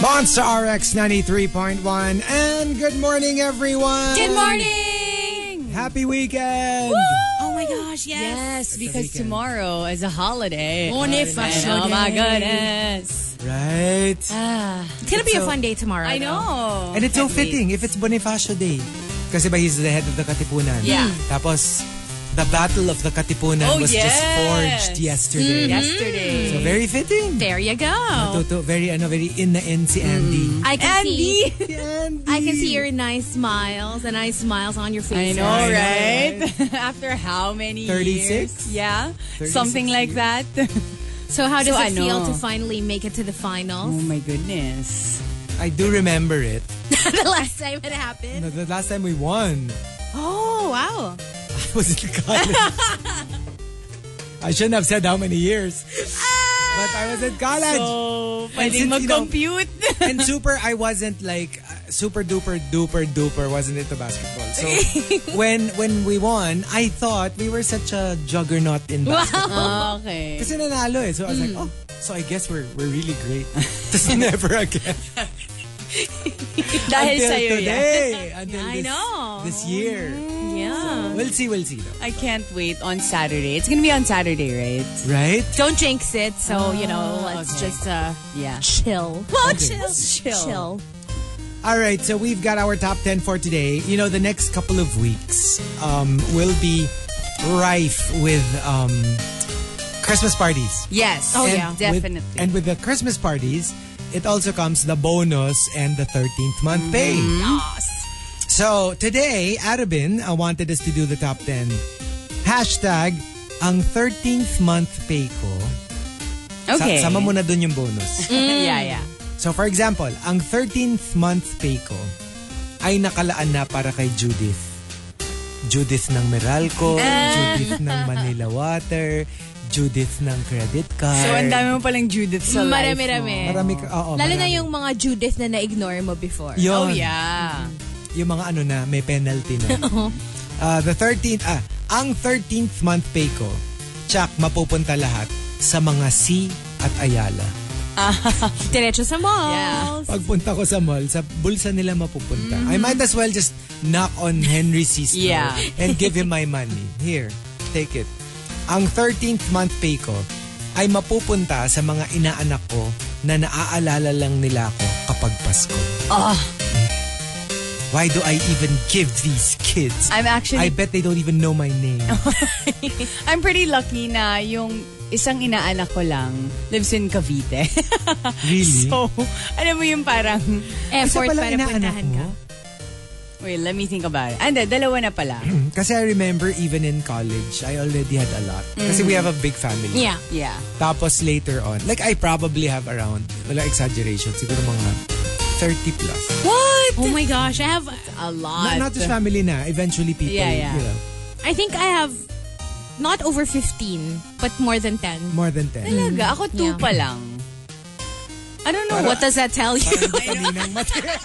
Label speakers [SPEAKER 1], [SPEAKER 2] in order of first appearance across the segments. [SPEAKER 1] Monster RX 93.1. And good morning, everyone.
[SPEAKER 2] Good morning!
[SPEAKER 1] Happy weekend.
[SPEAKER 2] Oh my gosh, yes. Yes, because
[SPEAKER 1] weekend.
[SPEAKER 2] tomorrow is a holiday.
[SPEAKER 3] Bonifacio
[SPEAKER 2] Oh my
[SPEAKER 3] Day. Ah,
[SPEAKER 2] goodness.
[SPEAKER 1] Right.
[SPEAKER 3] It's gonna be a fun day tomorrow.
[SPEAKER 2] I know.
[SPEAKER 1] And it's so fitting if it's Bonifacio Day. Kasi ba he's the head of the Katipunan.
[SPEAKER 2] Yeah.
[SPEAKER 1] Tapos, the battle of the Katipunan
[SPEAKER 2] Oh,
[SPEAKER 1] was just
[SPEAKER 2] yes. Mm.
[SPEAKER 1] forged yesterday.
[SPEAKER 2] Yesterday.
[SPEAKER 1] So very fitting.
[SPEAKER 3] There you go.
[SPEAKER 1] Toto, very, ano, very in the end si Andy.
[SPEAKER 3] I can see.
[SPEAKER 1] Si Andy.
[SPEAKER 3] I can see your nice smiles and nice smiles on your
[SPEAKER 2] I
[SPEAKER 3] face.
[SPEAKER 2] know,
[SPEAKER 1] I know,
[SPEAKER 2] right? After how many
[SPEAKER 1] 36?
[SPEAKER 2] years? Yeah.
[SPEAKER 1] 36
[SPEAKER 2] Something like that.
[SPEAKER 3] So how does
[SPEAKER 2] So I
[SPEAKER 3] it feel
[SPEAKER 2] know.
[SPEAKER 3] to finally make it to the
[SPEAKER 2] oh
[SPEAKER 3] finals?
[SPEAKER 2] my goodness.
[SPEAKER 1] I do remember it.
[SPEAKER 3] the last time it happened.
[SPEAKER 1] The, the last time we won
[SPEAKER 3] Oh wow.
[SPEAKER 1] was in college. I shouldn't have said how many years. But I was in college.
[SPEAKER 2] So,
[SPEAKER 1] And
[SPEAKER 2] pwedeng
[SPEAKER 1] since, you know-
[SPEAKER 2] mag-compute.
[SPEAKER 1] and super I wasn't like uh, super duper duper duper wasn't into basketball. So when when we won, I thought we were such a juggernaut in basketball.
[SPEAKER 2] okay.
[SPEAKER 1] Kasi nanalo eh. So I was
[SPEAKER 3] Mm.
[SPEAKER 1] like, oh, so I guess we're we're really great. Just never again.
[SPEAKER 2] Dahil
[SPEAKER 1] Until
[SPEAKER 2] sa'yo yan.
[SPEAKER 1] today. Until
[SPEAKER 3] I
[SPEAKER 1] this,
[SPEAKER 3] know. Mm-hmm.
[SPEAKER 1] this year.
[SPEAKER 3] Yeah.
[SPEAKER 1] We'll see, we'll see though.
[SPEAKER 2] I can't wait on Saturday. It's gonna be on Saturday, right?
[SPEAKER 1] Right?
[SPEAKER 3] Don't jinx it. So you know,
[SPEAKER 1] Ah,
[SPEAKER 3] let's
[SPEAKER 2] okay.
[SPEAKER 3] just uh,
[SPEAKER 2] Yeah.
[SPEAKER 3] chill.
[SPEAKER 2] Well,
[SPEAKER 1] Okay. chill.
[SPEAKER 2] Chill.
[SPEAKER 3] Chill.
[SPEAKER 1] All right, so we've got our top 10 for today. You know, the next couple of weeks um, will be rife with um, Christmas parties.
[SPEAKER 2] Yes.
[SPEAKER 3] Oh,
[SPEAKER 2] And
[SPEAKER 3] yeah.
[SPEAKER 2] Definitely.
[SPEAKER 1] With, and with the Christmas parties, it also comes the bonus and the 13th month pay.
[SPEAKER 2] Mm-hmm.
[SPEAKER 1] So today, Arabin uh, wanted us to do the top 10. Hashtag, ang 13th month pay ko. sa-
[SPEAKER 2] okay. Mm,
[SPEAKER 1] sama mo na dun yung bonus.
[SPEAKER 2] Yeah, yeah.
[SPEAKER 1] So for example, ang 13th month pay ko ay nakalaan na para kay Judith. Judith ng Meralco,
[SPEAKER 2] Ah.
[SPEAKER 1] Judith ng Manila Water, Judith ng credit card.
[SPEAKER 2] So, ang dami mo palang Judith sa life mo.
[SPEAKER 3] Marami-rami.
[SPEAKER 1] Marami ka, oo,
[SPEAKER 3] Lalo
[SPEAKER 1] Oh,
[SPEAKER 3] na
[SPEAKER 1] marami.
[SPEAKER 3] yung mga Judith na na-ignore mo before.
[SPEAKER 1] Yun.
[SPEAKER 2] Oh, yeah.
[SPEAKER 1] Yung mga ano na, may penalty na. Ah, the 13th, ah, ang 13th month pay ko, tsak, mapupunta lahat sa mga C at Ayala.
[SPEAKER 3] Diretso sa malls.
[SPEAKER 1] Pagpunta ko sa mall, sa bulsa nila mapupunta. I might as well just knock on Henry C. store
[SPEAKER 2] Yeah.
[SPEAKER 1] and give him my money. Here, take it. Ang 13th month pay ko ay mapupunta sa mga inaanak ko na naaalala lang nila ako kapag Pasko.
[SPEAKER 3] Ah.
[SPEAKER 2] Oh,
[SPEAKER 1] Why do I even give these kids?
[SPEAKER 2] I'm
[SPEAKER 1] I
[SPEAKER 2] actually,
[SPEAKER 1] bet they don't even know my name.
[SPEAKER 2] I'm pretty lucky na yung isang inaanak ko lang lives in Cavite.
[SPEAKER 1] Really?
[SPEAKER 2] so, alam mo yung parang,
[SPEAKER 1] Isa
[SPEAKER 3] Effort
[SPEAKER 1] palang
[SPEAKER 3] para
[SPEAKER 1] inaanak
[SPEAKER 3] puntahan
[SPEAKER 1] mo?
[SPEAKER 3] ka.
[SPEAKER 2] wait, let me think about it. Ande, dalawa na pala.
[SPEAKER 1] Kasi I remember even in college, I already had a lot.
[SPEAKER 3] Mm.
[SPEAKER 1] Kasi we have a big family.
[SPEAKER 3] Yeah.
[SPEAKER 2] Yeah.
[SPEAKER 1] Tapos later on, like I probably have around, wala exaggeration, siguro mga 30 plus.
[SPEAKER 2] What?
[SPEAKER 3] Oh my gosh, I have.
[SPEAKER 2] A lot.
[SPEAKER 1] Not, not just family na, eventually people,
[SPEAKER 2] Yeah, yeah.
[SPEAKER 1] you know,
[SPEAKER 3] I think I have not over 15, but more than 10.
[SPEAKER 1] more than 10.
[SPEAKER 2] Talaga, ako two
[SPEAKER 3] Yeah.
[SPEAKER 2] pa lang. I don't know.
[SPEAKER 3] What does that tell you?
[SPEAKER 1] Kaninang material.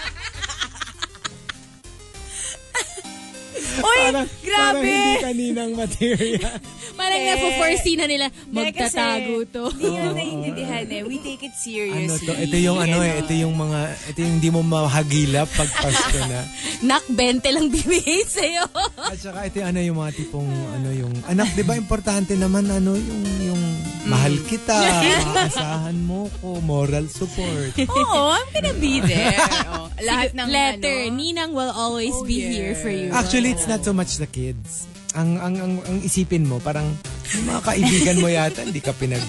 [SPEAKER 2] Uy,
[SPEAKER 1] Parang- Parang
[SPEAKER 2] grabe!
[SPEAKER 1] hindi kaninang material.
[SPEAKER 3] Parang napo-foresee na nila, magtatago to.
[SPEAKER 2] Hindi ko naiintindihan eh. We take it seriously.
[SPEAKER 1] ano to? Ito yung ano eh, ito yung mga, ito yung hindi mo mahagilap pag Pasko na.
[SPEAKER 3] Nak 20 lang bibigay sa'yo.
[SPEAKER 1] At saka ito yung ano yung mga tipong ano yung anak, 'di ba importante naman ano yung yung mahal kita, asahan mo ko, moral support.
[SPEAKER 2] Oo, I'm gonna be there. Oo. Lahat ng
[SPEAKER 3] Letter,
[SPEAKER 2] ano.
[SPEAKER 3] Ninang will always
[SPEAKER 2] Oh,
[SPEAKER 3] be
[SPEAKER 2] yeah.
[SPEAKER 3] here for you.
[SPEAKER 1] Actually, it's not so much the kids. Ang ang ang, ang isipin mo parang yung mga kaibigan mo yata hindi ka pinag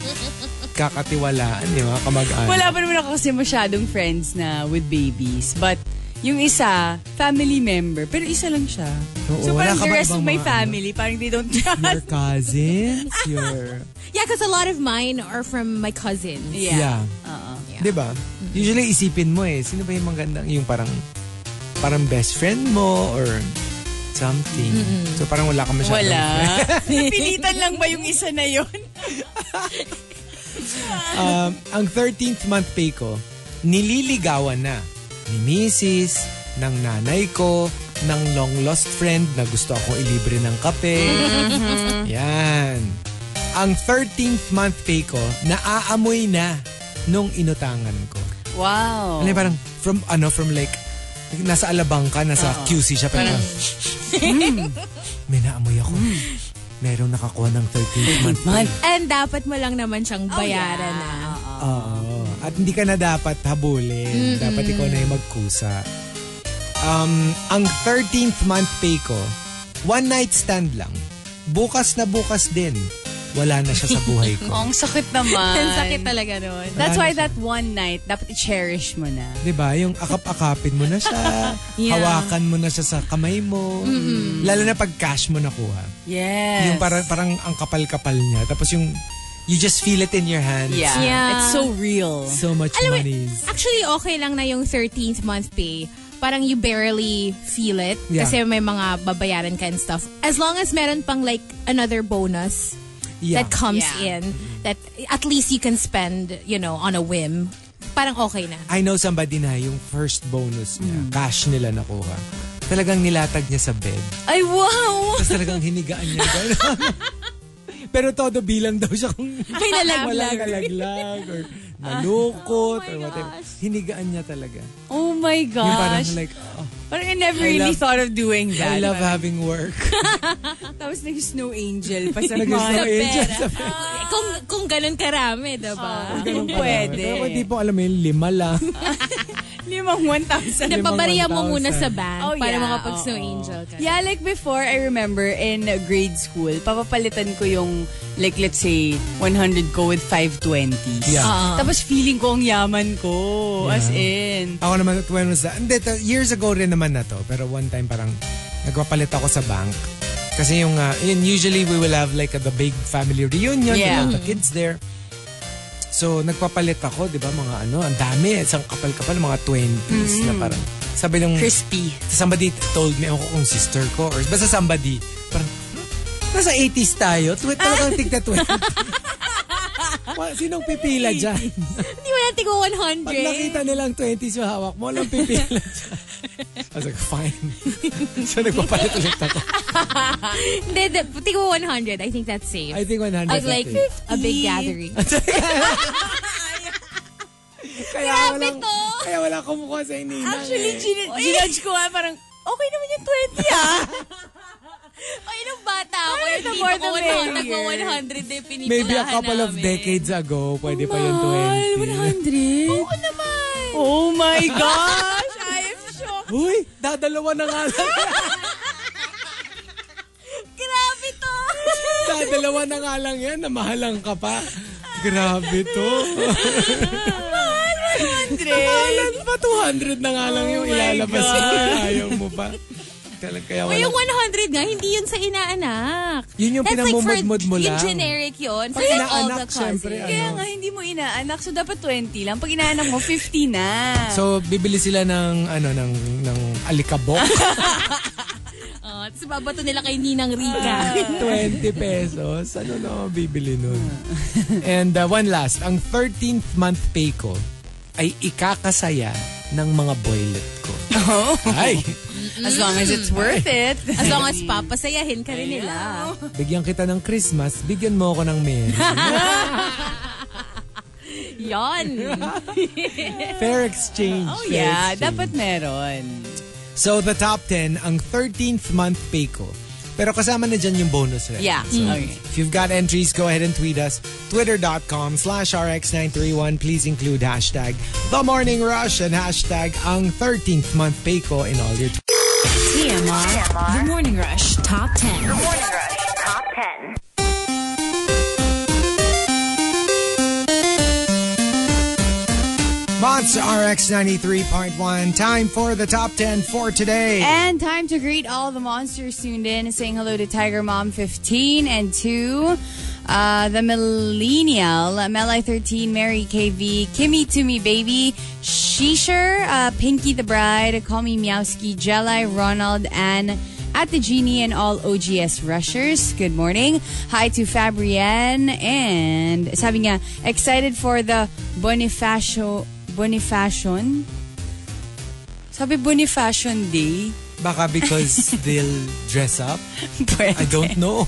[SPEAKER 1] kakatiwalaan, yung mga kamag-anak.
[SPEAKER 2] Wala pa naman ako kasi masyadong friends na with babies. But yung isa, family member. Pero isa lang siya.
[SPEAKER 1] Oo,
[SPEAKER 2] so
[SPEAKER 1] wala
[SPEAKER 2] parang
[SPEAKER 1] ka
[SPEAKER 2] the
[SPEAKER 1] ba
[SPEAKER 2] rest
[SPEAKER 1] ibang
[SPEAKER 2] of my
[SPEAKER 1] mga ano?
[SPEAKER 2] family, parang they don't
[SPEAKER 1] Your
[SPEAKER 2] trust.
[SPEAKER 1] cousins, your...
[SPEAKER 3] Yeah, because a lot of mine are from my cousins.
[SPEAKER 1] Yeah.
[SPEAKER 2] Oo.
[SPEAKER 3] Yeah.
[SPEAKER 1] Di ba? Usually isipin mo eh, sino ba yung magandang yung parang parang best friend mo or something. So parang wala ka masyadong
[SPEAKER 2] Wala.
[SPEAKER 1] friend.
[SPEAKER 2] Pilitan lang ba yung isa na yun?
[SPEAKER 1] um, ang 13th month pay ko, nililigawan na ni misis, ng nanay ko, ng long lost friend na gusto akong ilibre ng kape. Mm-hmm. Yan. Ang 13th month pay ko, naaamoy na nung inutangan ko.
[SPEAKER 2] Wow.
[SPEAKER 1] Ano yung parang, from ano, from like, nasa Alabang ka, nasa QC siya, parang, "Hmm, may naamoy ako. Merong nakakuha ng 13th month.
[SPEAKER 2] Man,
[SPEAKER 3] And dapat mo lang naman siyang bayaran ah.
[SPEAKER 2] yeah.
[SPEAKER 3] na.
[SPEAKER 1] Oo. At hindi ka na dapat habulin. Dapat ikaw na yung magkusa. Um, ang 13th month pay ko, one night stand lang. Bukas na bukas din. Wala na siya sa buhay
[SPEAKER 2] Oh,
[SPEAKER 1] ko.
[SPEAKER 2] ang sakit naman.
[SPEAKER 3] Ang sakit talaga nun.
[SPEAKER 2] That's why that one night, dapat i-cherish mo na.
[SPEAKER 1] 'Di ba? Diba? Yung akap-akapin mo na siya.
[SPEAKER 3] Yeah.
[SPEAKER 1] Hawakan mo na siya sa kamay mo. Lalo na pag cash mo nakuha.
[SPEAKER 2] Yes.
[SPEAKER 1] Yung parang, parang ang kapal-kapal niya. Tapos yung, you just feel it in your hands.
[SPEAKER 2] Yeah.
[SPEAKER 3] Yeah.
[SPEAKER 2] It's so real.
[SPEAKER 1] So much
[SPEAKER 3] Alam mo,
[SPEAKER 1] monies.
[SPEAKER 3] actually okay lang na yung 13th month pay. Parang you barely feel it
[SPEAKER 1] Yeah.
[SPEAKER 3] kasi may mga babayaran ka and stuff. As long as meron pang like another bonus
[SPEAKER 1] Yeah.
[SPEAKER 3] that comes
[SPEAKER 2] Yeah.
[SPEAKER 3] in that at least you can spend, you know, on a whim. Parang okay na.
[SPEAKER 1] I know somebody na yung first bonus niya,
[SPEAKER 2] Hmm.
[SPEAKER 1] cash nila nakuha. Talagang nilatag niya sa bed.
[SPEAKER 2] Ay, wow!
[SPEAKER 1] Tapos talagang hinigaan niya. Ganun. Pero todo bilang daw siya kung
[SPEAKER 3] May nalaglag.
[SPEAKER 1] walang nalaglag or nalukot
[SPEAKER 2] Ah,
[SPEAKER 1] or whatever. Hinigaan niya talaga.
[SPEAKER 2] Oh my gosh.
[SPEAKER 1] Yung parang like, oh,
[SPEAKER 2] Parang I never
[SPEAKER 1] I
[SPEAKER 2] really
[SPEAKER 1] love-
[SPEAKER 2] thought of doing
[SPEAKER 1] I
[SPEAKER 2] that.
[SPEAKER 1] love having work.
[SPEAKER 2] Tapos nag-snow angel pa sa
[SPEAKER 1] Nag-snow
[SPEAKER 2] mga-
[SPEAKER 1] angel
[SPEAKER 3] pera.
[SPEAKER 1] sa bed.
[SPEAKER 3] Kung kung ganun karami, 'di ba?
[SPEAKER 2] Ganun
[SPEAKER 1] Parang,
[SPEAKER 2] pwede.
[SPEAKER 1] Ah, Pero kung di po alam mo yun, lima lang.
[SPEAKER 2] Limang 1,000.
[SPEAKER 1] Limang
[SPEAKER 3] Napabariya mo muna
[SPEAKER 1] 1,000.
[SPEAKER 3] sa bank
[SPEAKER 2] Oh,
[SPEAKER 3] para
[SPEAKER 2] yeah,
[SPEAKER 3] makapag-snow
[SPEAKER 2] oo.
[SPEAKER 3] angel ka.
[SPEAKER 2] Yeah, like before, I remember in grade school, papapalitan ko yung, like let's say, 100 ko with 520s.
[SPEAKER 1] Yeah.
[SPEAKER 3] Ah.
[SPEAKER 2] Tapos feeling ko ang yaman ko. As in.
[SPEAKER 1] Ako naman, when was that? Hindi, to- years ago rin naman na to. Pero one time parang nagpapalit ako sa bank. Kasi yung, ah, yun, usually we will have like a, the big family reunion with
[SPEAKER 2] Yeah.
[SPEAKER 1] all the kids there. So, nagpapalit ako, di ba, mga ano, ang dami, isang kapal-kapal, mga 20s na parang, sabi ng,
[SPEAKER 2] Crispy.
[SPEAKER 1] somebody told me, ako kung sister ko, or basta somebody, parang, nasa 80s tayo, tw- talagang tigta 20. Wa- Sinong pipila dyan?
[SPEAKER 3] Hindi mo natin ko
[SPEAKER 1] Pag nakita nilang 20s yung hawak mo, walang pipila siya. I was like, fine. so nagpapalit ulit ako.
[SPEAKER 3] 100. Hindi, di- tingin mo 100. I think that's safe.
[SPEAKER 1] I think 100.
[SPEAKER 3] Of like
[SPEAKER 1] na to eh.
[SPEAKER 3] a big gathering.
[SPEAKER 1] kaya
[SPEAKER 3] Grabe
[SPEAKER 1] walang,
[SPEAKER 3] to!
[SPEAKER 1] Kaya wala kumukuha sa inina.
[SPEAKER 2] Actually,
[SPEAKER 1] eh.
[SPEAKER 2] gin- ginudge ko nga parang, okay naman yung 20 ah.
[SPEAKER 3] Ay, nung bata ako,
[SPEAKER 2] Ay,
[SPEAKER 3] yung
[SPEAKER 2] the
[SPEAKER 3] tito
[SPEAKER 2] more
[SPEAKER 3] ko, ano,
[SPEAKER 2] the
[SPEAKER 3] naka-
[SPEAKER 2] merrier.
[SPEAKER 3] tagwa 100 na yung pinikulahan
[SPEAKER 1] Maybe a couple of
[SPEAKER 3] namin.
[SPEAKER 1] decades ago, pwede pa yung 20.
[SPEAKER 2] 100?
[SPEAKER 3] Oo naman.
[SPEAKER 2] Oh my gosh! I am shocked.
[SPEAKER 1] Uy, dadalawa na nga lang.
[SPEAKER 3] Grabe to.
[SPEAKER 1] dadalawa na nga lang yan. Namahalang ka pa. Grabe to.
[SPEAKER 2] 100?
[SPEAKER 1] Alam pa, 200 na nga lang yung
[SPEAKER 2] my
[SPEAKER 1] ilalabas mo.
[SPEAKER 2] God.
[SPEAKER 1] Ayaw mo pa. Talaga, kaya
[SPEAKER 3] Ay,
[SPEAKER 1] wala.
[SPEAKER 3] yung 100 nga, hindi yun sa inaanak.
[SPEAKER 1] Yun yung
[SPEAKER 3] That's
[SPEAKER 1] pinamumudmud
[SPEAKER 3] like
[SPEAKER 1] mo
[SPEAKER 3] for, Yung
[SPEAKER 1] lang.
[SPEAKER 3] generic yun. For
[SPEAKER 1] Pag
[SPEAKER 3] like all
[SPEAKER 1] inaanak,
[SPEAKER 3] the cousins.
[SPEAKER 1] syempre, ano.
[SPEAKER 2] Kaya nga, hindi mo inaanak. So, dapat 20 lang. Pag inaanak mo, 50 na.
[SPEAKER 1] So, bibili sila ng, ano, ng, ng alikabok.
[SPEAKER 3] Oh, tapos babato nila kay Ninang
[SPEAKER 2] Ah,
[SPEAKER 3] Rica.
[SPEAKER 1] 20 pesos. Ano na ako bibili nun?
[SPEAKER 2] Ah.
[SPEAKER 1] And uh, one last. Ang 13th month pay ko ay ikakasaya ng mga boylet ko.
[SPEAKER 2] Oh.
[SPEAKER 1] Ay!
[SPEAKER 2] as long as it's worth it.
[SPEAKER 3] As long as papasayahin ka rin nila.
[SPEAKER 1] Bigyan kita ng Christmas, bigyan mo ako ng Mary.
[SPEAKER 3] Yon.
[SPEAKER 1] Fair exchange.
[SPEAKER 2] Oh
[SPEAKER 1] fair
[SPEAKER 2] yeah,
[SPEAKER 1] exchange.
[SPEAKER 2] dapat meron.
[SPEAKER 1] So, the top 10, ang 13th month pay ko. Pero kasama na dyan yung bonus rent.
[SPEAKER 2] Yeah.
[SPEAKER 1] So,
[SPEAKER 2] Okay.
[SPEAKER 1] If you've got entries, go ahead and tweet us. Twitter.com slash RX931. Please include hashtag The Morning Rush and hashtag ang 13th month pay ko in all your tweets.
[SPEAKER 4] TMR. The Morning Rush Top 10.
[SPEAKER 5] Morning Rush Top 10.
[SPEAKER 1] Monster RX 93.1. Time for the top 10 for today.
[SPEAKER 2] And time to greet all the monsters tuned in, saying hello to Tiger Mom 15 and to uh, the Millennial, Meli 13, Mary KV, Kimmy to me baby, Shisher, uh, Pinky the Bride, Call Me Meowski, Jelly, Ronald, and at the Genie and all OGS rushers. Good morning. Hi to Fabrienne and sabi niya, excited for the Bonifacio Bonifacion Sabi Bonifacion Day.
[SPEAKER 1] Baka because they'll dress up.
[SPEAKER 2] Pwede.
[SPEAKER 1] I don't know.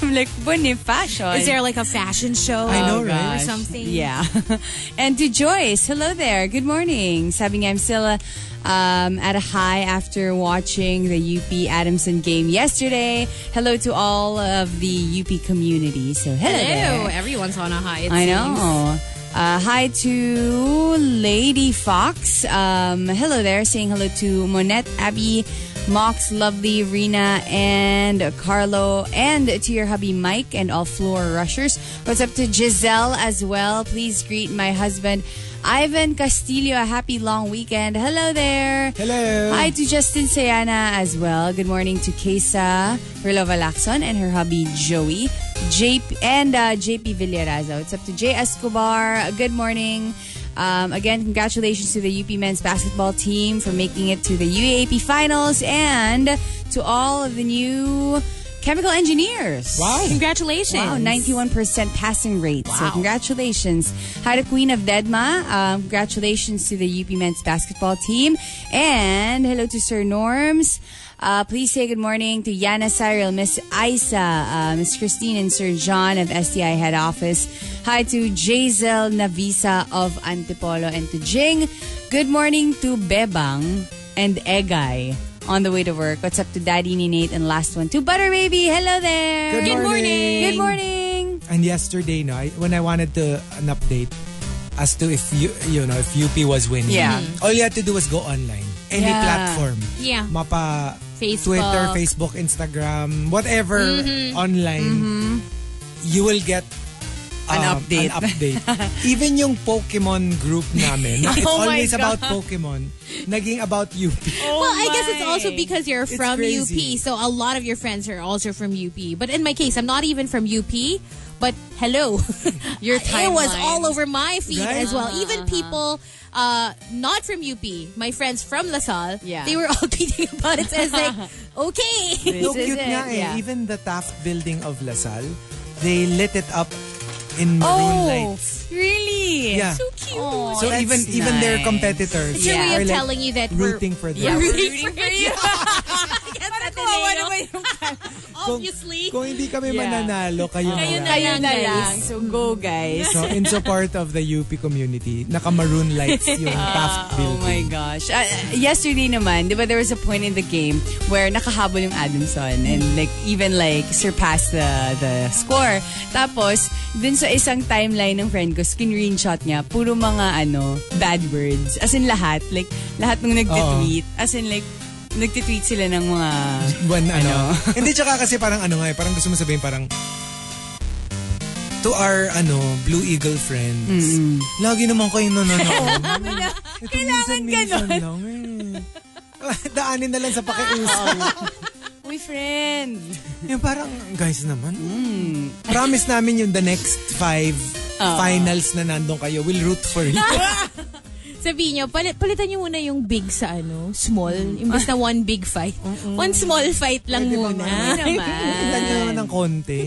[SPEAKER 2] I'm like, Bonifacio.
[SPEAKER 3] Is there like a fashion show
[SPEAKER 1] I know,
[SPEAKER 3] or
[SPEAKER 1] right?
[SPEAKER 3] something?
[SPEAKER 2] Oh, Yeah. and to Joyce, hello there. Good morning. Sabi nga, I'm still uh, um, at a high after watching the UP Adamson game yesterday. Hello to all of the UP community. So, hello.
[SPEAKER 3] Hello,
[SPEAKER 2] there.
[SPEAKER 3] everyone's on a high. It
[SPEAKER 2] I
[SPEAKER 3] seems.
[SPEAKER 2] know. Uh, hi to Lady Fox. Um, hello there. Saying hello to Monette, Abby, Mox, Lovely, Rena, and Carlo. And to your hubby Mike and all floor rushers. What's up to Giselle as well? Please greet my husband Ivan Castillo. A happy long weekend. Hello there.
[SPEAKER 1] Hello.
[SPEAKER 2] Hi to Justin Sayana as well. Good morning to Kesa Rilova Lacson and her hubby Joey. JP and uh, JP Villarazo. It's up to J Escobar. Good morning. Um, again, congratulations to the UP men's basketball team for making it to the UAP finals and to all of the new chemical engineers.
[SPEAKER 1] Wow.
[SPEAKER 3] Congratulations.
[SPEAKER 2] Wow, 91% passing rate. So congratulations. Hi to Queen of Dedma. Um, congratulations to the UP men's basketball team. And hello to Sir Norms. Uh, please say good morning to Yana Cyril, Miss Isa, uh, Miss Christine, and Sir John of STI head office. Hi to Jazel Navisa of Antipolo and to Jing. Good morning to Bebang and Egay on the way to work. What's up to Daddy, Ni Nate, and last one to Butter Baby. Hello there.
[SPEAKER 1] Good Good morning.
[SPEAKER 2] Good morning.
[SPEAKER 1] And yesterday, no, I, when I wanted to an update as to if you you know if UP was winning,
[SPEAKER 2] Yeah.
[SPEAKER 1] all you had to do was go online, any
[SPEAKER 2] Yeah.
[SPEAKER 1] platform,
[SPEAKER 3] Yeah.
[SPEAKER 1] mapa
[SPEAKER 3] Facebook.
[SPEAKER 1] Twitter, Facebook, Instagram, whatever
[SPEAKER 2] Mm-hmm.
[SPEAKER 1] online, you will get.
[SPEAKER 2] An
[SPEAKER 1] um,
[SPEAKER 2] update.
[SPEAKER 1] An update. Even yung Pokemon group namin, na it's
[SPEAKER 3] Oh my
[SPEAKER 1] always
[SPEAKER 3] God.
[SPEAKER 1] about Pokemon, naging about UP.
[SPEAKER 2] Oh,
[SPEAKER 3] well, I guess it's also because you're
[SPEAKER 1] It's
[SPEAKER 3] from
[SPEAKER 1] crazy.
[SPEAKER 3] UP. So a lot of your friends are also from UP. But in my case, I'm not even from UP. But hello, your It was
[SPEAKER 2] timeline.
[SPEAKER 3] all over my feed
[SPEAKER 1] Right?
[SPEAKER 3] as well. even people uh, not from UP, my friends from LaSalle,
[SPEAKER 2] Yeah.
[SPEAKER 3] they were all tweeting about it. So I was like, okay.
[SPEAKER 1] No,
[SPEAKER 2] This is
[SPEAKER 1] cute
[SPEAKER 2] it,
[SPEAKER 1] nga eh.
[SPEAKER 2] yeah.
[SPEAKER 1] Even the Taft building of LaSalle, they lit it up in maroon
[SPEAKER 2] Oh.
[SPEAKER 1] lights.
[SPEAKER 2] really?
[SPEAKER 1] Yeah.
[SPEAKER 3] so cute.
[SPEAKER 2] Aw,
[SPEAKER 1] So
[SPEAKER 2] that's
[SPEAKER 1] even even their
[SPEAKER 2] nice.
[SPEAKER 1] competitors
[SPEAKER 3] it's your way
[SPEAKER 2] yeah.
[SPEAKER 1] are
[SPEAKER 3] of
[SPEAKER 1] like
[SPEAKER 3] telling you that we're
[SPEAKER 1] rooting for
[SPEAKER 2] Yeah,
[SPEAKER 1] them.
[SPEAKER 2] we're
[SPEAKER 3] Rooting
[SPEAKER 2] rooting
[SPEAKER 3] for
[SPEAKER 2] for you.
[SPEAKER 3] Yes,
[SPEAKER 2] Kawawa
[SPEAKER 3] Ateneo.
[SPEAKER 2] naman yung
[SPEAKER 3] Obviously.
[SPEAKER 1] Kung hindi kami
[SPEAKER 2] Yeah.
[SPEAKER 1] mananalo, kayo na
[SPEAKER 3] Kayo
[SPEAKER 1] lang.
[SPEAKER 3] na
[SPEAKER 2] Kayo na
[SPEAKER 3] Guys.
[SPEAKER 2] lang. So go, guys.
[SPEAKER 1] So in support of the UP community, naka-maroon lights yung Taft
[SPEAKER 2] Oh my
[SPEAKER 1] building.
[SPEAKER 2] gosh. Uh, yesterday naman, di ba there was a point in the game where nakahabol yung Adamson and like even like surpassed the the score. Tapos, dun sa isang timeline ng friend ko, screenshot niya, puro mga ano, bad words. As in lahat. Like, lahat ng nagtitweet. As in like, nagtitweet sila ng mga...
[SPEAKER 1] When, ano, hindi, tsaka kasi parang ano nga eh, parang gusto mo sabihin parang, to our ano Blue Eagle friends, lagi naman kayong nanonood. Ito
[SPEAKER 2] Kailangan
[SPEAKER 1] minsan-minsan
[SPEAKER 2] ganun.
[SPEAKER 1] lang eh. Daanin na lang sa pakiusap.
[SPEAKER 2] Uy, friend!
[SPEAKER 1] Yung parang, guys naman.
[SPEAKER 2] Mm.
[SPEAKER 1] Promise namin yung the next five
[SPEAKER 2] Ah.
[SPEAKER 1] finals na nandun kayo, we'll root for you.
[SPEAKER 3] Sabihin nyo, palit, palitan nyo muna yung big sa ano, small. Imbes na one big fight. One small fight lang
[SPEAKER 1] Di ba,
[SPEAKER 3] muna.
[SPEAKER 1] ma'am? Kita nyo naman ng konti.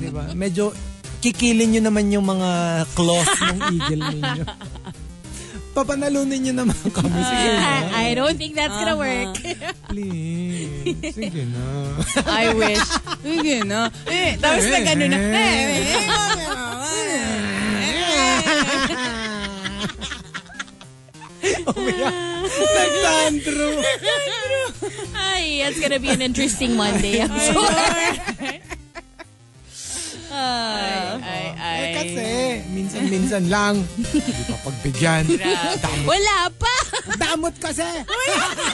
[SPEAKER 1] Di ba? Medyo kikilin nyo naman yung mga claws ng eagle ninyo. Papanalunin nyo naman kami.
[SPEAKER 2] Ah.
[SPEAKER 1] Sige na.
[SPEAKER 3] I, I don't think that's gonna work.
[SPEAKER 1] Please. Sige na.
[SPEAKER 2] I wish. Sige na. Eh, tapos nag ano na. Eh, eh, eh.
[SPEAKER 1] Oh, Nag-tantrum.
[SPEAKER 3] Ay, that's gonna be an interesting Monday. I'm sure.
[SPEAKER 2] Ay, ay.
[SPEAKER 1] Eh, kasi, minsan-minsan lang. Hindi pa pagbigyan. Damot.
[SPEAKER 3] Wala pa!
[SPEAKER 1] Damot kasi.
[SPEAKER 3] Wala pa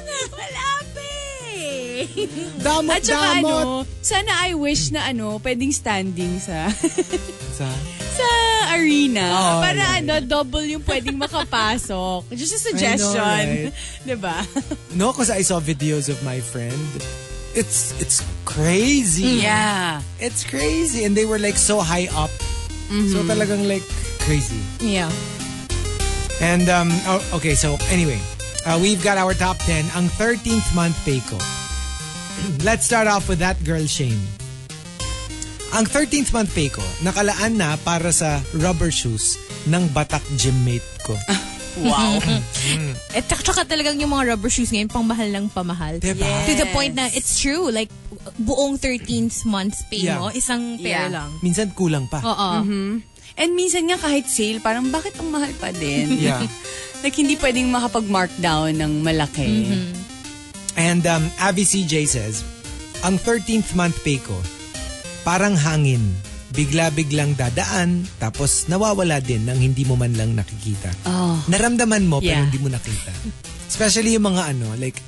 [SPEAKER 3] nga! Wala pa eh!
[SPEAKER 1] Damot,
[SPEAKER 2] At saka
[SPEAKER 1] damot.
[SPEAKER 2] ano, sana I wish na ano, pwedeng standing sa
[SPEAKER 1] Sa,
[SPEAKER 2] sa arena.
[SPEAKER 1] Oo,
[SPEAKER 2] para
[SPEAKER 1] Oh, yeah,
[SPEAKER 2] ano, double yung pwedeng makapasok. Just a suggestion.
[SPEAKER 1] I know,
[SPEAKER 2] Diba?
[SPEAKER 1] no, because I saw videos of my friend. It's it's crazy.
[SPEAKER 2] Yeah.
[SPEAKER 1] It's crazy. And they were like so high up.
[SPEAKER 2] Mm-hmm.
[SPEAKER 1] So talagang like crazy.
[SPEAKER 3] Yeah.
[SPEAKER 1] And um oh, okay, so anyway, uh, we've got our top 10 ang 13th month pay ko. Let's start off with that girl Shane. Ang 13th month pay ko nakalaan na para sa rubber shoes ng Batak gymmate ko.
[SPEAKER 2] Wow.
[SPEAKER 3] At Eh, tsaka, tsaka talagang yung mga rubber shoes ngayon, pangmahal ng pamahal.
[SPEAKER 1] Diba?
[SPEAKER 3] To the point na, it's true, like, buong 13th month's pay
[SPEAKER 1] Yeah.
[SPEAKER 3] mo, isang pair
[SPEAKER 2] Yeah.
[SPEAKER 3] lang.
[SPEAKER 1] Minsan kulang pa.
[SPEAKER 3] Oo.
[SPEAKER 2] And minsan nga kahit sale, parang bakit ang mahal pa din?
[SPEAKER 1] Yeah.
[SPEAKER 2] like hindi pwedeng makapag-markdown ng malaki.
[SPEAKER 1] Mm-hmm. And um, Avi CJ says, Ang 13th month pay ko, parang hangin. Bigla-biglang dadaan, tapos nawawala din nang hindi mo man lang nakikita.
[SPEAKER 2] Oh.
[SPEAKER 1] Naramdaman mo, pero
[SPEAKER 2] Yeah.
[SPEAKER 1] hindi mo nakita. Especially yung mga ano, like,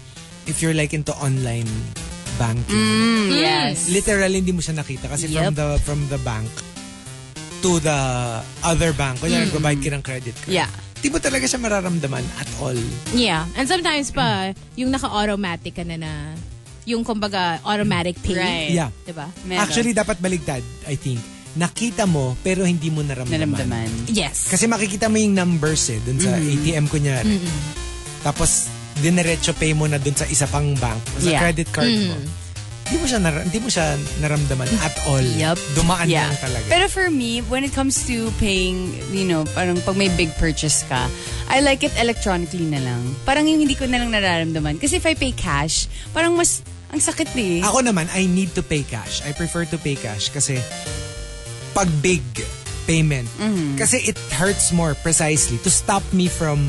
[SPEAKER 1] if you're like into online
[SPEAKER 2] Mm.
[SPEAKER 1] banking,
[SPEAKER 2] Yes.
[SPEAKER 1] literally hindi mo siya nakita kasi from
[SPEAKER 3] Yep.
[SPEAKER 1] the from the bank to the other bank, kunyari
[SPEAKER 2] Mm.
[SPEAKER 1] nag-provide ka ng credit card.
[SPEAKER 2] Yeah.
[SPEAKER 1] Di mo talaga siya mararamdaman at all.
[SPEAKER 3] Yeah. And sometimes pa, yung naka-automatic ka na na, yung kumbaga automatic pay.
[SPEAKER 2] Right.
[SPEAKER 1] Yeah.
[SPEAKER 3] Diba?
[SPEAKER 2] Meron.
[SPEAKER 1] Actually, dapat baligtad, I think. Nakita mo, pero hindi mo naramdaman.
[SPEAKER 2] naramdaman.
[SPEAKER 3] Yes.
[SPEAKER 1] Kasi makikita mo yung numbers eh, dun sa ATM kunyari. Tapos, dinerecho pay mo na dun sa isa pang bank, sa
[SPEAKER 2] Yeah.
[SPEAKER 1] credit card mo. Hindi mo siya, nar- hindi mo siya naramdaman at all.
[SPEAKER 3] Yup.
[SPEAKER 1] Dumaan
[SPEAKER 2] Yeah.
[SPEAKER 1] lang talaga.
[SPEAKER 2] Pero for me, when it comes to paying, you know, parang pag may big purchase ka, I like it electronically na lang. Parang yung hindi ko na lang nararamdaman. Kasi if I pay cash, parang mas, ang sakit eh.
[SPEAKER 1] Ako naman, I need to pay cash. I prefer to pay cash kasi pag big payment,
[SPEAKER 2] Mm-hmm.
[SPEAKER 1] kasi it hurts more precisely to stop me from...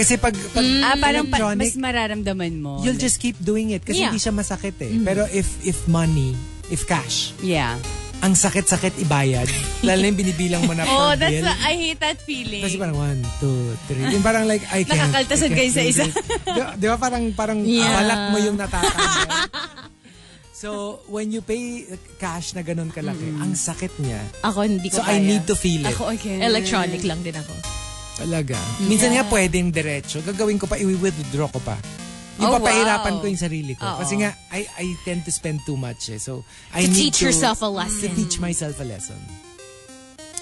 [SPEAKER 1] Kasi pag, pag
[SPEAKER 2] ah, parang pa,
[SPEAKER 1] electronic,
[SPEAKER 2] mas mararamdaman mo.
[SPEAKER 1] you'll just keep doing it kasi
[SPEAKER 3] Yeah.
[SPEAKER 1] hindi siya masakit eh.
[SPEAKER 2] Mm.
[SPEAKER 1] Pero if if money, if cash,
[SPEAKER 2] Yeah.
[SPEAKER 1] ang sakit-sakit ibayad. Lalo na yung binibilang mo na per
[SPEAKER 2] Oh, that's,
[SPEAKER 1] bill.
[SPEAKER 2] what- I hate that feeling.
[SPEAKER 1] Kasi parang one, two, three. Yung parang like, I can't.
[SPEAKER 2] Nakakaltasan
[SPEAKER 1] I can't
[SPEAKER 2] kayo sa
[SPEAKER 1] do
[SPEAKER 2] isa.
[SPEAKER 1] this. Di, di ba parang, parang
[SPEAKER 3] Yeah.
[SPEAKER 1] balak mo yung natatanggal. so, when you pay cash na ganun kalaki,
[SPEAKER 2] Mm.
[SPEAKER 1] ang sakit niya.
[SPEAKER 3] Ako hindi
[SPEAKER 1] So,
[SPEAKER 3] ko
[SPEAKER 1] I
[SPEAKER 3] kaya.
[SPEAKER 1] need to feel it.
[SPEAKER 2] Ako again.
[SPEAKER 3] Electronic lang din ako.
[SPEAKER 1] Talaga. Minsan nga pwedeng diretso. Gagawin ko pa, i-withdraw ko pa. Yung
[SPEAKER 2] Oh,
[SPEAKER 1] papahirapan
[SPEAKER 2] wow.
[SPEAKER 1] ko yung sarili ko. Kasi nga, I, I tend to spend too much eh. So, I
[SPEAKER 3] to
[SPEAKER 1] need
[SPEAKER 3] teach yourself a
[SPEAKER 1] to
[SPEAKER 3] lesson.
[SPEAKER 1] teach myself a lesson.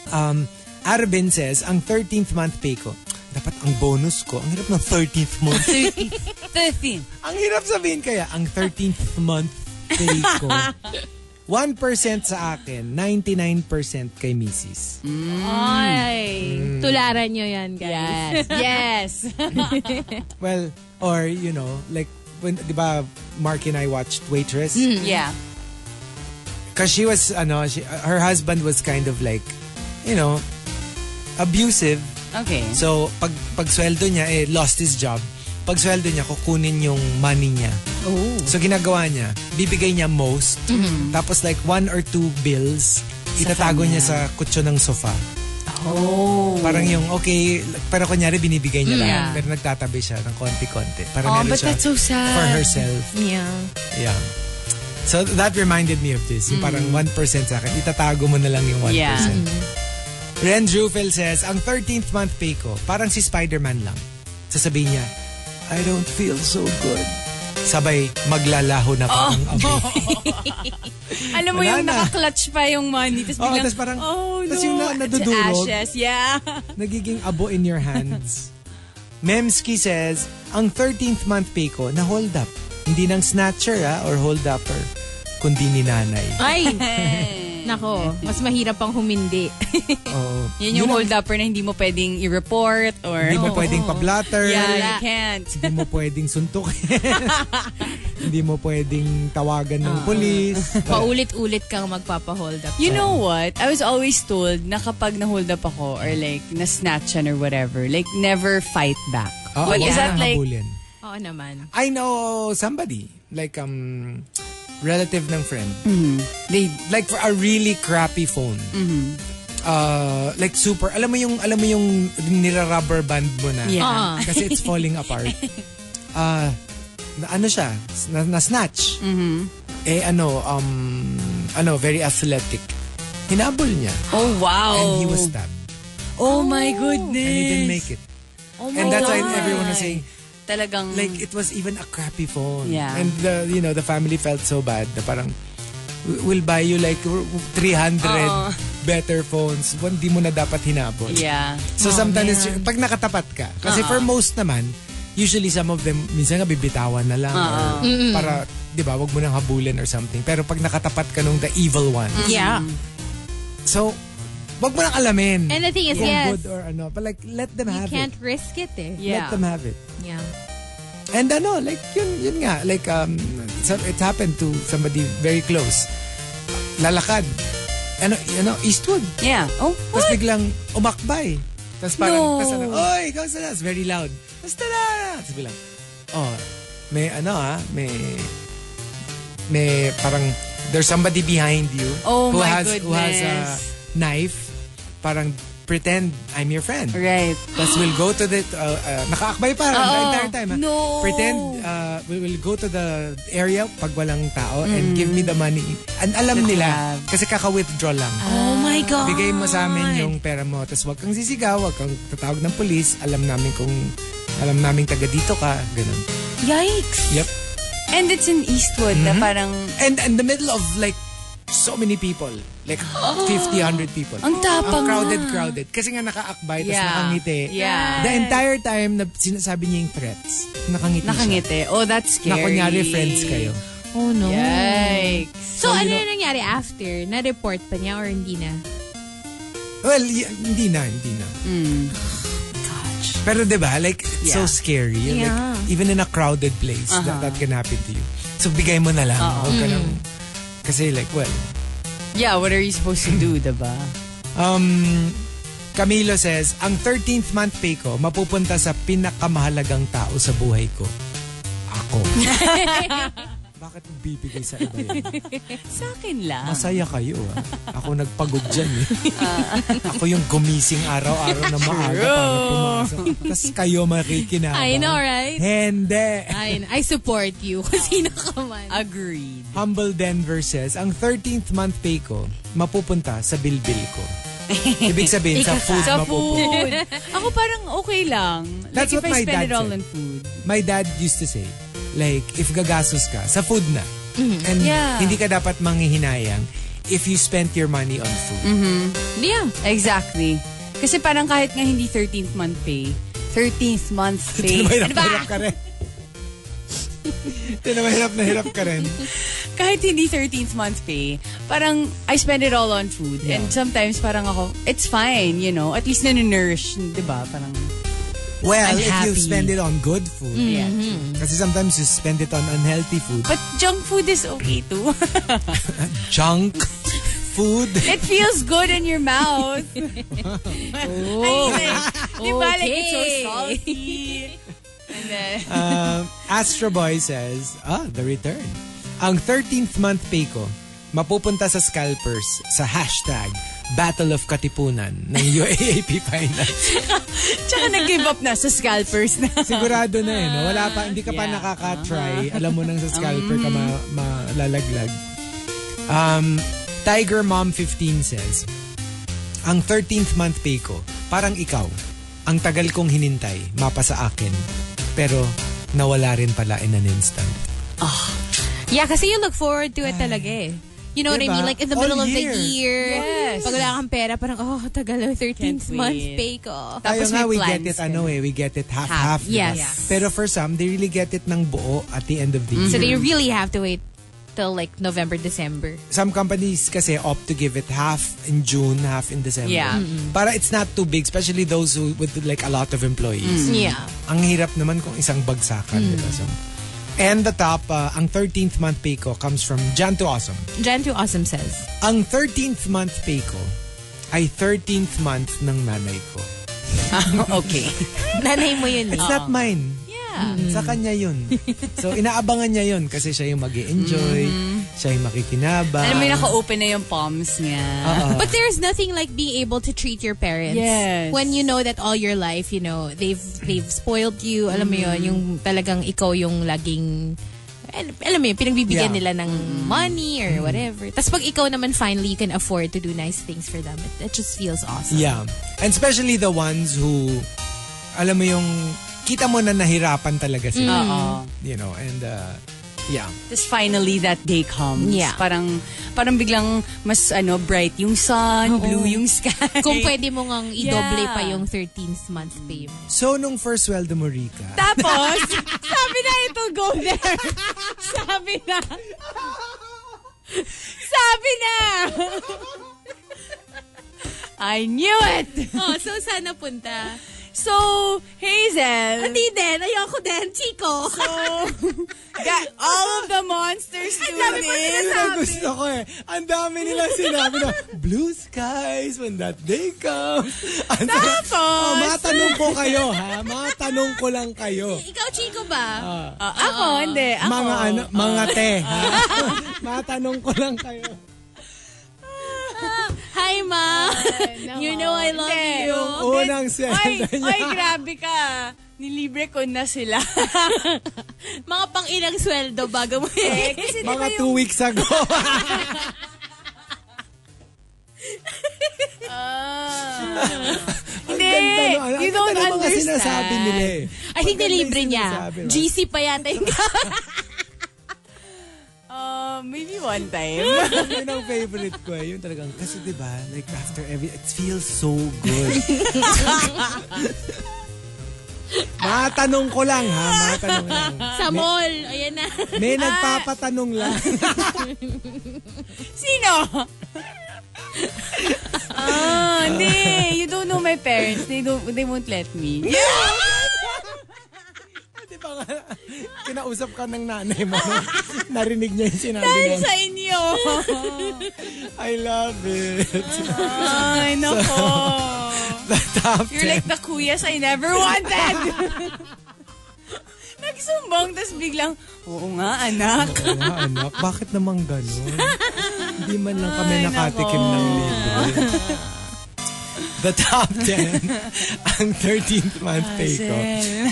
[SPEAKER 1] Um, Arvin says, ang 13th month pay ko, dapat ang bonus ko, ang hirap ng 13th month.
[SPEAKER 2] 13.
[SPEAKER 1] ang hirap sabihin kaya, ang 13th month pay ko, 1% sa akin, 99% kay misis.
[SPEAKER 3] Ay.
[SPEAKER 1] Hmm.
[SPEAKER 3] Tularan nyo yan, guys.
[SPEAKER 2] Yes. Yes.
[SPEAKER 1] Well, or you know, like when 'di ba Mark and I watched Waitress
[SPEAKER 2] yeah.
[SPEAKER 1] because she was ano, she, her husband was kind of like, you know, abusive.
[SPEAKER 2] Okay.
[SPEAKER 1] So pag pag sweldo niya eh lost his job. Pag sweldo niya kukunin yung money niya.
[SPEAKER 2] Oh.
[SPEAKER 1] So ginagawa niya, bibigay niya most.
[SPEAKER 2] Mm-hmm.
[SPEAKER 1] Tapos like one or two bills itatago niya sa kutso ng sofa. Oh. Parang yung, okay, pero kunyari binibigay niya lahat.
[SPEAKER 2] Hmm. Yeah.
[SPEAKER 1] Pero nagtatabi siya ng konti-konti. Para
[SPEAKER 2] Oh,
[SPEAKER 1] meron
[SPEAKER 2] but
[SPEAKER 1] siya
[SPEAKER 2] that's so sad.
[SPEAKER 1] for herself.
[SPEAKER 3] Yeah.
[SPEAKER 1] Yeah. So that reminded me of this. Yung parang 1% sa akin. Itatago mo na lang yung 1%.
[SPEAKER 2] Mm. Yeah. Mm-hmm.
[SPEAKER 1] Ren Jufel says, ang 13th month pay ko, parang si Spider-Man lang. Sasabihin niya, I don't feel so good. Sabay, maglalaho na
[SPEAKER 2] Oh.
[SPEAKER 1] parang amoy.
[SPEAKER 2] Alam mo
[SPEAKER 1] Wala
[SPEAKER 2] yung
[SPEAKER 1] na.
[SPEAKER 2] naka-clutch pa yung money. Tapos
[SPEAKER 1] Oo,
[SPEAKER 2] biglang,
[SPEAKER 1] tas parang-
[SPEAKER 2] oh, no.
[SPEAKER 1] tas yung na- nadudurog.
[SPEAKER 2] To ashes, yeah.
[SPEAKER 1] Nagiging abo in your hands. Memski says, ang 13th month pay ko, na hold up. Hindi ng snatcher ah, or hold upper, kundi ni nanay.
[SPEAKER 3] Ay. Nako, mas mahirap pang humindi.
[SPEAKER 1] Oo.
[SPEAKER 2] Oh. Yun yung
[SPEAKER 1] ang-
[SPEAKER 2] hold upper na hindi mo pwedeng i-report or...
[SPEAKER 1] Hindi mo pwedeng pa-blatter.
[SPEAKER 2] Yeah,
[SPEAKER 3] Wala.
[SPEAKER 2] you can't.
[SPEAKER 1] Hindi mo pwedeng suntukin. Hindi mo pwedeng tawagan
[SPEAKER 2] Ah.
[SPEAKER 1] ng polis.
[SPEAKER 3] Paulit-ulit kang magpapa-hold up.
[SPEAKER 2] You know what? I was always told na kapag na-hold up ako or like na-snatchan or whatever, like never fight back.
[SPEAKER 1] Oo,
[SPEAKER 2] But
[SPEAKER 1] wag
[SPEAKER 2] is
[SPEAKER 1] ka
[SPEAKER 2] that
[SPEAKER 1] nang
[SPEAKER 2] like...
[SPEAKER 1] habulin.
[SPEAKER 3] Oo naman.
[SPEAKER 1] I know somebody, like um relative ng friend.
[SPEAKER 2] Mm-hmm.
[SPEAKER 1] They like for a really crappy phone.
[SPEAKER 2] Mm-hmm.
[SPEAKER 1] Uh, like super. Alam mo yung alam mo yung nira-rubber band mo na
[SPEAKER 2] Yeah.
[SPEAKER 3] Oo.
[SPEAKER 1] kasi it's falling apart. Uh, na, ano siya? Na, na snatch.
[SPEAKER 2] Mm-hmm.
[SPEAKER 1] Eh ano um ano very athletic. Hinabol niya
[SPEAKER 2] Oh, wow.
[SPEAKER 1] and he was stabbed
[SPEAKER 2] oh, my goodness.
[SPEAKER 1] and he didn't make it.
[SPEAKER 3] Oh
[SPEAKER 1] and that's why everyone was saying
[SPEAKER 2] Talagang...
[SPEAKER 1] like it was even a crappy phone.
[SPEAKER 2] Yeah.
[SPEAKER 1] And the you know the family felt so bad. The parang "We- we'll buy you like 300
[SPEAKER 2] Oo.
[SPEAKER 1] better phones. One di mo na dapat hinabol.
[SPEAKER 2] yeah.
[SPEAKER 3] Oh,
[SPEAKER 1] So sometimes it's- pag nakatapat ka kasi
[SPEAKER 3] Uh-uh.
[SPEAKER 1] for most naman usually some of them minsan nga bibitawan na lang or
[SPEAKER 3] Uh-uh.
[SPEAKER 1] para 'di ba wag mo nang
[SPEAKER 3] Mm.
[SPEAKER 1] habulin or something. Pero pag nakatapat ka nung the evil one.
[SPEAKER 3] Yeah.
[SPEAKER 1] So Wag mo nang alamin.
[SPEAKER 3] And the thing is,
[SPEAKER 1] kung
[SPEAKER 3] yes,
[SPEAKER 1] good or ano. But like, let them
[SPEAKER 3] you
[SPEAKER 1] have
[SPEAKER 3] can't
[SPEAKER 1] it.
[SPEAKER 3] risk it eh.
[SPEAKER 1] Let them have it.
[SPEAKER 3] Yeah.
[SPEAKER 1] And ano, like, yun, yun nga. Like, um, so- it happened to somebody very close. Lalakad. Ano, ano, Eastwood.
[SPEAKER 2] Yeah. Oh,
[SPEAKER 1] Tapos
[SPEAKER 2] what?
[SPEAKER 1] biglang umakbay. Tapos parang,
[SPEAKER 2] No.
[SPEAKER 1] tapos ano, oy, kamusta na? It's very loud. Tapos tara! Tapos biglang, oh, may ano ah, may, may parang, there's somebody behind you
[SPEAKER 2] Oh
[SPEAKER 1] who
[SPEAKER 2] my
[SPEAKER 1] has, who has a
[SPEAKER 2] goodness.
[SPEAKER 1] knife. Parang, pretend I'm your friend.
[SPEAKER 2] Right.
[SPEAKER 1] Tapos we'll go to the, uh, uh, nakaakbay pa the
[SPEAKER 2] Oo.
[SPEAKER 1] entire time. ah.
[SPEAKER 2] No.
[SPEAKER 1] Pretend uh, we will go to the area pag walang tao
[SPEAKER 2] Mm.
[SPEAKER 1] and give me the money. And alam nila, kasi kaka-withdraw lang.
[SPEAKER 2] Ah.
[SPEAKER 3] Oh my God.
[SPEAKER 1] Bigay mo sa amin yung pera mo. Tapos wag kang sisigaw, wag kang tatawag ng polis. Alam namin kung, alam namin taga dito ka. Ganun.
[SPEAKER 3] Yikes.
[SPEAKER 1] Yep.
[SPEAKER 2] And it's in Eastwood na
[SPEAKER 1] Mm-hmm.
[SPEAKER 2] parang
[SPEAKER 1] And in the middle of like, so many people. Like, 50, 100 people.
[SPEAKER 2] ang
[SPEAKER 1] Ang
[SPEAKER 2] tapang
[SPEAKER 1] crowded, crowded. Kasi nga nakaakbay, tapos
[SPEAKER 2] Yeah.
[SPEAKER 1] nakangiti.
[SPEAKER 2] Yeah.
[SPEAKER 1] The entire time na sinasabi niya yung threats, nakangiti, siya.
[SPEAKER 2] nakangiti. Oh, that's
[SPEAKER 1] Na
[SPEAKER 2] scary.
[SPEAKER 1] kunyari friends kayo.
[SPEAKER 3] Oh no.
[SPEAKER 2] Yikes.
[SPEAKER 3] So, ano yung nangyari after? Na-report pa niya or hindi na?
[SPEAKER 1] Well, y- hindi na, hindi na.
[SPEAKER 2] ano-
[SPEAKER 1] Pero 'di ba like, it's so
[SPEAKER 2] Yeah. Uh-huh.
[SPEAKER 1] scary. Like,
[SPEAKER 3] Yeah.
[SPEAKER 1] even in a crowded place, that, that can happen to you. So, bigay mo na lang. Huwag ka
[SPEAKER 2] Mm-hmm.
[SPEAKER 1] nang- Kasi like, well,
[SPEAKER 2] Yeah, what are you supposed to do, diba?
[SPEAKER 1] um, Camilo says, ang 13th month pay ko, mapupunta sa pinakamahalagang tao sa buhay ko. Ako. Bakit bibigay sa iba yun?
[SPEAKER 2] Sa akin lang.
[SPEAKER 1] Masaya kayo ah. Ako nagpagod dyan eh. Ako yung gumising araw-araw na maaga para pumasok. Tapos kayo makikinabang.
[SPEAKER 3] I know, right?
[SPEAKER 1] Hindi.
[SPEAKER 3] I, I support you. Ah, Kung sino ka man.
[SPEAKER 2] Agreed.
[SPEAKER 1] Humble Denver says, ang 13th month pay ko, mapupunta sa bilbil ko. Ibig sabihin, sa food
[SPEAKER 2] Sa
[SPEAKER 1] mapupunta.
[SPEAKER 2] food. Ako parang okay lang.
[SPEAKER 1] That's
[SPEAKER 2] like if
[SPEAKER 1] what my
[SPEAKER 2] I spend
[SPEAKER 1] dad
[SPEAKER 2] it all
[SPEAKER 1] said.
[SPEAKER 2] in food.
[SPEAKER 1] My dad used to say, like, if gagastos ka, sa food na. And
[SPEAKER 2] Yeah.
[SPEAKER 1] hindi ka dapat manghihinayang if you spent your money on food.
[SPEAKER 3] Yeah.
[SPEAKER 2] Exactly. Kasi parang kahit nga hindi 13th month pay, 13th month pay.
[SPEAKER 1] Ito naman hirap
[SPEAKER 2] ano ba?
[SPEAKER 1] na hirap ka rin. Ito naman hirap na hirap ka rin.
[SPEAKER 2] Kahit hindi 13th month pay, parang I spend it all on food. And sometimes parang ako, it's fine, you know. At least na-nourish, di ba? Parang,
[SPEAKER 1] Well,
[SPEAKER 2] I'm
[SPEAKER 1] if you
[SPEAKER 2] happy.
[SPEAKER 1] spend it on good food.
[SPEAKER 2] yeah.
[SPEAKER 1] Kasi sometimes you spend it on unhealthy food.
[SPEAKER 2] But junk food is okay too.
[SPEAKER 1] Junk food.
[SPEAKER 2] It feels good in your mouth. oh. Di ba? Like, it's so
[SPEAKER 3] Okay.
[SPEAKER 2] salty. And then,
[SPEAKER 1] Um, Astro Boy says, ah, the return. Ang 13th month pay ko, mapupunta sa scalpers sa hashtag Battle of Katipunan ng UAAP Finals.
[SPEAKER 2] tsaka nag-give up na sa scalpers na.
[SPEAKER 1] Sigurado na eh, no? Wala pa, hindi ka pa nakaka-try.
[SPEAKER 3] Uh-huh.
[SPEAKER 1] Alam mo nang sa scalper
[SPEAKER 3] Mm.
[SPEAKER 1] ka ma- malalaglag. Um, Tiger Mom 15 says, Ang 13th month pay ko, parang ikaw. Ang tagal kong hinintay, mapa sa akin. Pero nawala rin pala in an instant.
[SPEAKER 3] Yeah, kasi you look forward to it talaga eh. You know what I
[SPEAKER 1] Diba?
[SPEAKER 3] mean? Like in the
[SPEAKER 1] All
[SPEAKER 3] middle of the
[SPEAKER 1] year.
[SPEAKER 3] year.
[SPEAKER 2] Yes.
[SPEAKER 3] Pag wala kang pera, parang, oh, tagal, oh, 13th
[SPEAKER 2] Can't
[SPEAKER 3] month
[SPEAKER 2] wait.
[SPEAKER 3] pay
[SPEAKER 1] Tayo
[SPEAKER 3] ko.
[SPEAKER 2] Tapos
[SPEAKER 1] nga,
[SPEAKER 2] may
[SPEAKER 1] we get it,
[SPEAKER 2] plans
[SPEAKER 1] ano eh, we get it half-half.
[SPEAKER 3] Half, yes. Mm-hmm.
[SPEAKER 1] diba? Pero for some, they really get it ng buo at the end of the
[SPEAKER 3] So
[SPEAKER 1] year.
[SPEAKER 3] they really have to wait till like November, December.
[SPEAKER 1] Some companies kasi opt to give it half in June, half in December. Mm-hmm.
[SPEAKER 2] Yeah.
[SPEAKER 1] Para it's not too big, especially those who, with like a lot of
[SPEAKER 2] Mm.
[SPEAKER 1] employees.
[SPEAKER 3] Yeah.
[SPEAKER 1] Ang hirap naman kung isang bagsakan, diba? So, and the top, uh, ang 13th month pay ko comes from Jan to Awesome.
[SPEAKER 3] Jan to Awesome says,
[SPEAKER 1] Ang 13th month pay ko ay 13th month ng nanay ko.
[SPEAKER 2] okay.
[SPEAKER 3] nanay mo yun eh.
[SPEAKER 1] It's not mine.
[SPEAKER 2] Yeah.
[SPEAKER 1] Sa kanya yun. So, inaabangan niya yun kasi siya yung mag enjoy siya yung makikinabang.
[SPEAKER 2] Mm. Alam mo yung naka-open na yung palms niya.
[SPEAKER 1] Oo.
[SPEAKER 3] But there's nothing like being able to treat your parents.
[SPEAKER 2] Yes.
[SPEAKER 3] When you know that all your life, you know, they've they've spoiled you. Alam mo yun, yung talagang ikaw yung laging al- alam mo yun, pinagbibigyan
[SPEAKER 1] Yeah.
[SPEAKER 3] nila ng money or whatever. Tapos pag ikaw naman finally you can afford to do nice things for them, it, it just feels awesome.
[SPEAKER 1] Yeah. And especially the ones who, alam mo yung, kita mo na nahirapan talaga sila.
[SPEAKER 2] Mm. Oo.
[SPEAKER 3] Hmm.
[SPEAKER 1] You know, and uh, yeah.
[SPEAKER 2] Tapos finally that day comes.
[SPEAKER 3] Yeah.
[SPEAKER 2] Parang, parang biglang mas ano bright yung sun, blue yung sky.
[SPEAKER 3] Kung pwede mo ngang i-double
[SPEAKER 2] Yeah.
[SPEAKER 3] pa yung 13th month pay mo.
[SPEAKER 1] So, nung first sweldo mo, Rika,
[SPEAKER 2] Tapos, sabi na it'll go there. Sabi na. Sabi na. I knew it!
[SPEAKER 3] Oh, so saan napunta?
[SPEAKER 2] So, Hazel,
[SPEAKER 3] Hindi din. Ayoko din. Chico.
[SPEAKER 2] got all of the monsters students.
[SPEAKER 1] Yun ang gusto ko eh. Ang dami nila sinabi na, blue skies when that day comes. Ano-
[SPEAKER 2] Tapos?
[SPEAKER 1] Oh, matanong ko kayo ha. Matanong ko lang kayo.
[SPEAKER 3] Ikaw, Chico ba?
[SPEAKER 2] Ah, ako, hindi. Ako.
[SPEAKER 1] Mga ano, mga te ha. matanong ko lang kayo.
[SPEAKER 3] Hi, ma. you know I love
[SPEAKER 2] Hindi.
[SPEAKER 3] you.
[SPEAKER 1] Unang
[SPEAKER 2] Oy,
[SPEAKER 1] sentence
[SPEAKER 2] oy,
[SPEAKER 1] niya.
[SPEAKER 2] grabe ka. Nilibre ko na sila.
[SPEAKER 3] Mga pang-ilang sweldo bago mo eh.
[SPEAKER 2] Eh, kasi di ba
[SPEAKER 1] Mga two
[SPEAKER 2] yung,
[SPEAKER 1] weeks ago. Ah. Ang
[SPEAKER 2] Hindi.
[SPEAKER 1] ganda, no? Ang
[SPEAKER 2] You
[SPEAKER 1] ganda
[SPEAKER 2] don't
[SPEAKER 1] ng mga
[SPEAKER 2] understand.
[SPEAKER 1] sinasabi nila eh.
[SPEAKER 3] I think
[SPEAKER 1] Maganda yung
[SPEAKER 3] nilibre niya.
[SPEAKER 1] sinasabi, right?
[SPEAKER 3] GC pa yata yung
[SPEAKER 2] uh, maybe one time.
[SPEAKER 1] yun ang favorite ko eh. Yun talagang, kasi diba, like after every, it feels so good. Matanong ko lang ha, matanong lang.
[SPEAKER 3] sa mall. Ayan na.
[SPEAKER 1] May
[SPEAKER 2] Ah.
[SPEAKER 1] nagpapatanong lang.
[SPEAKER 2] Sino? Ah, hindi. You don't know my parents. They don't they won't let me.
[SPEAKER 1] Di ba Diba nga, kinausap ka ng nanay mo, narinig niya yung sinabi
[SPEAKER 2] Dahil
[SPEAKER 1] mo,
[SPEAKER 2] sa inyo.
[SPEAKER 1] I love it.
[SPEAKER 2] Ay, nako.
[SPEAKER 1] The top
[SPEAKER 2] Ah. You're
[SPEAKER 1] 10.
[SPEAKER 2] like the kuyas I never wanted. Nagsumbong, tas biglang, oo nga, anak.
[SPEAKER 1] Oo nga, anak, bakit naman gano'n? Hindi man lang kami nakatikim ng libre. The top 10, ang 13th month pay ko.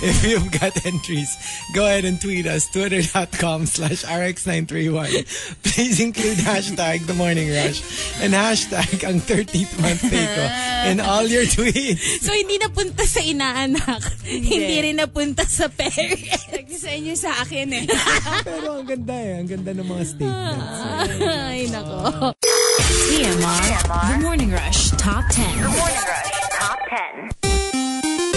[SPEAKER 1] If you've got entries, go ahead and tweet us, twitter.com slash rx931. Please include hashtag the morning rush and hashtag ang 13th month pay ko in all your tweets.
[SPEAKER 3] So, hindi napunta sa inaanak. Hindi. rin napunta sa parents.
[SPEAKER 2] Nagdi sa inyo sa akin eh.
[SPEAKER 1] Pero ang ganda eh, ang ganda ng mga statements.
[SPEAKER 3] Ay, nako.
[SPEAKER 4] TMR. The Morning Rush Top 10.
[SPEAKER 5] Morning Rush Top 10.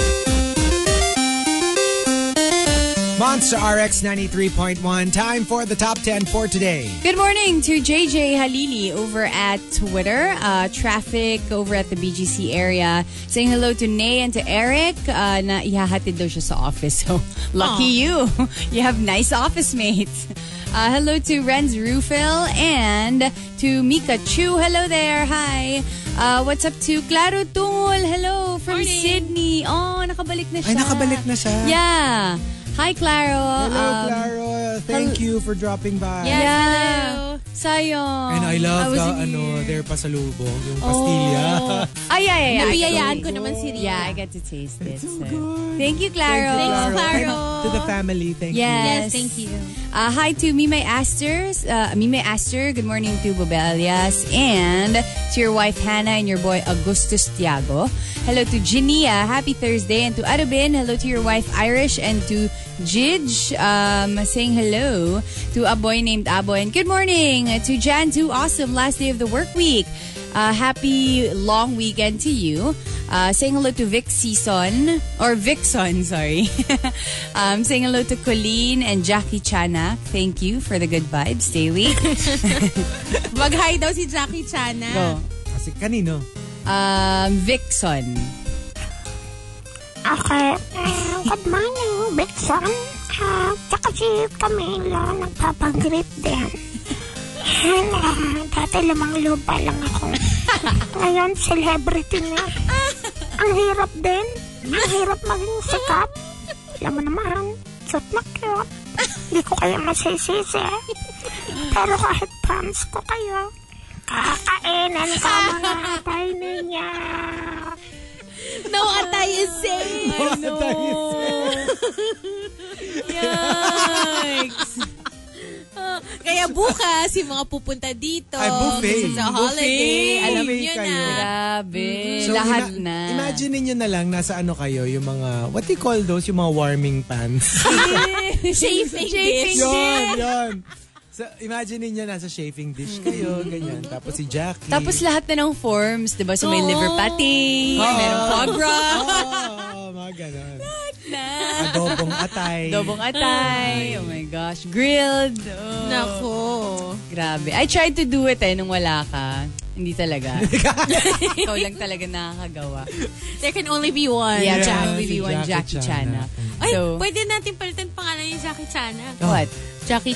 [SPEAKER 1] Monster RX 93.1, time for the top 10 for today.
[SPEAKER 2] Good morning to JJ Halili over at Twitter. Uh, traffic over at the BGC area. Saying hello to Nay and to Eric. Uh, na ihahatid daw siya sa office. So, lucky you. You have nice office mates. Uh, hello to Renz Rufil and to Mika Chu. Hello there. Hi. Uh, what's up to Claro Tungol? Hello from
[SPEAKER 3] Morning.
[SPEAKER 2] Sydney. Oh, nakabalik na siya.
[SPEAKER 1] Ay, nakabalik na siya.
[SPEAKER 2] Yeah. Hi, Claro.
[SPEAKER 1] Hello,
[SPEAKER 2] Um,
[SPEAKER 1] Claro. Thank you for dropping by.
[SPEAKER 3] Yes,
[SPEAKER 2] Yeah.
[SPEAKER 3] hello.
[SPEAKER 2] Sayong.
[SPEAKER 1] And I love
[SPEAKER 2] was
[SPEAKER 1] the,
[SPEAKER 2] in
[SPEAKER 1] ano,
[SPEAKER 2] here. Oh.
[SPEAKER 1] their pasalubong, yung pastilya.
[SPEAKER 2] Ay, ay, ay.
[SPEAKER 3] Nabiyayaan
[SPEAKER 2] actually.
[SPEAKER 3] ko naman si Rina.
[SPEAKER 2] Yeah, I get to taste it. so.
[SPEAKER 1] good.
[SPEAKER 2] Thank you, Claro.
[SPEAKER 3] Thanks, Claro.
[SPEAKER 1] And To the family, thank you.
[SPEAKER 3] Yes,
[SPEAKER 2] Yes.
[SPEAKER 3] thank you.
[SPEAKER 2] Uh, hi to Mimay Asters. Uh, Mimay Aster, good morning to Bobelias. And to your wife, Hannah, and your boy, Augustus Tiago. Hello to Jinia. Happy Thursday. And to Arabin, hello to your wife, Irish. And to Jij, um, saying hello to a boy named Abo. And good morning to Jan, to awesome last day of the work week. Uh, happy long weekend to you. Uh, saying hello to Vic Season, or Vixon, sorry. um, saying hello to Colleen and Jackie Chana. Thank you for the good vibes daily.
[SPEAKER 3] Mag-hi daw si Jackie Chana.
[SPEAKER 1] Oh.
[SPEAKER 2] Go.
[SPEAKER 1] Kasi kanino?
[SPEAKER 2] Um, Vixen.
[SPEAKER 6] Okay. Ah, good morning, Big Son. Ah, tsaka si Camila nagpapag-greet din. And, ah, dati lamang lupa lang ako. Ngayon, celebrity na. Ang hirap din. Ang hirap maging sikat. Alam mo naman, cute na cute. Hindi ko kayo masisisi. Pero kahit fans ko kayo, kakainan ka mga atay ninyo.
[SPEAKER 3] No, Atay is safe.
[SPEAKER 2] Yikes.
[SPEAKER 3] Oh, Kaya bukas, yung mga pupunta dito.
[SPEAKER 1] Ay, buffet.
[SPEAKER 3] Kasi sa holiday.
[SPEAKER 1] Buffet.
[SPEAKER 3] Alam
[SPEAKER 1] Buffet
[SPEAKER 3] niyo
[SPEAKER 1] kayo.
[SPEAKER 3] na.
[SPEAKER 2] Grabe. Eh, Lahat
[SPEAKER 1] ima-
[SPEAKER 2] na.
[SPEAKER 1] Imagine niyo na lang, nasa ano kayo, yung mga, what do you call those? Yung mga warming pans.
[SPEAKER 3] Chafing
[SPEAKER 2] Chafing
[SPEAKER 3] dish.
[SPEAKER 1] yon, yon. So, imagine niyo, nasa chafing dish kayo, ganyan. Tapos si Jackie.
[SPEAKER 2] Tapos lahat na ng forms, di ba? So may
[SPEAKER 3] Oo.
[SPEAKER 2] liver patty, merong foie gras.
[SPEAKER 1] Oo, Oh, mga ganon. Adobong atay.
[SPEAKER 2] Dobong atay. Oh my gosh. Grilled. Oh.
[SPEAKER 3] Nako.
[SPEAKER 2] Grabe. I tried to do it eh nung wala ka. Hindi talaga. Ikaw lang talaga nakakagawa.
[SPEAKER 3] There can only be one.
[SPEAKER 2] Yeah,
[SPEAKER 1] Jackie. si
[SPEAKER 2] Jackie, one Jackie, ah.
[SPEAKER 1] Jackie
[SPEAKER 2] Chana.
[SPEAKER 1] Chana.
[SPEAKER 3] Ay,
[SPEAKER 2] So,
[SPEAKER 3] pwede natin palitan pangalan ni Jackie ah. Chana.
[SPEAKER 2] what?
[SPEAKER 3] Jackie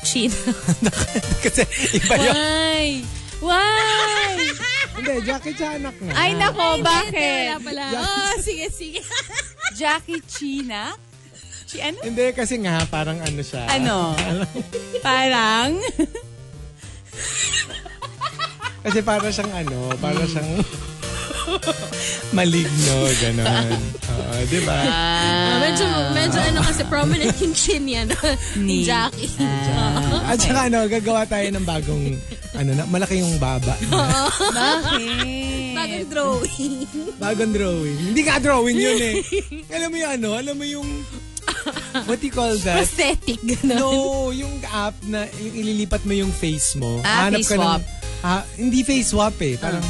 [SPEAKER 3] China.
[SPEAKER 1] Kasi iba yun.
[SPEAKER 3] Why? Why?
[SPEAKER 1] Hindi, Jackie Chanak nga.
[SPEAKER 2] Ay, nako,
[SPEAKER 3] Wala
[SPEAKER 2] bakit?
[SPEAKER 3] pala. Oh, sige, sige.
[SPEAKER 2] Jackie China? Chi, ano?
[SPEAKER 1] Hindi, kasi nga, parang ano siya.
[SPEAKER 2] Ano? Parang?
[SPEAKER 1] Kasi para siyang ano, para
[SPEAKER 2] Hmm.
[SPEAKER 1] siyang maligno, gano'n.
[SPEAKER 2] Ah.
[SPEAKER 1] Oo, di ba?
[SPEAKER 3] medyo, medyo ano kasi prominent yung chin yan.
[SPEAKER 2] Ni.
[SPEAKER 3] Ni Jackie.
[SPEAKER 2] Ah,
[SPEAKER 1] At saka ano, gagawa tayo ng bagong, ano na, malaki yung baba.
[SPEAKER 2] Bakit?
[SPEAKER 3] Bagong drawing.
[SPEAKER 1] Bagong drawing. Hindi nga drawing yun eh. Alam mo yung ano, alam mo yung, what do you call that?
[SPEAKER 3] Aesthetic. Gano'n.
[SPEAKER 1] No, yung app na yung ililipat mo yung face mo.
[SPEAKER 2] Ah,
[SPEAKER 1] Hanap
[SPEAKER 2] face
[SPEAKER 1] ka ng-
[SPEAKER 2] swap.
[SPEAKER 1] Ah, hindi face swap eh. Parang,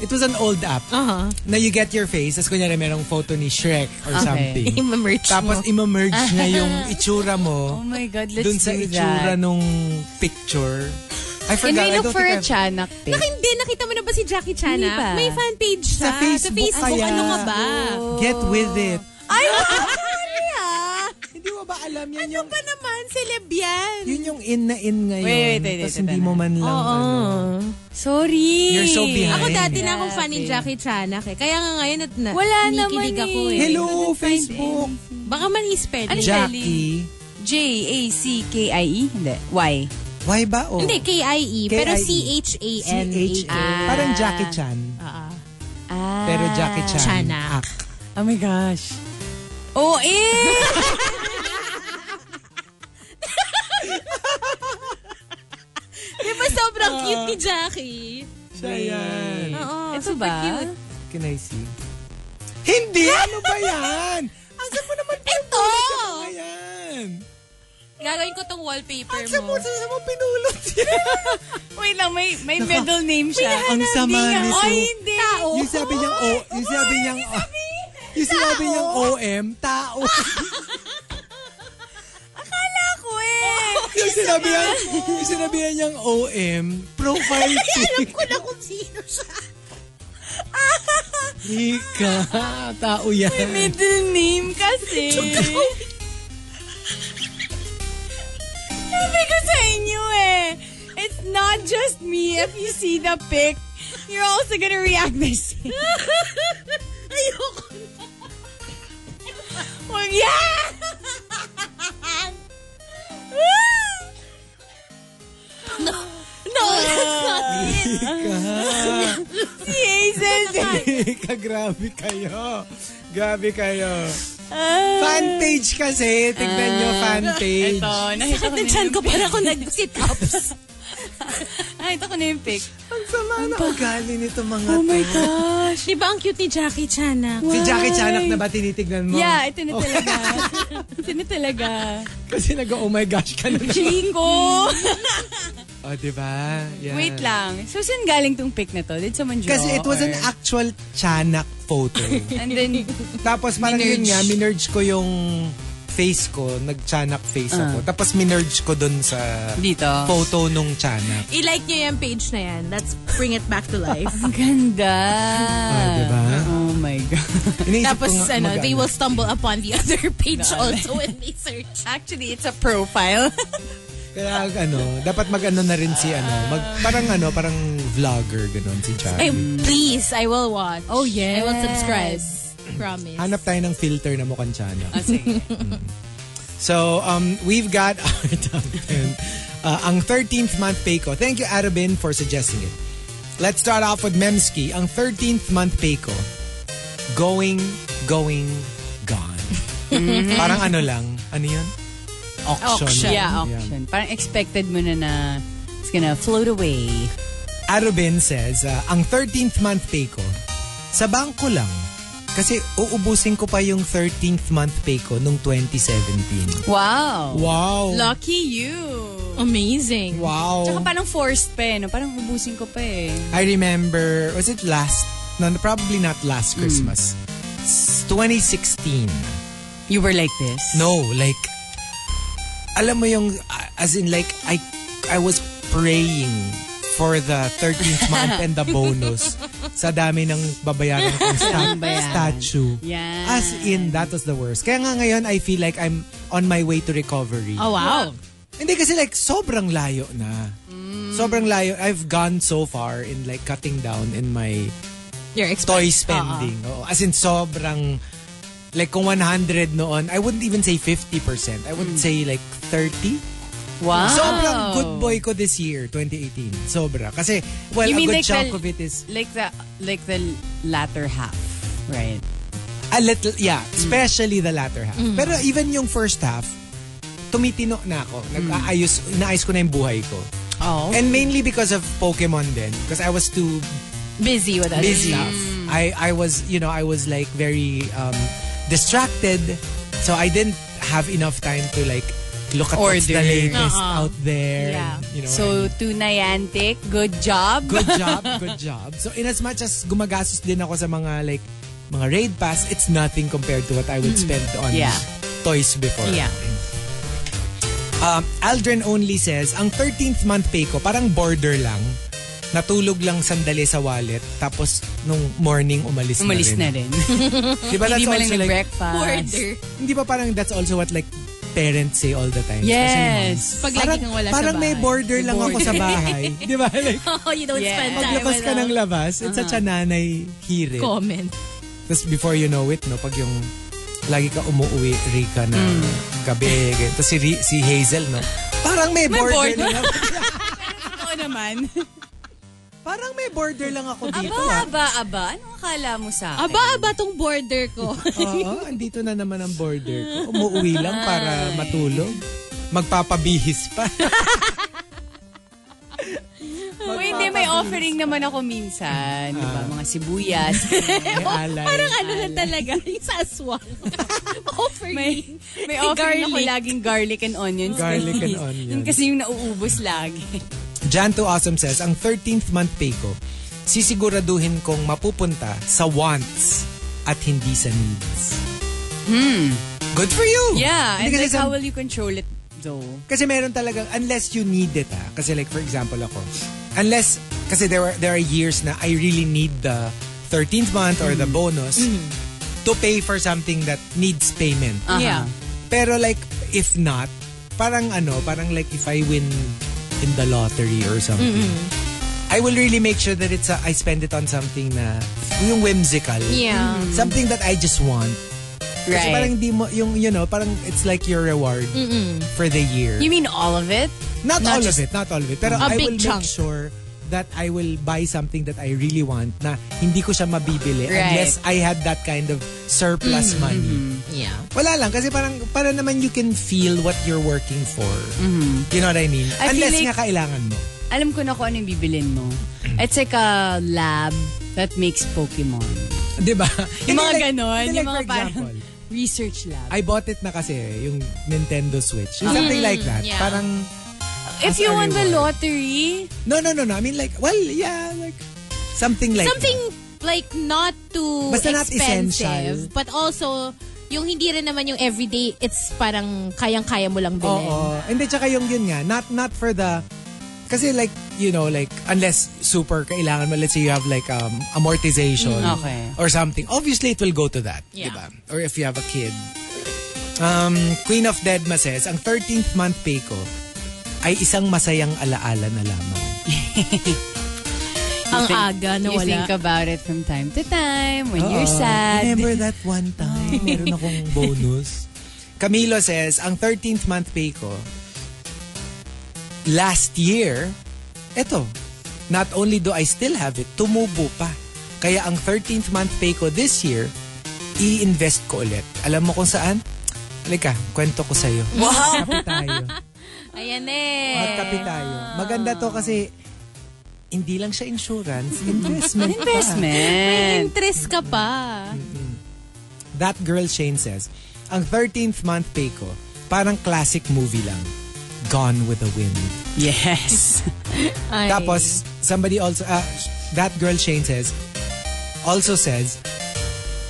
[SPEAKER 1] it was an old app.
[SPEAKER 3] Aha.
[SPEAKER 1] Na you get your face, as kunyari merong photo ni Shrek or
[SPEAKER 2] Okay.
[SPEAKER 1] something.
[SPEAKER 3] Ima-merge
[SPEAKER 1] Tapos
[SPEAKER 3] mo.
[SPEAKER 1] imamerge na yung itsura mo
[SPEAKER 2] Oh my God, let's
[SPEAKER 1] dun sa
[SPEAKER 2] do
[SPEAKER 1] itsura
[SPEAKER 2] that.
[SPEAKER 1] nung picture. I forgot.
[SPEAKER 2] Can we
[SPEAKER 1] I
[SPEAKER 2] look
[SPEAKER 1] don't
[SPEAKER 2] for a
[SPEAKER 1] think I've-
[SPEAKER 2] Chanak pic?
[SPEAKER 3] Naka, hindi, nakita mo na ba si Jackie
[SPEAKER 2] Hindi
[SPEAKER 3] Chana?
[SPEAKER 2] ba?
[SPEAKER 3] May fan page siya.
[SPEAKER 1] Sa Facebook kaya.
[SPEAKER 3] ano ka ba?
[SPEAKER 1] Get with it.
[SPEAKER 3] Ay, sorry ah.
[SPEAKER 1] Hindi mo ba alam yun
[SPEAKER 3] Ano
[SPEAKER 1] yung...
[SPEAKER 3] ba naman? Celeb yan.
[SPEAKER 1] Yun yung in na in ngayon.
[SPEAKER 2] Wait, wait, wait,
[SPEAKER 1] Tapos
[SPEAKER 2] wait,
[SPEAKER 1] hindi
[SPEAKER 2] wait,
[SPEAKER 1] mo man lang
[SPEAKER 3] Oo.
[SPEAKER 1] ano.
[SPEAKER 2] Sorry.
[SPEAKER 1] You're so behind.
[SPEAKER 3] Ako dati na akong
[SPEAKER 2] Grabe.
[SPEAKER 3] fan ni Jackie Chanak eh. Kaya nga ngayon at na,
[SPEAKER 2] Wala
[SPEAKER 3] kinikilig
[SPEAKER 2] naman
[SPEAKER 3] ako
[SPEAKER 2] eh.
[SPEAKER 3] eh.
[SPEAKER 1] Hello, Facebook.
[SPEAKER 3] Baka man i-spell.
[SPEAKER 2] Ano
[SPEAKER 3] eh.
[SPEAKER 2] siya?
[SPEAKER 1] Jackie.
[SPEAKER 2] J-A-C-K-I-E? E? Hindi. Y.
[SPEAKER 1] Why ba? Oh.
[SPEAKER 3] Hindi, E K-I-E. Pero
[SPEAKER 1] K-I-E.
[SPEAKER 3] C-H-A-N-A-K.
[SPEAKER 1] C-H-A. Parang Jackie Chan.
[SPEAKER 2] Ah.
[SPEAKER 1] Pero Jackie Chan. Ah.
[SPEAKER 3] Chanak.
[SPEAKER 1] Ak.
[SPEAKER 2] Oh my gosh. Oh, eh!
[SPEAKER 3] Di ba sobrang cute ni Jackie?
[SPEAKER 1] Siya yan.
[SPEAKER 3] Oo,
[SPEAKER 2] Ito ba?
[SPEAKER 3] cute.
[SPEAKER 1] Can I see? Hindi! Ano ba yan? Asa mo naman
[SPEAKER 3] Ito!
[SPEAKER 1] Ano ba yan?
[SPEAKER 3] Gagawin ko tong wallpaper
[SPEAKER 1] Asa mo,
[SPEAKER 3] mo.
[SPEAKER 1] sa mo pinulot yan?
[SPEAKER 2] Wait lang, may, may middle name siya.
[SPEAKER 1] Ang sama ni
[SPEAKER 2] Ay,
[SPEAKER 1] Sue.
[SPEAKER 2] hindi.
[SPEAKER 1] Yung sabi niyang O, yung sabi niyang O. Yung sinabi niyang OM, tao.
[SPEAKER 2] Ako eh.
[SPEAKER 1] yung sinabi niyang, yung sinabi niyang OM, profile pic.
[SPEAKER 3] Ko na kung sino siya.
[SPEAKER 1] Ika, tao yan.
[SPEAKER 2] Middle name kasi. Sabi ko sa inyo eh. It's not just me. If you see the pic, you're also gonna react the same.
[SPEAKER 3] Ayoko na.
[SPEAKER 2] Huwag yan!
[SPEAKER 3] No, that's not
[SPEAKER 2] Ah.
[SPEAKER 3] it.
[SPEAKER 2] Si Hazel din.
[SPEAKER 1] Ika, grabe kayo. Grabe kayo.
[SPEAKER 2] Ah.
[SPEAKER 1] fan page kasi. Tignan nyo, fan page.
[SPEAKER 2] Ito, nakita ko na
[SPEAKER 3] Diyan
[SPEAKER 2] yung
[SPEAKER 3] ko para ako nag-sit ups.
[SPEAKER 2] Nakita ko na yung pic.
[SPEAKER 1] Ang sama na ugali nito mga
[SPEAKER 2] Oh
[SPEAKER 1] to.
[SPEAKER 2] my gosh.
[SPEAKER 3] Di ba ang cute ni Jackie Chanak?
[SPEAKER 1] Si Jackie Chanak na ba tinitignan mo?
[SPEAKER 2] Yeah, ito na talaga. ito na talaga.
[SPEAKER 1] Kasi nag oh my gosh ka na.
[SPEAKER 2] Chico!
[SPEAKER 1] oh, di ba? Yeah.
[SPEAKER 2] Wait lang. So, saan galing tong pic na to? Did someone draw?
[SPEAKER 1] Kasi it was an
[SPEAKER 2] or-
[SPEAKER 1] actual Chanak photo.
[SPEAKER 2] And then,
[SPEAKER 1] Tapos parang yun
[SPEAKER 2] Minerge.
[SPEAKER 1] nga, minerge ko yung face ko, nag-Chanak face ako.
[SPEAKER 2] Ah.
[SPEAKER 1] Tapos minerge ko dun sa
[SPEAKER 2] dito.
[SPEAKER 1] photo nung Chanak.
[SPEAKER 3] I-like niyo yung page na yan. Let's bring it back to life.
[SPEAKER 2] Ang ganda.
[SPEAKER 1] Ah, diba?
[SPEAKER 2] Oh my God.
[SPEAKER 1] Iniisip ko
[SPEAKER 3] Tapos
[SPEAKER 1] nga,
[SPEAKER 3] ano,
[SPEAKER 1] mag-
[SPEAKER 3] they will stumble upon the other page also when they search.
[SPEAKER 2] Actually, it's a profile.
[SPEAKER 1] Kaya ano, dapat mag-ano na rin si ano, mag, parang ano, parang vlogger ganun si
[SPEAKER 3] Ay,
[SPEAKER 1] Chanak.
[SPEAKER 3] please, I will watch.
[SPEAKER 2] Oh,
[SPEAKER 3] I
[SPEAKER 2] yes.
[SPEAKER 3] will subscribe. Promise.
[SPEAKER 1] Hanap tayo ng filter na mukhang Chanak.
[SPEAKER 2] Ah, Sige.
[SPEAKER 1] So, um, we've got our top 10. Uh, ang 13th month payko. Thank you, Arabin, for suggesting it. Let's start off with Memski. Ang 13th month payko. Going, going, gone. Parang ano lang. Ano yun? Auction.
[SPEAKER 3] Auction.
[SPEAKER 2] Yeah, auction. Parang expected mo na na it's gonna float away.
[SPEAKER 1] Arubin says, uh, ang 13th month pay ko, sa bangko lang. Kasi uubusin ko pa yung 13th month pay ko nung 2017.
[SPEAKER 2] Wow.
[SPEAKER 1] Wow.
[SPEAKER 2] Lucky you.
[SPEAKER 3] Amazing.
[SPEAKER 2] Tsaka
[SPEAKER 1] Wow.
[SPEAKER 2] parang forced pa eh, no? Parang ubusin ko pa eh.
[SPEAKER 1] I remember, was it last? No, no, probably not last
[SPEAKER 2] Hmm.
[SPEAKER 1] Christmas. S- 2016.
[SPEAKER 2] You were like this?
[SPEAKER 1] No, like, alam mo yung, uh, as in like, I, I was praying for the 13th month and the bonus sa dami ng babayaran kong sta-
[SPEAKER 2] Bayaran.
[SPEAKER 1] statue.
[SPEAKER 2] Yan.
[SPEAKER 1] As in, that was the worst. Kaya nga ngayon, I feel like I'm on my way to recovery.
[SPEAKER 3] Oh, wow.
[SPEAKER 1] Hindi kasi like, sobrang layo na.
[SPEAKER 2] Mm.
[SPEAKER 1] Sobrang layo. I've gone so far in like cutting down in my
[SPEAKER 3] Your expense.
[SPEAKER 2] Ah.
[SPEAKER 1] toy spending. Oo. As in, sobrang, like kung 100 noon, I wouldn't even say 50%. I would
[SPEAKER 2] Mm.
[SPEAKER 1] say like 30.
[SPEAKER 2] Wow.
[SPEAKER 1] Sobrang good boy ko this year, 2018. Sobra. Kasi, well,
[SPEAKER 2] Oh. You
[SPEAKER 1] a
[SPEAKER 2] mean
[SPEAKER 1] good
[SPEAKER 2] like
[SPEAKER 1] chunk
[SPEAKER 2] the-
[SPEAKER 1] of it is
[SPEAKER 2] Like the like the latter half, right?
[SPEAKER 1] a little, yeah, especially the latter half.
[SPEAKER 2] Mm-hmm.
[SPEAKER 1] Pero even yung first half, tumitino na ako.
[SPEAKER 2] Mm.
[SPEAKER 1] Nag-aayos, inaayos ko na yung buhay ko.
[SPEAKER 3] Oh.
[SPEAKER 1] And mainly because of Pokemon din. Because I was too
[SPEAKER 3] busy with other
[SPEAKER 1] busy.
[SPEAKER 3] stuff.
[SPEAKER 1] I I was you know I was like very um, distracted, so I didn't have enough time to like look at what's the
[SPEAKER 2] Order. Uh-uh.
[SPEAKER 1] latest out there.
[SPEAKER 3] Yeah.
[SPEAKER 1] and, you know.
[SPEAKER 2] So
[SPEAKER 1] and
[SPEAKER 2] to Niantic, good job.
[SPEAKER 1] good job, good job. So in as much as gumagastos din ako sa mga like mga raid pass, it's nothing compared to what I would spend on
[SPEAKER 2] Mm. Yeah.
[SPEAKER 1] toys before.
[SPEAKER 2] Yeah.
[SPEAKER 1] Um, Aldrin only says, ang 13th month pay ko parang border lang. Natulog lang sandali sa wallet tapos nung morning umalis,
[SPEAKER 2] Umalis
[SPEAKER 1] na
[SPEAKER 2] na
[SPEAKER 1] rin.
[SPEAKER 2] rin.
[SPEAKER 1] Di ba,
[SPEAKER 2] Hindi
[SPEAKER 1] that's
[SPEAKER 2] mo lang
[SPEAKER 1] also like,
[SPEAKER 2] nag-breakfast.
[SPEAKER 3] Order.
[SPEAKER 1] Hindi ba parang that's also what like parents say all the time? especially moms?
[SPEAKER 2] Yes.
[SPEAKER 3] Pag
[SPEAKER 1] Parang,
[SPEAKER 3] lagi kang wala
[SPEAKER 1] parang
[SPEAKER 3] sa bahay.
[SPEAKER 1] may border lang ako sa bahay. Di ba? Like,
[SPEAKER 3] Oh, you don't
[SPEAKER 2] Yeah.
[SPEAKER 3] spend time
[SPEAKER 1] paglabas ka
[SPEAKER 3] without-
[SPEAKER 1] ng labas, it's
[SPEAKER 2] Uh-huh.
[SPEAKER 1] such a nanay hirit.
[SPEAKER 3] Comment.
[SPEAKER 1] Tapos before you know it, no, pag yung lagi ka umuwi, Rika, na
[SPEAKER 2] Mm.
[SPEAKER 1] gabi. ganyan. Tapos si, Ri- si Hazel, no, parang may, border,
[SPEAKER 2] border.
[SPEAKER 1] lang.
[SPEAKER 2] Oo naman.
[SPEAKER 1] parang may border lang ako dito. ah.
[SPEAKER 2] Aba, aba, aba. Anong akala mo sa akin?
[SPEAKER 3] Aba-aba tong border ko.
[SPEAKER 1] Oo, andito na naman ang border ko. Umuwi lang para matulog. Magpapabihis pa.
[SPEAKER 2] Uy, hindi, may offering naman ako minsan. Ah. di Ano ba? Mga sibuyas.
[SPEAKER 1] May alay.
[SPEAKER 3] Parang ano lang talaga. Yung sa aswang. Offer
[SPEAKER 2] may,
[SPEAKER 3] me.
[SPEAKER 2] may offering ako
[SPEAKER 3] Garlic.
[SPEAKER 2] laging garlic and onions.
[SPEAKER 1] Garlic and
[SPEAKER 2] please.
[SPEAKER 1] onions.
[SPEAKER 2] Yun kasi yung nauubos lagi.
[SPEAKER 1] Jan to Awesome says, ang 13th month pay ko, sisiguraduhin kong mapupunta sa wants at hindi sa needs. Hmm. Good for you!
[SPEAKER 2] Yeah, and
[SPEAKER 1] Hindi kasi,
[SPEAKER 2] like, how
[SPEAKER 1] some-
[SPEAKER 2] will you control it though?
[SPEAKER 1] kasi meron talaga, unless you need it ah. Kasi like for example ako, unless, kasi there are, there are years na I really need the 13th month or the bonus to pay for something that needs payment.
[SPEAKER 3] Yeah.
[SPEAKER 2] Uh-huh.
[SPEAKER 1] Pero like, if not, parang ano, parang like if I win in the lottery or something, I will really make sure that it's a, I spend it on something na yung whimsical.
[SPEAKER 3] Yeah.
[SPEAKER 1] Something that I just want. Kasi parang
[SPEAKER 2] Right.
[SPEAKER 1] di mo, yung, you know, parang it's like your reward for the year.
[SPEAKER 2] You mean all of it?
[SPEAKER 1] not,
[SPEAKER 2] not
[SPEAKER 1] all
[SPEAKER 2] just-
[SPEAKER 1] of it, not all of it. Pero
[SPEAKER 3] A
[SPEAKER 1] I
[SPEAKER 3] big
[SPEAKER 1] will
[SPEAKER 3] chunk.
[SPEAKER 1] make sure that I will buy something that I really want na hindi ko siya mabibili
[SPEAKER 2] Right. Mm-hmm.
[SPEAKER 1] unless I had that kind of surplus money.
[SPEAKER 3] Yeah.
[SPEAKER 1] Wala lang. Kasi parang, para naman you can feel what you're working for. You know what I mean?
[SPEAKER 2] Mm-hmm. I feel
[SPEAKER 1] Unless
[SPEAKER 2] like-
[SPEAKER 1] nga kailangan mo.
[SPEAKER 2] Alam ko na kung ano yung bibilin mo.
[SPEAKER 1] Mm.
[SPEAKER 2] It's like a lab that makes Pokemon.
[SPEAKER 1] Diba?
[SPEAKER 2] Yung
[SPEAKER 1] Hindi
[SPEAKER 2] mga
[SPEAKER 1] like-
[SPEAKER 2] ganon.
[SPEAKER 1] hindi
[SPEAKER 2] Yung
[SPEAKER 1] like,
[SPEAKER 2] mga
[SPEAKER 1] for
[SPEAKER 2] parang
[SPEAKER 1] example, Ah,
[SPEAKER 2] research lab.
[SPEAKER 1] I bought it na kasi, yung Nintendo Switch.
[SPEAKER 2] Mm-hmm.
[SPEAKER 1] Yung something like that.
[SPEAKER 3] yeah.
[SPEAKER 1] Parang,
[SPEAKER 2] If
[SPEAKER 1] as
[SPEAKER 2] you
[SPEAKER 1] a
[SPEAKER 2] won the
[SPEAKER 1] reward.
[SPEAKER 2] lottery,
[SPEAKER 1] no, no, no, no. I mean like, well, yeah, like, something like
[SPEAKER 3] Something
[SPEAKER 1] that.
[SPEAKER 3] like not too
[SPEAKER 1] Basta not essential.
[SPEAKER 3] expensive. But also, yung hindi rin naman yung everyday, it's parang kayang-kaya mo lang eh. bilhin.
[SPEAKER 1] Oo. And then, tsaka yung yun nga, not, not for the, kasi like, you know, like, unless super kailangan mo, let's say you have like um, amortization
[SPEAKER 2] Mm, okay.
[SPEAKER 1] or something, obviously it will go to that.
[SPEAKER 3] Yeah.
[SPEAKER 1] Diba? Or if you have a kid. Um, Queen of Deadma says, ang 13th month pay ko ay isang masayang alaala na lamang.
[SPEAKER 3] Ang
[SPEAKER 2] You think-
[SPEAKER 3] aga na
[SPEAKER 2] you
[SPEAKER 3] wala.
[SPEAKER 2] think about it from time to time when you're
[SPEAKER 1] Oo.
[SPEAKER 2] sad.
[SPEAKER 1] Ah, Remember that one time? Meron akong bonus. Camilo says, ang 13th month pay ko, last year, eto, not only do I still have it, tumubo pa. Kaya ang 13th month pay ko this year, i-invest ko ulit. Alam mo kung saan? Halika, kwento ko sa'yo. Wow! Magkapi tayo.
[SPEAKER 3] Ayan eh.
[SPEAKER 1] Magkapi tayo. Maganda to kasi hindi lang siya insurance, investment pa.
[SPEAKER 3] May
[SPEAKER 2] Investment.
[SPEAKER 3] interest ka pa.
[SPEAKER 1] That Girl Shane says, ang 13th month pay ko, parang classic movie lang. Gone with the Wind.
[SPEAKER 2] Yes.
[SPEAKER 3] Ay.
[SPEAKER 1] Tapos, uh, somebody also, ah, that Girl Shane says, also says,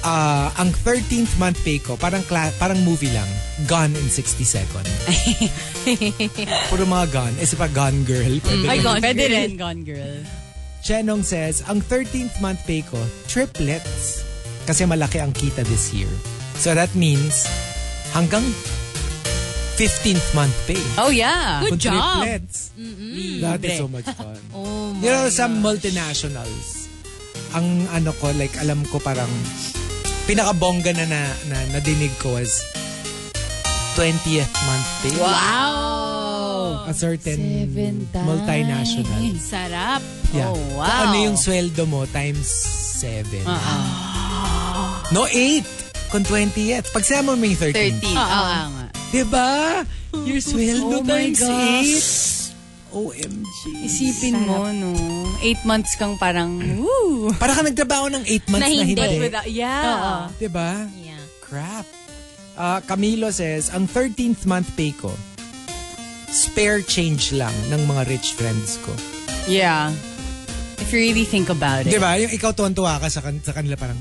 [SPEAKER 1] ah, ang 13th month pay ko, parang, cla- parang movie lang, Gone in 60 Seconds. Puro mga gone. Isa pa Gone Girl. Pwede
[SPEAKER 3] Mm. Ay,
[SPEAKER 1] rin.
[SPEAKER 3] gone
[SPEAKER 2] Pwede
[SPEAKER 3] girl.
[SPEAKER 2] rin, gone girl.
[SPEAKER 1] Chenong says, ang 13th month pay ko, triplets. Kasi malaki ang kita this year. So that means, hanggang 15th month pay.
[SPEAKER 2] Oh, yeah.
[SPEAKER 3] Good
[SPEAKER 1] Kung
[SPEAKER 3] job.
[SPEAKER 1] Triplets. That is so much fun.
[SPEAKER 3] Oh my
[SPEAKER 1] you know, some multinationals, ang ano ko, like, alam ko parang, pinakabongga na, na, na nadinig ko was 20th month pay.
[SPEAKER 2] Wow!
[SPEAKER 1] A certain
[SPEAKER 2] Seven times.
[SPEAKER 1] multinational.
[SPEAKER 3] Sarap.
[SPEAKER 1] Yeah.
[SPEAKER 2] Oh, wow.
[SPEAKER 1] Kung ano yung sweldo mo times 7.
[SPEAKER 2] Ah.
[SPEAKER 1] No, 8. Kung 20th. Pag sinama mo yung
[SPEAKER 2] 13.
[SPEAKER 1] 13.
[SPEAKER 2] Oo Ah, nga.
[SPEAKER 1] Diba? Your sweldo
[SPEAKER 2] Oh my
[SPEAKER 1] times
[SPEAKER 2] gosh.
[SPEAKER 1] 8. OMG.
[SPEAKER 2] Isipin mo, no? Eight months kang parang, woo!
[SPEAKER 1] Para ka nagtrabaho ng 8 months na
[SPEAKER 3] hindi.
[SPEAKER 1] hindi.
[SPEAKER 3] But
[SPEAKER 2] Without, Ah. yeah.
[SPEAKER 1] Diba? Crap. Ah, Camilo says, ang 13th month pay ko, spare change lang ng mga rich friends ko.
[SPEAKER 2] Yeah. If you really think about it.
[SPEAKER 1] Diba? Yung ikaw tuwan-tuwa ka sa, kan- sa kanila parang,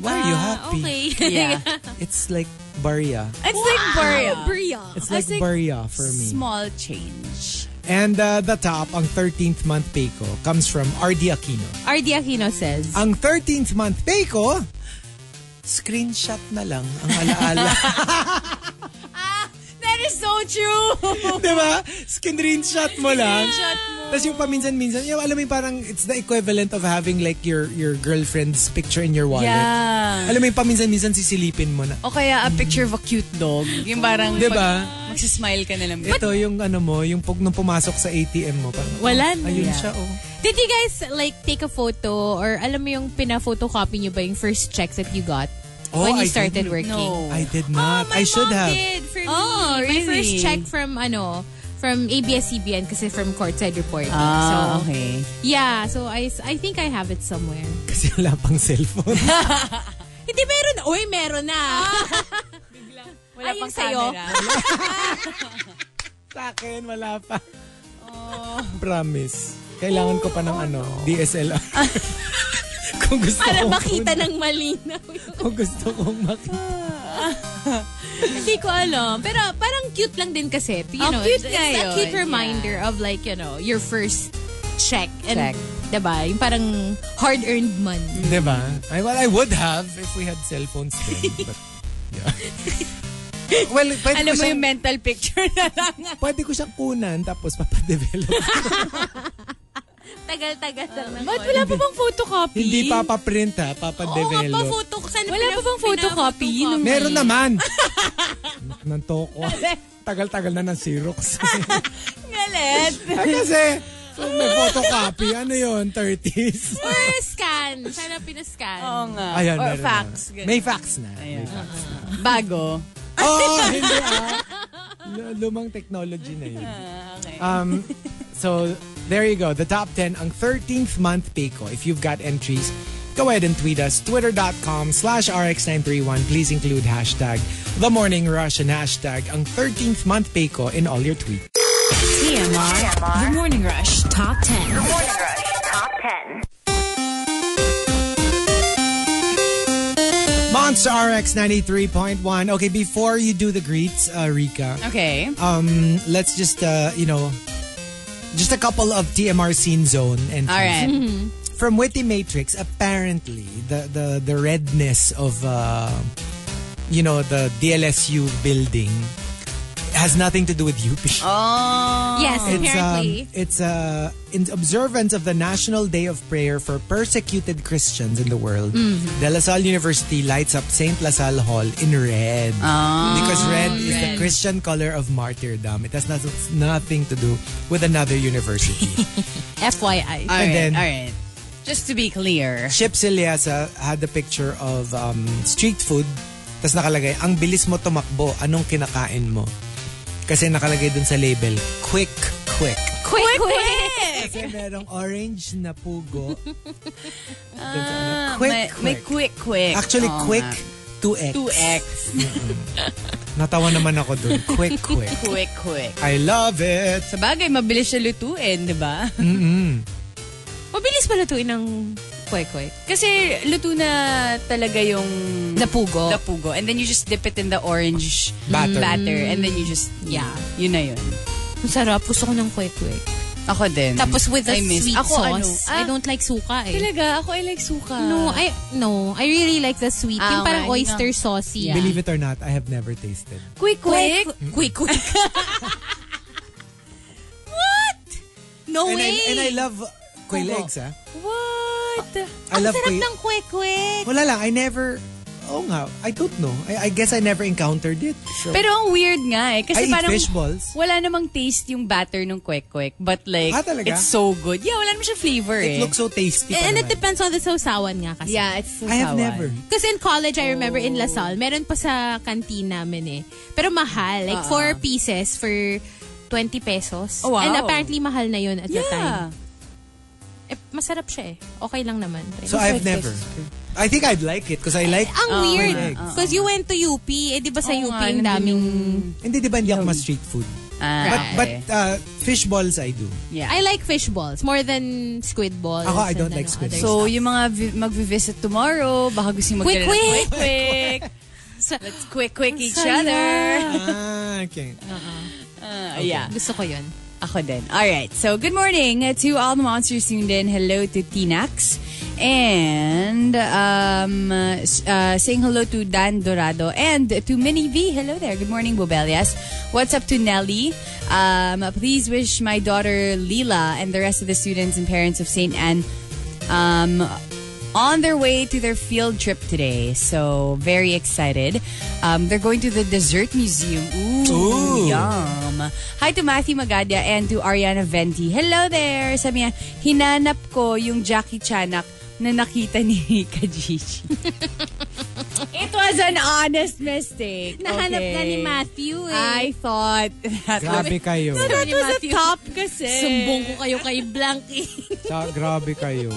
[SPEAKER 1] why are you
[SPEAKER 2] Ah,
[SPEAKER 1] happy?
[SPEAKER 3] Ah, Okay.
[SPEAKER 2] Yeah.
[SPEAKER 1] It's like barya.
[SPEAKER 2] It's like Bria.
[SPEAKER 3] Bria.
[SPEAKER 1] It's like
[SPEAKER 2] As in,
[SPEAKER 1] barya for me.
[SPEAKER 2] Small change.
[SPEAKER 1] And uh, the top, ang 13th month pay ko, comes from RD Aquino.
[SPEAKER 3] RD Aquino says,
[SPEAKER 1] Ang 13th month pay ko, screenshot na lang ang alaala.
[SPEAKER 2] That is so true!
[SPEAKER 1] diba? Screenshot mo lang. Tapos yung paminsan-minsan, yung, alam mo yung parang it's the equivalent of having like your your girlfriend's picture in your wallet.
[SPEAKER 2] Yeah.
[SPEAKER 1] Alam mo yung paminsan-minsan sisilipin mo na.
[SPEAKER 2] O kaya a picture of a cute dog. Yung parang,
[SPEAKER 1] Diba?
[SPEAKER 2] pag magsismile ka na lang.
[SPEAKER 1] Ito yung ano mo, yung pag nung pumasok sa ATM mo. Parang,
[SPEAKER 3] Wala na.
[SPEAKER 1] Ayun siya, oh.
[SPEAKER 3] Did you guys like take a photo or alam mo yung pina-photocopy nyo ba yung first check that you got
[SPEAKER 1] Oh,
[SPEAKER 3] when you
[SPEAKER 1] I
[SPEAKER 3] started
[SPEAKER 1] didn't.
[SPEAKER 3] working?
[SPEAKER 2] No.
[SPEAKER 1] I did
[SPEAKER 3] Oh,
[SPEAKER 1] not. I
[SPEAKER 3] my
[SPEAKER 1] should
[SPEAKER 3] mom
[SPEAKER 1] have.
[SPEAKER 3] did for me.
[SPEAKER 2] Oh,
[SPEAKER 3] My
[SPEAKER 2] really?
[SPEAKER 3] first check from ano, from ABS-CBN kasi from courtside reporting.
[SPEAKER 2] Ah,
[SPEAKER 3] so,
[SPEAKER 2] okay.
[SPEAKER 3] yeah, so I I think I have it somewhere.
[SPEAKER 1] Kasi wala pang cellphone.
[SPEAKER 3] Hindi meron. Uy, meron na.
[SPEAKER 2] Wala
[SPEAKER 3] Ay, yung
[SPEAKER 2] pang
[SPEAKER 3] sa'yo?
[SPEAKER 2] camera.
[SPEAKER 1] sa akin, wala pa. Promise. Kailangan ko pa ng ano, DSLR. kung gusto
[SPEAKER 3] Para
[SPEAKER 1] kong
[SPEAKER 3] makita ng malinaw.
[SPEAKER 1] Kung gusto kong makita.
[SPEAKER 3] Hindi ko alam. Pero parang cute lang din kasi. You
[SPEAKER 2] Oh,
[SPEAKER 3] know,
[SPEAKER 2] cute
[SPEAKER 3] it's
[SPEAKER 2] nga
[SPEAKER 3] a
[SPEAKER 2] yun.
[SPEAKER 3] cute
[SPEAKER 2] Yeah.
[SPEAKER 3] reminder of like, you know, your first check. And,
[SPEAKER 2] Check.
[SPEAKER 3] Diba? Yung parang hard-earned money.
[SPEAKER 1] Diba? I, well, I would have if we had cellphones then. But, yeah. Well, pwede
[SPEAKER 2] Alam
[SPEAKER 1] ko
[SPEAKER 2] mo
[SPEAKER 1] siyang,
[SPEAKER 2] yung mental picture na lang.
[SPEAKER 1] pwede ko siyang kunan tapos papadevelop.
[SPEAKER 3] Tagal-tagal lang. Ba't Um, wala pa bang photocopy?
[SPEAKER 1] Hindi papaprint ha,
[SPEAKER 3] Oo nga pa,
[SPEAKER 1] papadevelop.
[SPEAKER 3] photo. Sana wala pa bang photocopy? Nung-
[SPEAKER 1] Meron naman. Anak ng toko. Tagal-tagal na ng Xerox.
[SPEAKER 2] Galit.
[SPEAKER 1] Ah, Kasi, kung may photocopy, ano yun, 30s.
[SPEAKER 3] Or scan. Sana pinascan.
[SPEAKER 2] Oo nga.
[SPEAKER 1] Ayan,
[SPEAKER 2] Or
[SPEAKER 1] meron na.
[SPEAKER 2] fax. ganun.
[SPEAKER 1] May fax na. May fax.
[SPEAKER 2] Bago.
[SPEAKER 1] Oo, hindi ah. Lu- Lumang technology na yun.
[SPEAKER 2] Ah,
[SPEAKER 1] Um, so, there you go. The top 10 ang 13th month pay ko. If you've got entries, go ahead and tweet us. Twitter.com slash RX931. Please include hashtag The Morning Rush and hashtag ang 13th month pay ko in all your tweets.
[SPEAKER 4] TMR. The Morning Rush Top 10.
[SPEAKER 5] Morning Rush Top 10.
[SPEAKER 1] Monster RX 93.1. Okay, before you do the greets, uh, Rika,
[SPEAKER 2] Okay.
[SPEAKER 1] um, let's just, uh, you know, just a couple of TMR scene zone and
[SPEAKER 2] All right.
[SPEAKER 1] from Witty Matrix, apparently the the the redness of uh, you know the DLSU building has nothing to do with UP. It's
[SPEAKER 3] yes,
[SPEAKER 1] um,
[SPEAKER 3] apparently.
[SPEAKER 1] it's uh, in observance of the National Day of Prayer for Persecuted Christians in the world. De La Salle University lights up Saint La Salle Hall in red because red, is the Christian color of martyrdom. It has not, nothing to do with another university.
[SPEAKER 3] FYI.
[SPEAKER 1] and
[SPEAKER 2] All right.
[SPEAKER 1] then-
[SPEAKER 2] all right. Just to be clear.
[SPEAKER 1] Chip Siliasa had the picture of um, street food. Tapos nakalagay, ang bilis mo tumakbo, anong kinakain mo? Kasi nakalagay dun sa label, quick, quick.
[SPEAKER 3] quick, quick!
[SPEAKER 1] Kasi merong orange na pugo. Dun sa ano,
[SPEAKER 2] Ah,
[SPEAKER 1] quick,
[SPEAKER 2] may,
[SPEAKER 1] quick.
[SPEAKER 2] may quick, quick. Oh,
[SPEAKER 1] Actually,
[SPEAKER 2] Oo
[SPEAKER 1] quick,
[SPEAKER 2] nga.
[SPEAKER 1] 2X.
[SPEAKER 2] 2X.
[SPEAKER 1] Natawa naman ako dun. Quick, quick.
[SPEAKER 2] Quick, quick.
[SPEAKER 1] I love it. Mm.
[SPEAKER 2] Sa bagay, mabilis siya lutuin, di ba?
[SPEAKER 3] Mabilis pa lutuin ng
[SPEAKER 2] kwek-kwek. Kasi luto na talaga yung
[SPEAKER 3] Napugo.
[SPEAKER 2] lapugo. And then you just dip it in the orange
[SPEAKER 1] Batter.
[SPEAKER 2] And then you just, yeah, yun na yun.
[SPEAKER 3] Ang sarap. Gusto ko ng kwek-kwek.
[SPEAKER 2] Ako din.
[SPEAKER 3] Tapos with the
[SPEAKER 2] I miss-
[SPEAKER 3] sweet
[SPEAKER 2] Ako ano,
[SPEAKER 3] sauce. I
[SPEAKER 2] ah,
[SPEAKER 3] don't like suka eh.
[SPEAKER 2] Talaga, ako I like suka.
[SPEAKER 3] No, I no, I really like the sweet.
[SPEAKER 2] Ah,
[SPEAKER 3] yung parang
[SPEAKER 2] okay.
[SPEAKER 3] oyster saucy.
[SPEAKER 1] Believe it or not, I have never tasted.
[SPEAKER 2] Quick-quick?
[SPEAKER 3] Quick, quick. What?
[SPEAKER 2] Oh,
[SPEAKER 3] No
[SPEAKER 1] And I,
[SPEAKER 3] way.
[SPEAKER 1] and I love koi legs, ah.
[SPEAKER 3] What?
[SPEAKER 1] I
[SPEAKER 3] Ang
[SPEAKER 1] love
[SPEAKER 3] sarap
[SPEAKER 1] kuy-
[SPEAKER 3] ng kwek-kwek.
[SPEAKER 1] Wala lang, I never, oh nga, I don't know. I, I guess I never encountered it. So,
[SPEAKER 2] Pero ang weird nga eh.
[SPEAKER 1] I
[SPEAKER 2] Kasi
[SPEAKER 1] eat
[SPEAKER 2] parang
[SPEAKER 1] fish balls.
[SPEAKER 2] wala namang taste yung batter ng kwek-kwek. But like,
[SPEAKER 1] Ah, talaga?
[SPEAKER 2] it's so good. Yeah, wala naman siya flavor
[SPEAKER 1] it
[SPEAKER 2] eh.
[SPEAKER 1] looks so tasty. pa
[SPEAKER 3] And it
[SPEAKER 1] naman.
[SPEAKER 3] depends eh. on the sausawan nga kasi.
[SPEAKER 2] yeah, it's so
[SPEAKER 1] I have
[SPEAKER 2] sawan.
[SPEAKER 1] never.
[SPEAKER 3] Kasi in college, I remember in
[SPEAKER 2] Oh.
[SPEAKER 3] Lasal, meron pa sa canteen namin eh. Pero mahal. Like, four pieces for 20 pesos.
[SPEAKER 2] Ah. Oh, wow.
[SPEAKER 3] And apparently, mahal na yun at the time.
[SPEAKER 2] Yeah.
[SPEAKER 3] Eh, masarap siya eh. Okay lang naman.
[SPEAKER 1] So I've never. I think I'd like it because I like,
[SPEAKER 3] Ang
[SPEAKER 2] Oo
[SPEAKER 3] weird. Uh-uh.
[SPEAKER 1] nga.
[SPEAKER 3] Because you went to UP. Eh, di ba sa
[SPEAKER 2] Ah, Oo
[SPEAKER 3] UP
[SPEAKER 2] nga,
[SPEAKER 3] ang
[SPEAKER 2] nandun
[SPEAKER 3] daming...
[SPEAKER 1] hindi di ba hindi ako ma-street food?
[SPEAKER 2] Ah,
[SPEAKER 1] But,
[SPEAKER 2] okay.
[SPEAKER 1] but uh, fish balls I do.
[SPEAKER 2] yeah.
[SPEAKER 3] I like fish balls more than squid balls.
[SPEAKER 1] Ako, I
[SPEAKER 3] and
[SPEAKER 1] don't
[SPEAKER 3] ano,
[SPEAKER 1] like squid
[SPEAKER 3] other
[SPEAKER 1] balls.
[SPEAKER 2] So, yung mga vi- mag-visit tomorrow, baka gusto mo
[SPEAKER 3] Quick,
[SPEAKER 2] magkala-
[SPEAKER 3] quick!
[SPEAKER 2] quick, quick. Let's quick, quick each other.
[SPEAKER 1] ah, okay.
[SPEAKER 2] Uh, Yeah.
[SPEAKER 3] Gusto ko yun.
[SPEAKER 2] Ako din. Alright, so good morning to all the monsters tuned in. Hello to Tinax. And um, uh, saying hello to Dan Dorado and to Minnie V. Hello there. Good morning, Bobelias. What's up to Nelly? Um, please wish my daughter Lila and the rest of the students and parents of St. Anne um, on their way to their field trip today. So, very excited. Um, they're going to the Dessert Museum. Ooh,
[SPEAKER 1] Ooh.
[SPEAKER 2] yum. Hi to Matthew Magadia and to Ariana Venti. Hello there. Sabi niya, hinanap ko yung Jackie Chanak na nakita ni Kajiji. It was an honest mistake.
[SPEAKER 3] Nahanap
[SPEAKER 2] okay.
[SPEAKER 3] na ni Matthew eh.
[SPEAKER 2] I thought that
[SPEAKER 1] Grabe kayo.
[SPEAKER 2] That was a
[SPEAKER 3] Matthew.
[SPEAKER 2] top kasi.
[SPEAKER 3] Sumbong ko kayo kay Blank eh.
[SPEAKER 1] Sa, grabe kayo.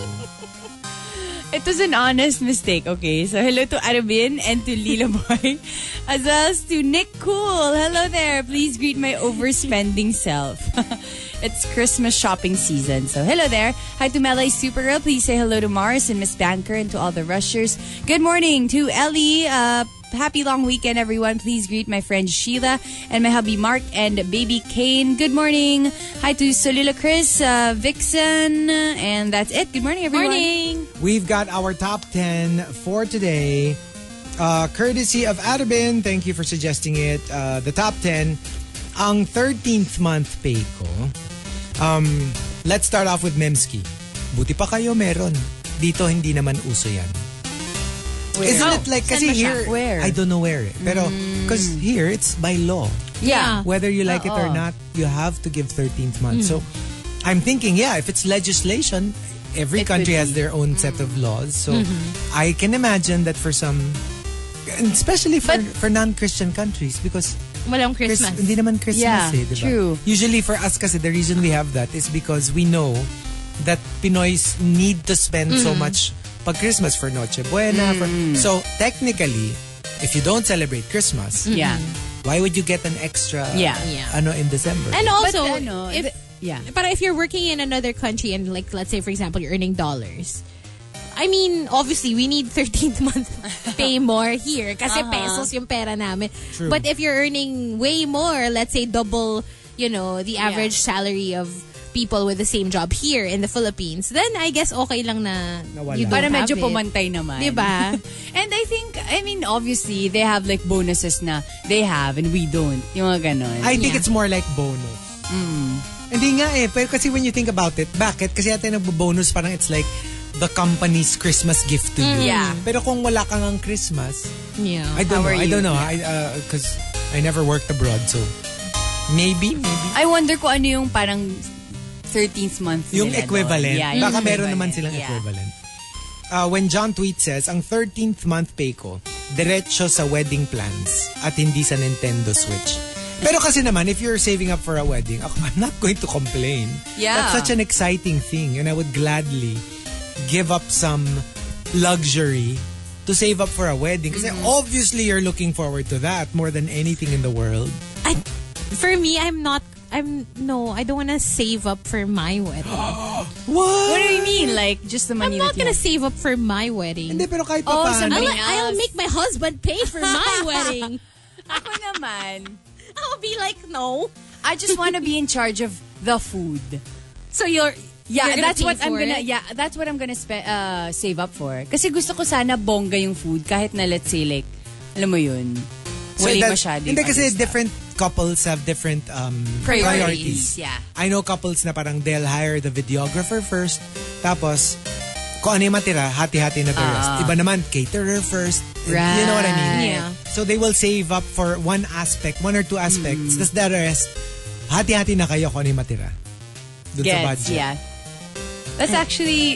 [SPEAKER 2] It was an honest mistake, okay? So, hello to Arabin and to Lila Boy. As well as to Nick Cool. Hello there. Please greet my overspending self. it's Christmas shopping season. So, hello there. Hi to Melay Supergirl. Please say hello to Mars and Miss Banker and to all the rushers. Good morning to Ellie. Uh, happy long weekend, everyone. Please greet my friend Sheila and my hubby Mark and baby Kane. Good morning. Hi to Solila Chris, uh, Vixen. And that's it. Good morning, everyone.
[SPEAKER 3] Morning!
[SPEAKER 1] We've got our top 10 for today. Uh, courtesy of Adabin, thank you for suggesting it. Uh, the top 10, ang 13th month pay ko. Um, let's start off with Memski. Buti pa kayo meron. Dito hindi naman uso yan. Isn't it like, kasi
[SPEAKER 3] Oh, Saan ba siya?
[SPEAKER 1] here,
[SPEAKER 3] Mm.
[SPEAKER 2] Where?
[SPEAKER 1] I don't know where. eh. Pero, because here, it's by law.
[SPEAKER 2] Yeah.
[SPEAKER 1] Whether you like it or
[SPEAKER 2] Oo.
[SPEAKER 1] not, you have to give 13th month. So, I'm thinking, yeah, if it's legislation, every
[SPEAKER 2] Hmm. It Hmm.
[SPEAKER 1] country
[SPEAKER 2] would
[SPEAKER 1] has their own set of laws. So, I can imagine that for some, and especially for, for non-Christian countries, because
[SPEAKER 3] Walang
[SPEAKER 1] Chris-
[SPEAKER 3] Christmas.
[SPEAKER 1] hindi naman Christmas
[SPEAKER 2] Yeah,
[SPEAKER 1] eh, di ba?
[SPEAKER 2] true.
[SPEAKER 1] Usually for us kasi, the reason we have that is because we know that Pinoys need to spend so
[SPEAKER 2] Mm-hmm.
[SPEAKER 1] much pag Christmas for Noche Buena. For,
[SPEAKER 2] Mm.
[SPEAKER 1] so, technically, if you don't celebrate Christmas,
[SPEAKER 2] Yeah.
[SPEAKER 1] why would you get an extra
[SPEAKER 2] Yeah.
[SPEAKER 3] Yeah.
[SPEAKER 1] ano in December?
[SPEAKER 3] And also,
[SPEAKER 2] But ano,
[SPEAKER 3] if,
[SPEAKER 2] th- yeah.
[SPEAKER 3] para if you're working in another country and like, let's say, for example, you're earning dollars, I mean, obviously, we need 13th month pay more here kasi pesos yung pera namin.
[SPEAKER 1] True.
[SPEAKER 3] But if you're earning way more, let's say double, you know, the average salary of people with the same job here in the Philippines, then I guess okay lang na
[SPEAKER 1] Nawala.
[SPEAKER 3] you don't
[SPEAKER 2] Para
[SPEAKER 3] have it.
[SPEAKER 2] medyo pumantay naman.
[SPEAKER 3] Diba?
[SPEAKER 2] And I think, I mean, obviously, they have like bonuses na they have and we don't. Yung mga ganon.
[SPEAKER 1] I think
[SPEAKER 3] Yeah. Mm.
[SPEAKER 1] it's more like bonus. Hindi nga eh. Pero kasi when you think about it, bakit? Kasi yata yung bonus parang it's like the company's Christmas gift to you.
[SPEAKER 2] Yeah.
[SPEAKER 1] Pero kung wala kang ang Christmas,
[SPEAKER 3] Yeah.
[SPEAKER 1] I don't know.
[SPEAKER 2] How are
[SPEAKER 1] I
[SPEAKER 2] you?
[SPEAKER 1] don't know. I because I never worked abroad, so maybe maybe
[SPEAKER 2] I wonder kung ano yung parang 13th month
[SPEAKER 1] yung
[SPEAKER 2] nila doon.
[SPEAKER 1] equivalent.
[SPEAKER 2] Yeah,
[SPEAKER 1] Baka
[SPEAKER 2] yung
[SPEAKER 1] meron naman silang
[SPEAKER 2] yeah.
[SPEAKER 1] equivalent. Uh, when John Tweet says, ang 13th month pay ko, diretso sa wedding plans at hindi sa Nintendo Switch. Pero kasi naman, if you're saving up for a wedding, ako- I'm not going to complain.
[SPEAKER 2] Yeah.
[SPEAKER 1] That's such an exciting thing and I would gladly give up some luxury to save up for a wedding. Kasi
[SPEAKER 2] Mm-hmm.
[SPEAKER 1] obviously you're looking forward to that more than anything in the world.
[SPEAKER 3] I, for me, I'm not. I'm no, I don't want to save up for my wedding.
[SPEAKER 2] What do
[SPEAKER 1] What?
[SPEAKER 2] you mean? Like, just the
[SPEAKER 3] I'm
[SPEAKER 2] money
[SPEAKER 3] not
[SPEAKER 2] that you
[SPEAKER 3] gonna
[SPEAKER 2] have?
[SPEAKER 3] save up for my wedding.
[SPEAKER 1] Hindi, pero kahit
[SPEAKER 2] Oh,
[SPEAKER 1] pa paano.
[SPEAKER 3] I'll,
[SPEAKER 2] somebody-
[SPEAKER 3] I'll make my husband pay for my wedding.
[SPEAKER 2] Ako naman.
[SPEAKER 3] I'll be like, no.
[SPEAKER 2] I just want to be in charge of the food.
[SPEAKER 3] So you're
[SPEAKER 2] Yeah,
[SPEAKER 3] you're gonna
[SPEAKER 2] that's
[SPEAKER 3] pay
[SPEAKER 2] what I'm
[SPEAKER 3] for
[SPEAKER 2] gonna
[SPEAKER 3] it?
[SPEAKER 2] yeah, that's what I'm gonna spe- uh, save up for. Kasi gusto ko sana bongga yung food kahit na let's say like alam mo yun.
[SPEAKER 1] So
[SPEAKER 2] Wala
[SPEAKER 1] that-
[SPEAKER 2] masyado. yung
[SPEAKER 1] Hindi
[SPEAKER 2] other
[SPEAKER 1] kasi
[SPEAKER 2] stuff.
[SPEAKER 1] different couples have different um, priorities.
[SPEAKER 2] Priorities, yeah.
[SPEAKER 1] I know couples na parang they'll hire the videographer first, tapos kung ano yung matira, hati-hati na the rest. Iba naman, caterer first. You know what I mean?
[SPEAKER 2] Ah. Right. Yeah.
[SPEAKER 1] So they will save up for one aspect, one or two aspects.
[SPEAKER 2] Hmm.
[SPEAKER 1] Tapos the rest, hati-hati na kayo kung ano yung matira. Dun sa
[SPEAKER 2] Gets,
[SPEAKER 1] budget.
[SPEAKER 2] yeah. That's actually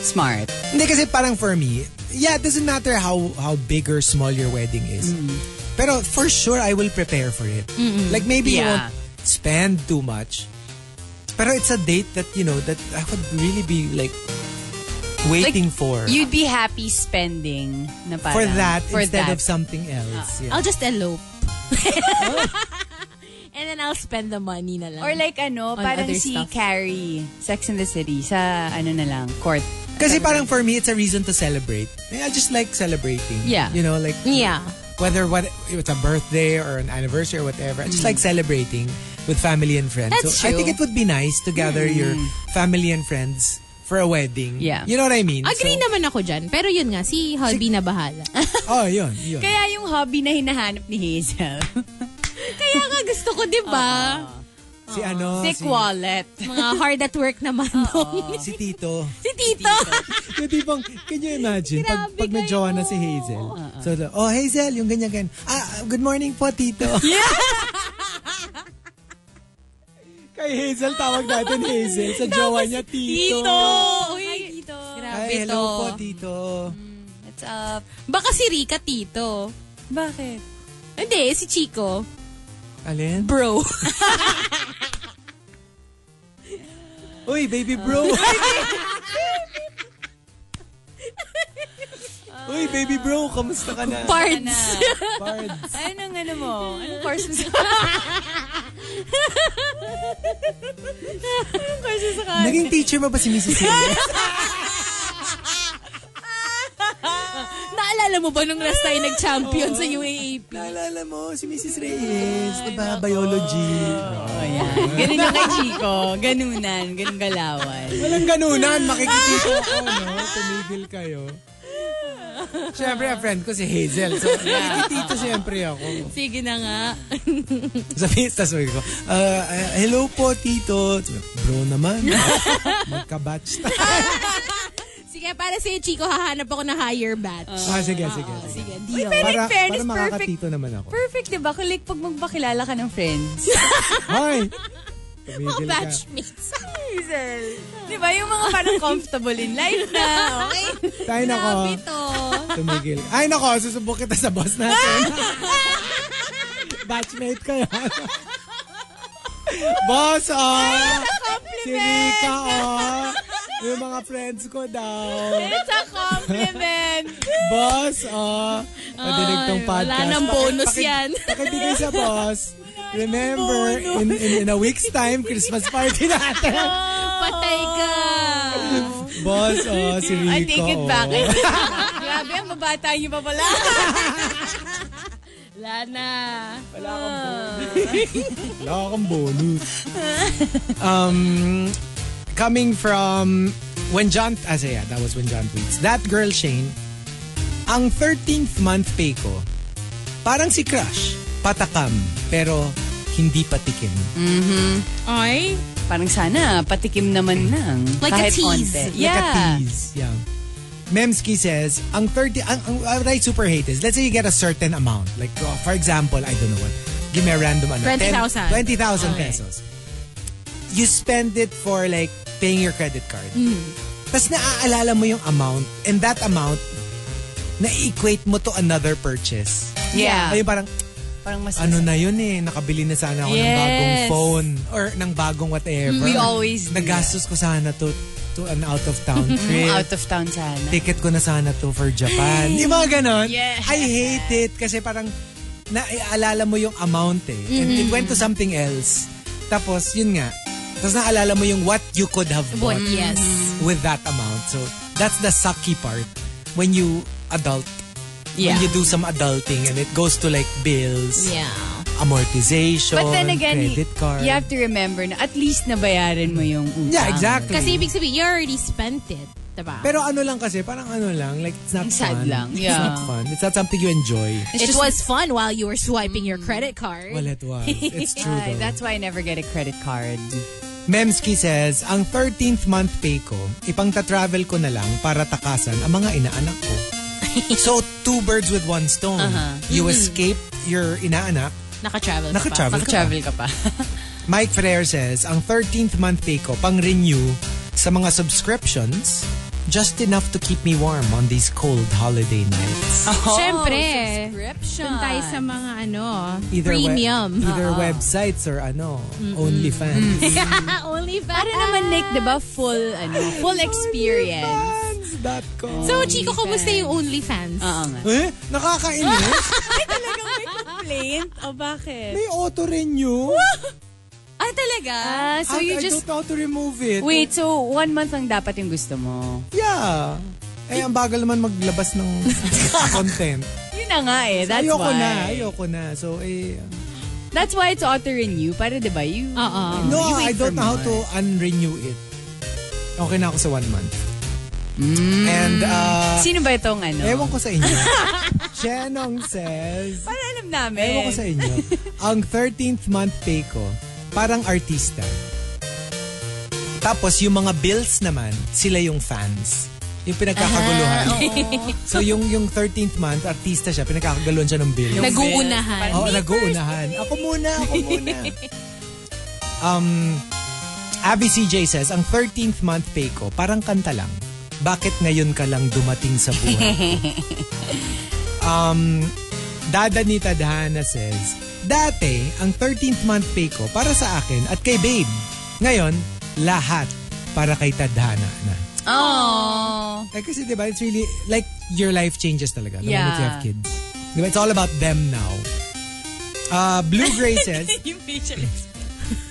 [SPEAKER 2] smart.
[SPEAKER 1] Hindi kasi parang for me, yeah, it doesn't matter how how big or small your wedding is.
[SPEAKER 2] Mm.
[SPEAKER 1] Pero for sure, I will prepare for it. Like maybe you
[SPEAKER 2] Yeah.
[SPEAKER 1] won't spend too much. Pero it's a date that, you know, that I would really be like waiting for.
[SPEAKER 2] You'd be happy spending na parang,
[SPEAKER 1] for that
[SPEAKER 2] for
[SPEAKER 1] instead
[SPEAKER 2] that. Uh,
[SPEAKER 1] of something else. yeah.
[SPEAKER 3] I'll just elope. And then I'll spend the money na lang.
[SPEAKER 2] Or like ano,
[SPEAKER 3] On
[SPEAKER 2] parang
[SPEAKER 3] other
[SPEAKER 2] si
[SPEAKER 3] stuff.
[SPEAKER 2] Carrie, Sex in the City, sa ano na lang, court.
[SPEAKER 1] Kasi parang for me, it's a reason to celebrate. I just like celebrating.
[SPEAKER 2] Yeah.
[SPEAKER 1] You know, like
[SPEAKER 3] yeah.
[SPEAKER 1] whether what it's a birthday or an anniversary or whatever. I just like celebrating with family and friends.
[SPEAKER 3] Mm. That's
[SPEAKER 1] so I
[SPEAKER 3] true. Mm.
[SPEAKER 1] think it would be nice to gather your family and friends for a wedding.
[SPEAKER 2] Yeah.
[SPEAKER 1] You know what I mean?
[SPEAKER 3] Agree
[SPEAKER 1] so,
[SPEAKER 3] naman ako dyan. Pero yun nga, si hubby na bahala.
[SPEAKER 1] Oh, yun, yun.
[SPEAKER 2] Kaya yung hobby na hinahanap ni Hazel.
[SPEAKER 3] Kaya nga gusto ko, di ba?
[SPEAKER 1] si
[SPEAKER 3] oh,
[SPEAKER 1] ano?
[SPEAKER 2] Thick
[SPEAKER 1] si,
[SPEAKER 2] wallet.
[SPEAKER 3] Mga hard at work naman doon.
[SPEAKER 1] si Tito.
[SPEAKER 3] Si Tito.
[SPEAKER 1] Yung tipong, can you imagine? pag,
[SPEAKER 3] Grabe
[SPEAKER 1] pag may
[SPEAKER 3] kayo.
[SPEAKER 1] jowa na si Hazel. So, oh, Hazel, yung ganyan, ganyan. Ah, good morning po, Tito. Kay Hazel, tawag natin Hazel. Sa jowa niya, Tito.
[SPEAKER 3] Tito. Uy.
[SPEAKER 2] Tito.
[SPEAKER 3] Grabe
[SPEAKER 1] Ay,
[SPEAKER 3] to.
[SPEAKER 1] hello po, Tito.
[SPEAKER 2] What's up?
[SPEAKER 3] Baka si Rika Tito.
[SPEAKER 2] Bakit?
[SPEAKER 3] Hindi, si Chico.
[SPEAKER 1] Alin?
[SPEAKER 3] Bro.
[SPEAKER 1] Uy, baby bro. Uy, baby bro, kamusta ka na?
[SPEAKER 3] Parts.
[SPEAKER 1] Pards.
[SPEAKER 2] Anong ano mo? Anong course mo sa Anong course mo sa
[SPEAKER 1] Naging teacher mo ba si Mrs. Hill?
[SPEAKER 3] Naalala mo ba nung last tayo nag-champion sa UAAP?
[SPEAKER 1] Naalala mo, si Mrs. Reyes. Diba, biology.
[SPEAKER 2] Ganun yung kay Chico. Ganunan. Ganun galawan.
[SPEAKER 1] Walang ganunan, makikitito ako, no? Tumigil kayo. Siyempre, a friend ko si Hazel. So, nakikitito siyempre ako.
[SPEAKER 3] Sige na nga.
[SPEAKER 1] Sabi, tapos sabi ko, "Ah, ah, hello po, tito. Sabi, Bro naman. Magka-batch tayo.
[SPEAKER 3] Sige, para si Chico, hahanap ako na higher batch.
[SPEAKER 1] Ah, sige, sige. sige.
[SPEAKER 3] Sige, deal.
[SPEAKER 2] Pero
[SPEAKER 1] Para,
[SPEAKER 2] in fairness,
[SPEAKER 1] para
[SPEAKER 2] perfect.
[SPEAKER 1] makakatito naman ako.
[SPEAKER 2] Perfect, di ba? Kulik pag magpakilala ka ng friends.
[SPEAKER 1] Hoy! Tumigil ka.
[SPEAKER 3] Batchmates.
[SPEAKER 2] Hazel. Di ba? Yung mga parang comfortable in life na. Okay?
[SPEAKER 1] Tayo nako.
[SPEAKER 3] Ito.
[SPEAKER 1] Tumigil. Ay nako, susubok kita sa boss natin. Batchmate ko yan. boss, oh! Si Rika, oh! Yung mga friends ko daw.
[SPEAKER 2] It's a compliment.
[SPEAKER 1] Boss, oh! Madinig tong podcast.
[SPEAKER 3] wala nang bonus
[SPEAKER 1] Paki-
[SPEAKER 3] yan.
[SPEAKER 1] Pakibigay sa boss. Remember, in, in, in a week's time, Christmas party natin.
[SPEAKER 3] Patay ka.
[SPEAKER 1] Boss, oh, si Rico.
[SPEAKER 2] I take it
[SPEAKER 1] oh.
[SPEAKER 2] back. Grabe, ang babata niyo pa pala.
[SPEAKER 3] Wala na.
[SPEAKER 1] Wala akong bonus. um, coming from when John, as yeah, that was when John tweets. That girl Shane, ang 13th month pay ko, parang si Crush, patakam, pero hindi patikim.
[SPEAKER 3] Ay.
[SPEAKER 2] Parang sana, patikim naman lang.
[SPEAKER 3] Like a
[SPEAKER 2] Kahit
[SPEAKER 3] tease.
[SPEAKER 2] konti. Yeah.
[SPEAKER 1] Like a tease. Yeah. Memski says, ang 30, ang, ang, what I super hate is, let's say you get a certain amount. Like, oh, for example, I don't know what. Give me a random ano.
[SPEAKER 3] 20,000.
[SPEAKER 1] 20,000
[SPEAKER 3] Okay.
[SPEAKER 1] pesos. You spend it for like paying your credit card.
[SPEAKER 2] Mm.
[SPEAKER 1] Tapos naaalala mo yung amount and that amount, na-equate mo to another purchase.
[SPEAKER 2] Yeah.
[SPEAKER 1] Ay, parang,
[SPEAKER 2] Parang mas
[SPEAKER 1] ano na yun eh, nakabili na sana ako ng
[SPEAKER 2] Yes.
[SPEAKER 1] bagong phone or ng bagong whatever.
[SPEAKER 2] We always do
[SPEAKER 1] Nagastos ko sana to to an out-of-town trip.
[SPEAKER 2] out of town sana.
[SPEAKER 1] Ticket ko na sana to for Japan. Di ba ganon?
[SPEAKER 2] Yes.
[SPEAKER 1] I hate
[SPEAKER 2] Mm-hmm.
[SPEAKER 1] it kasi parang naaalala mo yung amount eh. And it went to something else. Tapos, yun nga. Tapos naalala mo yung what you could have bought
[SPEAKER 3] But yes.
[SPEAKER 1] with that amount. So, that's the sucky part. When you adult,
[SPEAKER 2] Yeah.
[SPEAKER 1] when you do some adulting and it goes to like bills,
[SPEAKER 3] Yeah.
[SPEAKER 1] amortization,
[SPEAKER 2] But then again,
[SPEAKER 1] credit card.
[SPEAKER 2] you have to remember na at least nabayaran mo yung utang.
[SPEAKER 1] yeah, exactly.
[SPEAKER 3] Kasi ibig sabihin, you already spent it. Diba?
[SPEAKER 1] Pero ano lang kasi, parang ano lang, like it's not
[SPEAKER 2] Ang sad
[SPEAKER 1] fun.
[SPEAKER 2] lang,
[SPEAKER 1] It's
[SPEAKER 2] yeah.
[SPEAKER 1] not fun. It's not something you enjoy.
[SPEAKER 3] it was fun while you were swiping your credit card.
[SPEAKER 1] Mm. Well, it was. It's true
[SPEAKER 2] Ay,
[SPEAKER 1] though.
[SPEAKER 2] that's why I never get a credit card.
[SPEAKER 1] Memski says, ang 13th month pay ko, ipangta-travel ko na lang para takasan ang mga inaanak ko. so, two birds with one stone.
[SPEAKER 2] Uh-huh. Mm-hmm.
[SPEAKER 1] You escape your inaanak.
[SPEAKER 3] Naka-travel ka pa.
[SPEAKER 1] Naka-travel ka
[SPEAKER 2] Travel ka pa.
[SPEAKER 1] Mike Ferrer says, ang 13th month pay ko, pang-renew sa mga subscriptions, just enough to keep me warm on these cold holiday nights.
[SPEAKER 3] Siyempre.
[SPEAKER 2] subscription.
[SPEAKER 3] Dun tayo sa mga ano,
[SPEAKER 1] we-
[SPEAKER 3] premium.
[SPEAKER 1] either websites or ano, OnlyFans. Mm.
[SPEAKER 3] Only
[SPEAKER 2] Para Ano naman, Nick, di ba, full, ano, full experience.
[SPEAKER 1] OnlyFans.com.
[SPEAKER 3] So, Chico, kumusta yung OnlyFans?
[SPEAKER 2] Oo nga.
[SPEAKER 1] eh, nakakainis.
[SPEAKER 2] Complaint?
[SPEAKER 1] Oh,
[SPEAKER 2] O bakit?
[SPEAKER 1] May auto-renew.
[SPEAKER 2] Ah, talaga? so
[SPEAKER 1] At
[SPEAKER 2] you
[SPEAKER 1] I
[SPEAKER 2] just...
[SPEAKER 1] don't know how to remove it.
[SPEAKER 2] Wait, so one month lang dapat yung gusto mo.
[SPEAKER 1] Yeah. Eh, ang bagal naman maglabas ng content.
[SPEAKER 2] Yun na nga eh. That's
[SPEAKER 1] ayoko
[SPEAKER 2] why.
[SPEAKER 1] na, ayoko na. So, eh,
[SPEAKER 2] That's why it's auto-renew. Para, di ba, you...
[SPEAKER 3] Oo.
[SPEAKER 1] Uh-uh. no,
[SPEAKER 2] you
[SPEAKER 1] I
[SPEAKER 2] wait
[SPEAKER 1] don't
[SPEAKER 2] for
[SPEAKER 1] know how to
[SPEAKER 2] more.
[SPEAKER 1] unrenew it. Okay na ako sa one month.
[SPEAKER 2] Mm.
[SPEAKER 1] And, uh,
[SPEAKER 2] Sino ba itong ano?
[SPEAKER 1] ewan ko sa inyo. Shenong says,
[SPEAKER 2] Para alam namin.
[SPEAKER 1] ewan ko sa inyo, ang 13th month pay ko, parang artista. Tapos, yung mga bills naman, sila yung fans. Yung pinagkakaguluhan.
[SPEAKER 2] Ah,
[SPEAKER 1] so, yung yung 13th month, artista siya, pinagkakaguluhan siya ng bills.
[SPEAKER 3] Nag-uunahan.
[SPEAKER 1] Oo, nag-uunahan. Ako muna, ako muna. um, Abby CJ says, ang 13th month pay ko, parang kanta lang. Bakit ngayon ka lang dumating sa buhay ko? um, Dada ni Tadhana says, Dati, ang 13th month pay ko para sa akin at kay babe. Ngayon, lahat para kay Tadhana na.
[SPEAKER 2] Oh.
[SPEAKER 1] Eh, kasi diba, it's really, like, your life changes talaga the
[SPEAKER 2] Yeah.
[SPEAKER 1] moment you have kids. Diba, it's all about them now. Uh, Blue Gray says,
[SPEAKER 2] Yung facial expression.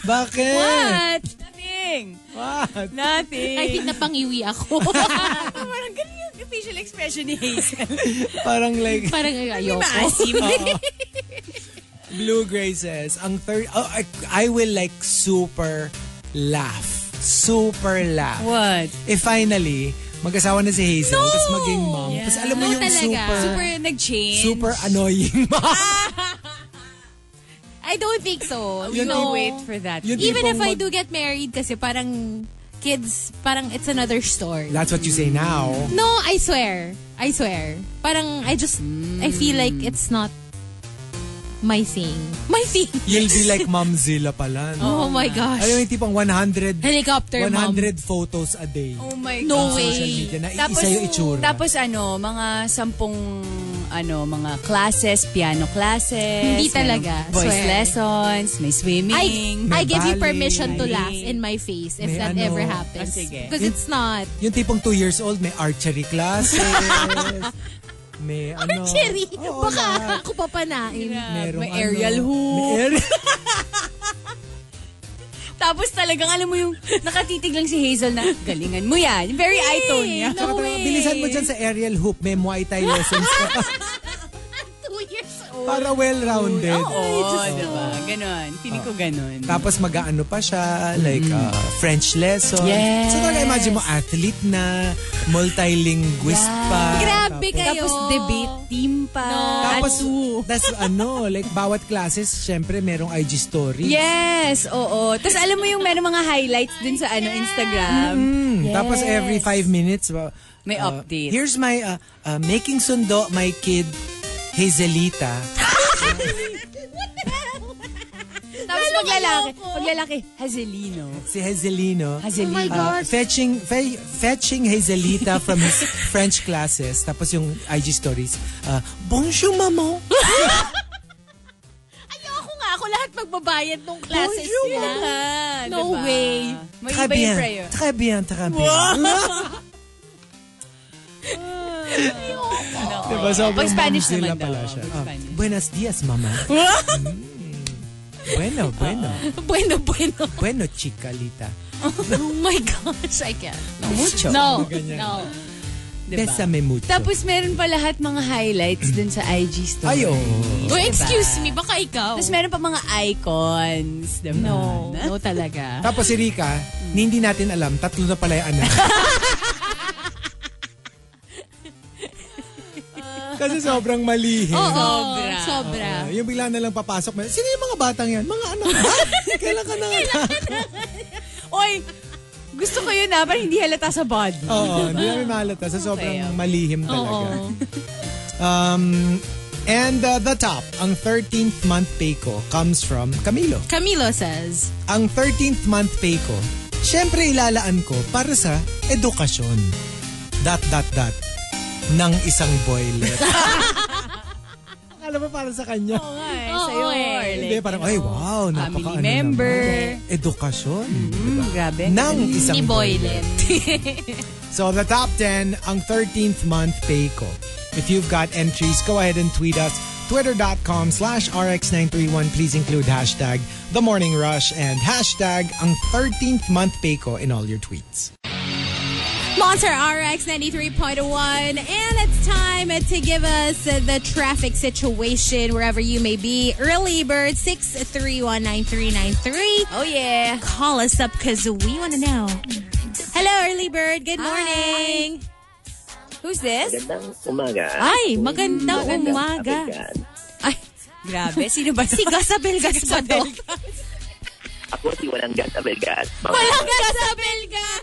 [SPEAKER 1] Bakit?
[SPEAKER 2] What? Nothing.
[SPEAKER 1] What?
[SPEAKER 2] Nothing.
[SPEAKER 3] I think napangiwi ako.
[SPEAKER 2] Parang ganun yung facial expression ni Hazel.
[SPEAKER 1] Parang like,
[SPEAKER 3] Parang ayoko.
[SPEAKER 2] Maasim.
[SPEAKER 1] Blue Gray says, ang third, oh, I, I will like super laugh. Super laugh.
[SPEAKER 2] What?
[SPEAKER 1] Eh finally, mag-asawa na si Hazel, no! tapos maging mom. Tapos alam mo
[SPEAKER 3] No,
[SPEAKER 1] yung
[SPEAKER 3] talaga.
[SPEAKER 1] super,
[SPEAKER 2] Super nag-change.
[SPEAKER 1] super annoying mom.
[SPEAKER 3] I don't think so.
[SPEAKER 1] Yun
[SPEAKER 3] no.
[SPEAKER 1] yung-
[SPEAKER 2] wait for that.
[SPEAKER 1] Yun
[SPEAKER 3] Even
[SPEAKER 1] tipong
[SPEAKER 3] if I
[SPEAKER 1] mag-
[SPEAKER 3] do get married kasi parang kids, parang it's another story.
[SPEAKER 1] That's what you say now.
[SPEAKER 3] No, I swear. I swear. Parang I just, I feel like
[SPEAKER 1] Hmm.
[SPEAKER 3] it's not my thing. My thing.
[SPEAKER 1] You'll be like "Ah, Momzilla pala. No?
[SPEAKER 3] Oh, my gosh.
[SPEAKER 1] Alam mo yung tipong 100,
[SPEAKER 3] Helicopter mom.
[SPEAKER 1] 100 photos a day.
[SPEAKER 2] Oh my
[SPEAKER 3] No
[SPEAKER 2] God.
[SPEAKER 1] Social
[SPEAKER 3] way.
[SPEAKER 1] media na isa yung itsura.
[SPEAKER 2] Tapos ano, mga sampung ano, mga classes, piano classes.
[SPEAKER 3] Hindi
[SPEAKER 2] may
[SPEAKER 3] talaga,
[SPEAKER 2] Voice
[SPEAKER 3] swear.
[SPEAKER 2] lessons, may swimming.
[SPEAKER 3] I, I give you
[SPEAKER 1] ballet,
[SPEAKER 3] permission to
[SPEAKER 2] may-
[SPEAKER 3] laugh in my face if
[SPEAKER 1] May
[SPEAKER 3] that
[SPEAKER 1] ano.
[SPEAKER 3] ever
[SPEAKER 2] Ah,
[SPEAKER 3] happens.
[SPEAKER 2] sige.
[SPEAKER 3] Because it's not.
[SPEAKER 1] Yung tipong 2 years old, may archery classes. may ano.
[SPEAKER 3] Cherry,
[SPEAKER 1] Oo, lahat.
[SPEAKER 3] baka ako papanain.
[SPEAKER 1] Merong
[SPEAKER 2] may aerial
[SPEAKER 1] ano,
[SPEAKER 2] hoop.
[SPEAKER 1] May aerial-
[SPEAKER 2] Tapos talagang alam mo yung nakatitig lang si Hazel na galingan mo yan. Very eye tone niya.
[SPEAKER 1] Tsaka
[SPEAKER 3] No
[SPEAKER 1] talaga,
[SPEAKER 3] way.
[SPEAKER 1] bilisan mo dyan sa aerial hoop. May Muay Thai lessons ka pa.
[SPEAKER 3] Two years old.
[SPEAKER 1] para well-rounded.
[SPEAKER 2] Oo, diba? Ganon. Feeling ko ganon.
[SPEAKER 1] Tapos mag-ano pa siya, like uh, French lesson.
[SPEAKER 2] Mm-hmm. Yes.
[SPEAKER 1] So talaga imagine mo, athlete na, multilinguist pa.
[SPEAKER 3] Grabe
[SPEAKER 1] Tapos-
[SPEAKER 3] kayo.
[SPEAKER 2] Tapos debate team pa.
[SPEAKER 3] No.
[SPEAKER 1] Tapos,
[SPEAKER 2] At-
[SPEAKER 1] tas ano, like bawat classes, syempre merong IG stories.
[SPEAKER 2] Yes, oo. Tapos alam mo yung meron mga highlights dun sa ano Instagram.
[SPEAKER 1] Mm, Tapos every five minutes, uh,
[SPEAKER 2] May
[SPEAKER 1] uh,
[SPEAKER 2] update.
[SPEAKER 1] Here's my uh, uh, making sundo my kid Hazelita.
[SPEAKER 2] Tapos pag lalaki, pag lalaki, Hazelino.
[SPEAKER 1] Si Hazelino.
[SPEAKER 2] Hazelino.
[SPEAKER 1] uh, fetching fe- fetching Hazelita from his French classes. Tapos yung IG stories. Uh, Bonjour, maman.
[SPEAKER 3] Ayoko nga. Ako lahat magbabayad nung classes
[SPEAKER 1] Bonjour,
[SPEAKER 3] nila.
[SPEAKER 2] no
[SPEAKER 3] No way.
[SPEAKER 2] May
[SPEAKER 1] Très
[SPEAKER 2] iba
[SPEAKER 1] bien.
[SPEAKER 2] yung prayer.
[SPEAKER 1] Très bien, très bien. diba, sobrang
[SPEAKER 2] Pag Spanish
[SPEAKER 1] mamzilla Diba,
[SPEAKER 2] Oh, naman daw.
[SPEAKER 1] pala siya.
[SPEAKER 2] Pag
[SPEAKER 1] Ah,
[SPEAKER 2] Spanish.
[SPEAKER 1] Buenos dias, mama. Hmm. Bueno, bueno.
[SPEAKER 3] bueno, bueno.
[SPEAKER 1] Bueno, chica Lita.
[SPEAKER 3] Oh my gosh, I can't.
[SPEAKER 1] Mucho.
[SPEAKER 2] No,
[SPEAKER 1] Ganyan.
[SPEAKER 3] No.
[SPEAKER 2] Diba?
[SPEAKER 1] Bésame mucho.
[SPEAKER 2] Tapos meron pa lahat mga highlights dun sa IG story.
[SPEAKER 1] Ay, oo.
[SPEAKER 3] Oh, excuse me, baka ikaw.
[SPEAKER 2] Tapos meron pa mga icons. Diba?
[SPEAKER 3] No, no talaga.
[SPEAKER 1] Tapos si Rika, ni hindi natin alam, tatlo na pala yung anak. Kasi sobrang malihi.
[SPEAKER 3] Oo,
[SPEAKER 2] Sobra.
[SPEAKER 3] Sobra.
[SPEAKER 1] Ah, yung bigla na lang papasok. may, Sino yung mga batang yan? Mga anak. Ha? Kailan ka na?
[SPEAKER 2] Oy, gusto ko yun ah, para hindi halata sa body.
[SPEAKER 1] Oo, hindi namin mahalata sa sobrang
[SPEAKER 2] okay.
[SPEAKER 1] malihim talaga.
[SPEAKER 3] Oo.
[SPEAKER 1] Um, and uh, the top, ang 13th month pay ko comes from Camilo.
[SPEAKER 3] Camilo says,
[SPEAKER 1] Ang 13th month pay ko, syempre ilalaan ko para sa edukasyon. Dot, dot, dot. Nang isang boylet. Akala mo para sa kanya.
[SPEAKER 2] Oo nga eh,
[SPEAKER 3] Oo
[SPEAKER 2] sa'yo.
[SPEAKER 3] eh.
[SPEAKER 2] or like,
[SPEAKER 1] Hindi, parang, ay wow, napaka ano
[SPEAKER 2] Family member.
[SPEAKER 1] naman. Edukasyon. Diba?
[SPEAKER 2] Mm, grabe.
[SPEAKER 1] Nang
[SPEAKER 3] ni
[SPEAKER 1] isang boylet.
[SPEAKER 3] Boylet.
[SPEAKER 1] So the top 10, ang 13th month pay ko. If you've got entries, go ahead and tweet us. Twitter.com slash RX931. Please include hashtag The Morning Rush and hashtag ang 13th month pay ko in all your tweets.
[SPEAKER 3] Monster RX 93.1. And it's time to give us the traffic situation wherever you may be. Early bird 6319393.
[SPEAKER 2] Oh yeah.
[SPEAKER 3] Call us up because we want to know. Hello, early bird. Good morning.
[SPEAKER 2] Who's this?
[SPEAKER 7] Magandang umaga.
[SPEAKER 3] Ay, maganda
[SPEAKER 7] Magandang
[SPEAKER 3] umaga.
[SPEAKER 7] kapitan.
[SPEAKER 3] Ay,
[SPEAKER 2] Grabe. Sino ba?
[SPEAKER 3] si Gasabelgas ba to?
[SPEAKER 7] Ako si Walang Gas Abelgas.
[SPEAKER 3] Walang Gasabelgas!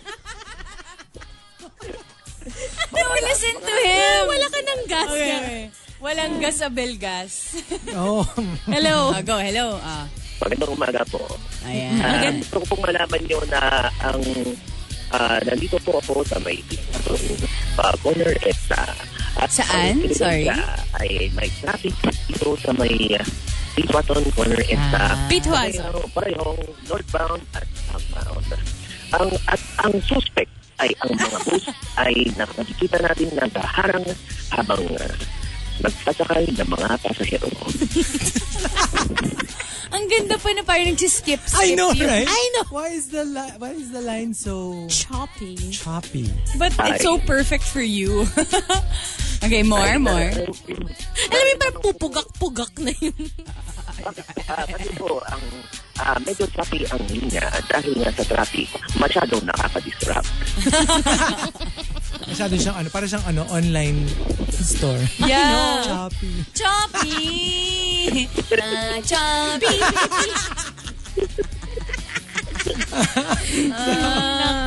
[SPEAKER 2] No, listen to him.
[SPEAKER 3] Wala ka ng gas.
[SPEAKER 2] Okay, okay. Walang gas sa Belgas.
[SPEAKER 1] Oh,
[SPEAKER 2] Hello. go, hello. Ah,
[SPEAKER 7] Magandang umaga po.
[SPEAKER 2] ayan.
[SPEAKER 7] Ah, gusto ko pong malaman nyo na ang ah, nandito po ako sa may isang uh, corner ETA. At
[SPEAKER 2] Saan?
[SPEAKER 7] ang pinunta
[SPEAKER 2] Sorry.
[SPEAKER 7] Ay may traffic dito sa may uh, Pitwaton corner ETA.
[SPEAKER 3] Pitwason.
[SPEAKER 7] Pareho, parehong northbound at southbound. Ang, at ang suspect ay ang mga bus ay nakikita natin na kaharang habang uh, nagsasakay ng mga pasahero.
[SPEAKER 2] Ang ganda pa na parang nagsiskip.
[SPEAKER 1] I know,
[SPEAKER 2] skip
[SPEAKER 1] right?
[SPEAKER 2] yung-
[SPEAKER 1] I know. Why is the li- why is the line so
[SPEAKER 3] Choppy.
[SPEAKER 1] choppy?
[SPEAKER 2] But it's so perfect for you. okay, more, more.
[SPEAKER 3] Alam mo yung parang pupugak-pugak na yun.
[SPEAKER 7] Ah, kasi po, ang ah, medyo choppy ang linya dahil nga sa traffic, masyadong nakaka-disrupt.
[SPEAKER 1] Masyado siyang ano, para siyang ano online store.
[SPEAKER 2] Yeah.
[SPEAKER 1] Choppy.
[SPEAKER 2] Choppy. Ah, choppy.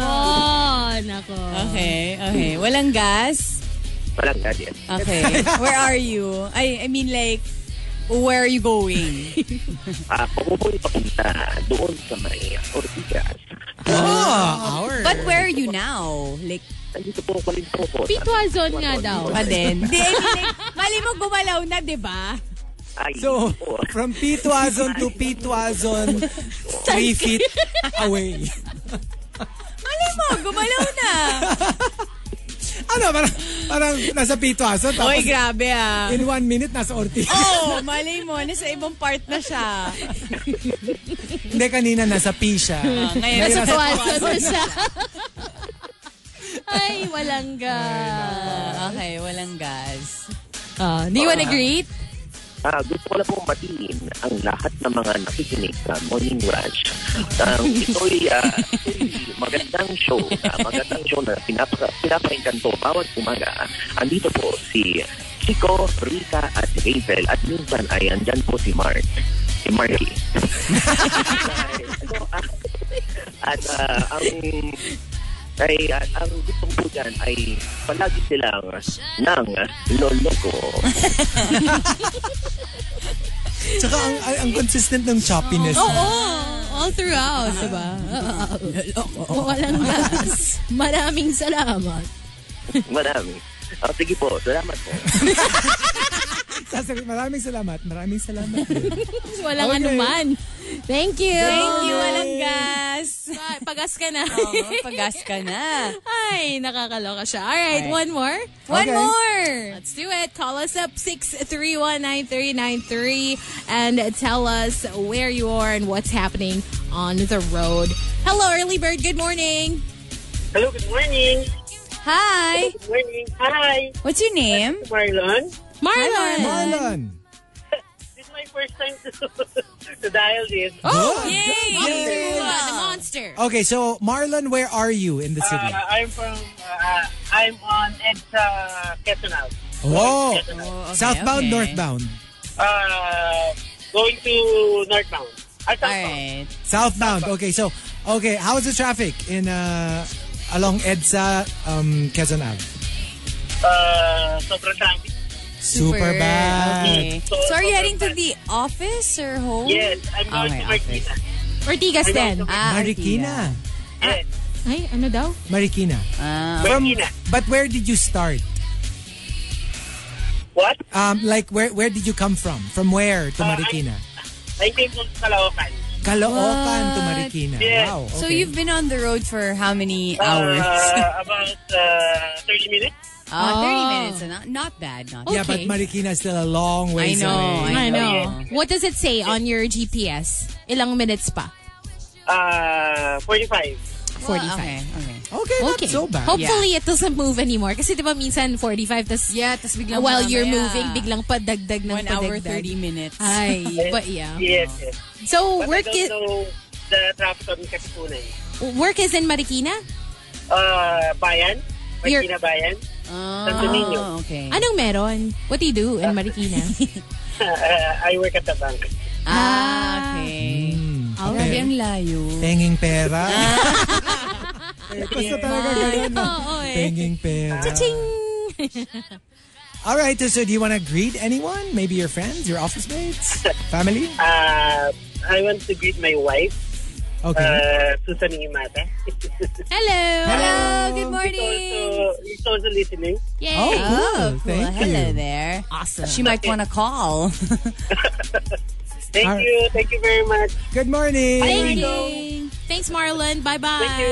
[SPEAKER 3] Oh, nako.
[SPEAKER 2] Okay, okay. Walang gas.
[SPEAKER 7] Walang gadget.
[SPEAKER 2] Okay. Where are you? I, I mean like, where are you going?
[SPEAKER 7] Uh, Pumupuloy papunta doon sa may Ortigas.
[SPEAKER 1] Oh, our.
[SPEAKER 2] But where are you now? Like,
[SPEAKER 7] Nandito po pa rin po po.
[SPEAKER 3] Pitwazon nga daw.
[SPEAKER 2] pa din. Di, I mean, like, mali mo gumalaw na, di ba?
[SPEAKER 7] Ay,
[SPEAKER 1] So,
[SPEAKER 7] po.
[SPEAKER 1] from Pituazon to Pituazon, three feet away.
[SPEAKER 2] Mali mo, gumalaw na.
[SPEAKER 1] Ano, parang, parang nasa Pituazon,
[SPEAKER 2] Oy,
[SPEAKER 1] tapos
[SPEAKER 2] grabe ah.
[SPEAKER 1] in one minute, nasa Ortigas.
[SPEAKER 2] Oh, mali mo, nasa ibang part na siya.
[SPEAKER 1] Hindi, kanina nasa P siya.
[SPEAKER 2] Ngayon,
[SPEAKER 1] Nasa
[SPEAKER 2] nasa
[SPEAKER 3] Pitwazon na siya. Ay, walang gas.
[SPEAKER 2] Ah, okay, walang gas.
[SPEAKER 3] Uh, do you wanna greet?
[SPEAKER 7] Ah, gusto ko na pong matiin ang lahat ng mga nakikinig sa Morning Rush. Ang ito'y ah, ito'y magandang show. ah, magandang show na pinapaka, pinaparinggan ko bawat umaga. Andito po si Chico, Rika at Hazel at minsan ay andyan po si Mark. Si Marky. at ah, ang ay ah, ang gusto ko po dyan ay palagi silang ng lolo ko.
[SPEAKER 1] Tsaka ang, ang, ang consistent ng choppiness.
[SPEAKER 2] Oh!
[SPEAKER 3] Oo, Oh, all throughout, diba? Walang gas. Maraming salamat.
[SPEAKER 7] Marami. Oh, sige po, salamat po.
[SPEAKER 1] Sasabi, maraming salamat. Maraming salamat.
[SPEAKER 3] Walang
[SPEAKER 1] Okay.
[SPEAKER 3] anuman. Thank you.
[SPEAKER 2] Thank you, walang gas.
[SPEAKER 3] Pagas ka na.
[SPEAKER 2] Oo, pagas Oh, ka na.
[SPEAKER 3] Ay, Ay, nakakaloka siya. Alright,
[SPEAKER 2] Alright.
[SPEAKER 3] one more.
[SPEAKER 2] One
[SPEAKER 1] Okay.
[SPEAKER 2] more.
[SPEAKER 3] Let's do it. Call us up 6319393 and tell us where you are and what's happening on the road. Hello, early bird. Good morning.
[SPEAKER 8] Hello, good morning.
[SPEAKER 2] Hi.
[SPEAKER 8] Good morning. Hi,
[SPEAKER 2] What's your name?
[SPEAKER 8] Marlon.
[SPEAKER 3] Marlon.
[SPEAKER 1] Marlon.
[SPEAKER 8] This is my first time to, to dial this.
[SPEAKER 2] Ah.
[SPEAKER 1] Oh,
[SPEAKER 3] Monster. The monster.
[SPEAKER 1] Okay, so Marlon, where are you in the city?
[SPEAKER 8] Uh, I'm from, uh, I'm on EDSA Quezon House.
[SPEAKER 1] Oh,
[SPEAKER 8] Quezon House.
[SPEAKER 2] Oh, okay,
[SPEAKER 1] southbound,
[SPEAKER 2] okay.
[SPEAKER 1] northbound.
[SPEAKER 8] Uh, going to northbound.
[SPEAKER 2] All
[SPEAKER 8] Ah,
[SPEAKER 2] right.
[SPEAKER 8] southbound.
[SPEAKER 1] Southbound. Okay, so okay, how's the traffic in uh along EDSA um Quezon Ave?
[SPEAKER 8] Uh, sobrang traffic.
[SPEAKER 1] Super, bad.
[SPEAKER 2] Okay. So are you heading to the office or home?
[SPEAKER 8] Yes, I'm going
[SPEAKER 2] Okay,
[SPEAKER 8] to Marquina.
[SPEAKER 3] Ortigas
[SPEAKER 8] Hello.
[SPEAKER 3] then.
[SPEAKER 2] Ah,
[SPEAKER 1] Marikina.
[SPEAKER 8] Yes,
[SPEAKER 3] Ay, ano daw?
[SPEAKER 1] Marikina.
[SPEAKER 2] Ah,
[SPEAKER 8] Marikina.
[SPEAKER 1] But where did you start?
[SPEAKER 8] What?
[SPEAKER 1] Um like where where did you come from? From where to
[SPEAKER 8] Uh,
[SPEAKER 1] Marikina?
[SPEAKER 8] I came from Caloocan.
[SPEAKER 1] Caloocan to
[SPEAKER 2] What?
[SPEAKER 1] Marikina.
[SPEAKER 8] Yes.
[SPEAKER 1] Wow.
[SPEAKER 2] So
[SPEAKER 1] okay.
[SPEAKER 2] you've been on the road for how many hours?
[SPEAKER 8] Uh, about uh, 30 minutes.
[SPEAKER 2] Oh, 30
[SPEAKER 3] Oh.
[SPEAKER 2] minutes. and Not, not bad. Not
[SPEAKER 1] Yeah, but
[SPEAKER 3] okay.
[SPEAKER 1] Marikina is still a long
[SPEAKER 2] bad. I
[SPEAKER 1] ways
[SPEAKER 2] know.
[SPEAKER 1] away.
[SPEAKER 2] I know.
[SPEAKER 3] What does it say on your GPS? Ilang minutes pa?
[SPEAKER 8] Uh, 45.
[SPEAKER 3] 45.
[SPEAKER 2] Well, okay, okay.
[SPEAKER 1] Okay, not
[SPEAKER 3] Okay.
[SPEAKER 1] so bad.
[SPEAKER 3] Hopefully, it doesn't move anymore. Kasi di ba minsan 45, tas
[SPEAKER 2] Yeah, tas biglang
[SPEAKER 3] while you're
[SPEAKER 2] mamaya,
[SPEAKER 3] moving, biglang padagdag ng
[SPEAKER 2] 1 hour
[SPEAKER 3] padagdag.
[SPEAKER 2] 30 minutes.
[SPEAKER 3] Ay, but
[SPEAKER 2] Ah.
[SPEAKER 3] yeah.
[SPEAKER 8] Yes, yes.
[SPEAKER 3] So,
[SPEAKER 8] But I
[SPEAKER 3] work
[SPEAKER 8] don't
[SPEAKER 3] is,
[SPEAKER 8] know the traffic on Katipunan.
[SPEAKER 3] work is in Marikina?
[SPEAKER 8] Uh, Bayan.
[SPEAKER 3] Your-
[SPEAKER 8] Marikina Bayan. Santo Niño.
[SPEAKER 2] Oh, okay.
[SPEAKER 3] Anong meron? What do you do in Marikina?
[SPEAKER 8] Uh, I work at the bank.
[SPEAKER 2] Ah, okay.
[SPEAKER 1] Mm,
[SPEAKER 2] Grabe
[SPEAKER 1] okay.
[SPEAKER 2] ang layo.
[SPEAKER 1] Tenging pera. Eh, Basta talaga ganun. no?
[SPEAKER 3] Oo eh.
[SPEAKER 1] Tenging pera.
[SPEAKER 3] Ching!
[SPEAKER 1] All right, so do you want to greet anyone? Maybe your friends, your office mates, family?
[SPEAKER 8] Uh, I want to greet my wife,
[SPEAKER 1] Okay.
[SPEAKER 8] uh, Susan Imata.
[SPEAKER 3] Hello!
[SPEAKER 2] Hello, good morning.
[SPEAKER 8] also, he's also listening.
[SPEAKER 3] Yay!
[SPEAKER 1] oh, cool.
[SPEAKER 2] Oh, cool.
[SPEAKER 1] Thank
[SPEAKER 2] Hello
[SPEAKER 1] you.
[SPEAKER 2] there.
[SPEAKER 3] Awesome.
[SPEAKER 2] She might want to call.
[SPEAKER 8] Thank
[SPEAKER 1] Alright.
[SPEAKER 8] you. Thank you very much.
[SPEAKER 1] Good morning.
[SPEAKER 3] Thank you. Thanks, Marlon. Bye-bye.
[SPEAKER 8] Thank you.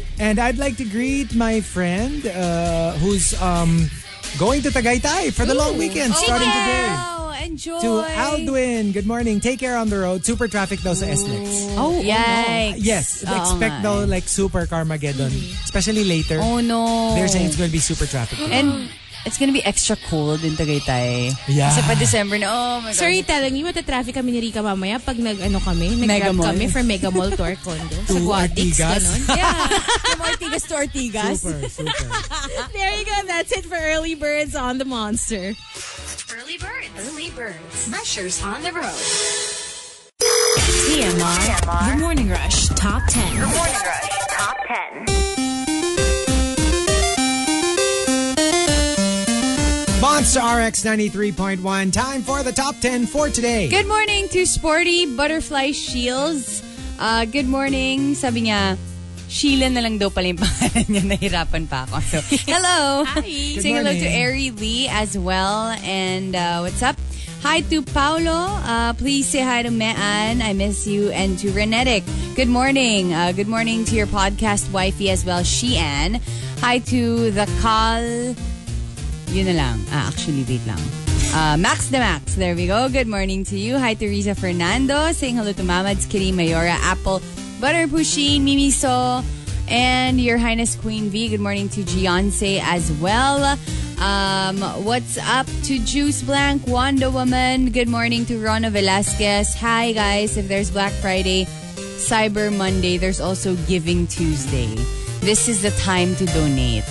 [SPEAKER 8] Bye.
[SPEAKER 1] And I'd like to greet my friend uh, who's um, going to Tagaytay for the long weekend starting today.
[SPEAKER 2] Wow, enjoy.
[SPEAKER 1] To Aldwin, good morning. Take care on the road. Super traffic daw sa SLEX.
[SPEAKER 3] Oh,
[SPEAKER 2] Yikes.
[SPEAKER 1] Yes,
[SPEAKER 2] Oo
[SPEAKER 1] expect
[SPEAKER 2] nga.
[SPEAKER 1] daw
[SPEAKER 3] eh.
[SPEAKER 1] like super Carmageddon.
[SPEAKER 3] Mm-hmm.
[SPEAKER 1] Especially later.
[SPEAKER 2] Oh no.
[SPEAKER 1] They're saying it's going to be super traffic.
[SPEAKER 2] And it's gonna be extra cold in Tagaytay.
[SPEAKER 1] Yeah.
[SPEAKER 2] Kasi pa December na, oh my God.
[SPEAKER 3] Sorry telling you, matatraffic kami ni Rika mamaya pag nag-ano kami,
[SPEAKER 2] Mega
[SPEAKER 3] nag-grab
[SPEAKER 2] Mall.
[SPEAKER 3] kami from Mega Mall to our condo. sa
[SPEAKER 1] To
[SPEAKER 3] Guadix,
[SPEAKER 1] Artigas.
[SPEAKER 3] ganun.
[SPEAKER 2] Yeah. From Ortigas to Ortigas.
[SPEAKER 1] Super, super.
[SPEAKER 3] There you go. That's it for Early Birds on the Monster.
[SPEAKER 4] Early birds. Early birds. Mushers on the road. E
[SPEAKER 2] E
[SPEAKER 4] TMR. The Morning Rush Top 10.
[SPEAKER 5] Morning Rush Top 10.
[SPEAKER 1] Monster RX 93.1. Time for the top 10 for today.
[SPEAKER 2] Good morning to Sporty Butterfly Shields. Uh, good morning. Sabi niya, Sheila na lang daw pala yung pangalan niya. Nahirapan pa ako. So, hello. Hi. Saying hello to
[SPEAKER 1] morning.
[SPEAKER 2] Ari Lee as well. And uh, what's up? Hi to Paolo. Uh, please say hi to Mean. I miss you. And to Renetic. Good morning. Uh, good morning to your podcast wifey as well, Shean. Hi to the Call yun na lang. Ah, actually, wait lang. Uh, Max the Max. There we go. Good morning to you. Hi, Teresa Fernando. Saying hello to Mamads, Kitty Mayora, Apple, Butter Pusheen, Mimiso, and Your Highness Queen V. Good morning to Giance as well. Um, what's up to Juice Blank, Wanda Woman? Good morning to Rona Velasquez. Hi, guys. If there's Black Friday, Cyber Monday, there's also Giving Tuesday. This is the time to donate.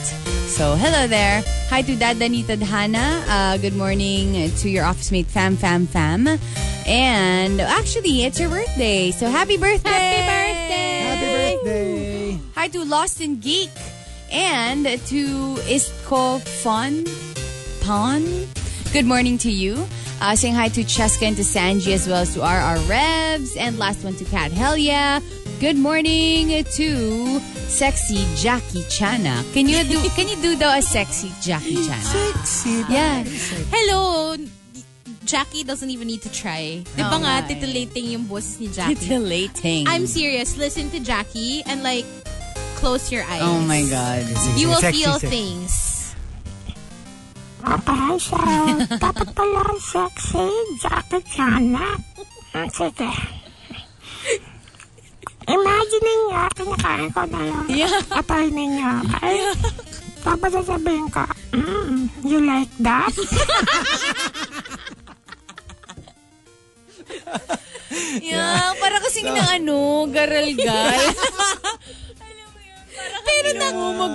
[SPEAKER 2] So, hello there. Hi to Dad Danita Dhana. Uh, good morning to your office mate, Fam Fam Fam. And actually, it's your birthday. So, happy birthday! Happy birthday!
[SPEAKER 1] Happy birthday.
[SPEAKER 2] Hi to Lost and Geek and to Istko Fun Pon. Good morning to you. Uh, saying hi to Cheska and to Sanji as well as to RR Revs. And last one to Kat Helia. Good morning to sexy Jackie Chana. Can you do can you do the sexy Jackie Chana?
[SPEAKER 1] Sexy.
[SPEAKER 2] Yeah.
[SPEAKER 3] Hello. Jackie doesn't even need to try. Di ba
[SPEAKER 2] Oo
[SPEAKER 3] nga,
[SPEAKER 2] nga eh.
[SPEAKER 3] titillating yung boses ni Jackie.
[SPEAKER 2] Titillating.
[SPEAKER 3] I'm serious. Listen to Jackie and like, close your eyes.
[SPEAKER 2] Oh my God.
[SPEAKER 3] You will
[SPEAKER 1] Sexy,
[SPEAKER 3] feel
[SPEAKER 1] sexy.
[SPEAKER 3] things.
[SPEAKER 6] Okay, so dapat pala sexy jacket sana. Ah, Sige. Imagine ninyo, kinakain ah, ko na yun.
[SPEAKER 3] Yeah.
[SPEAKER 6] Atay ninyo, okay? Tapos sasabihin ko, mm, you like that?
[SPEAKER 2] Yeah, para kasing na ano, garalgal. Alam mo yun, para Pero na,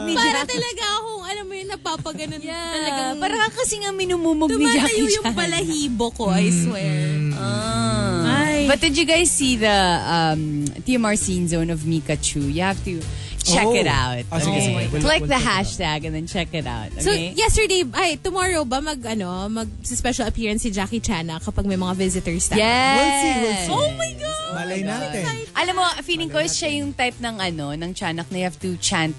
[SPEAKER 2] ni
[SPEAKER 3] Para talaga akong, alam mo yun, napapaganan
[SPEAKER 2] Yeah,
[SPEAKER 3] talagang
[SPEAKER 2] para kasi nga minumumog ni
[SPEAKER 3] Ah, Tumatayo
[SPEAKER 2] Jackie
[SPEAKER 3] yung
[SPEAKER 2] Chan.
[SPEAKER 3] balahibo ko, I swear.
[SPEAKER 2] Mm-hmm.
[SPEAKER 3] Ah. Ay.
[SPEAKER 2] But did you guys see the um, TMR scene zone of Mikachu? You have to check
[SPEAKER 1] Oh.
[SPEAKER 2] it out.
[SPEAKER 1] Ah, sige, sige. We'll-
[SPEAKER 2] Click
[SPEAKER 1] we'll
[SPEAKER 2] the
[SPEAKER 1] check it out.
[SPEAKER 2] hashtag and then check it out.
[SPEAKER 3] So,
[SPEAKER 2] Okay?
[SPEAKER 3] yesterday, ay, tomorrow ba mag, ano, mag special appearance si Jackie Chan ah, kapag may mga visitors tayo?
[SPEAKER 2] yes.
[SPEAKER 1] We'll see, we'll see.
[SPEAKER 2] Oh my God.
[SPEAKER 1] Malay natin.
[SPEAKER 2] Alam mo, feeling ko siya yung type ng ano, ng Chanak na you have to chant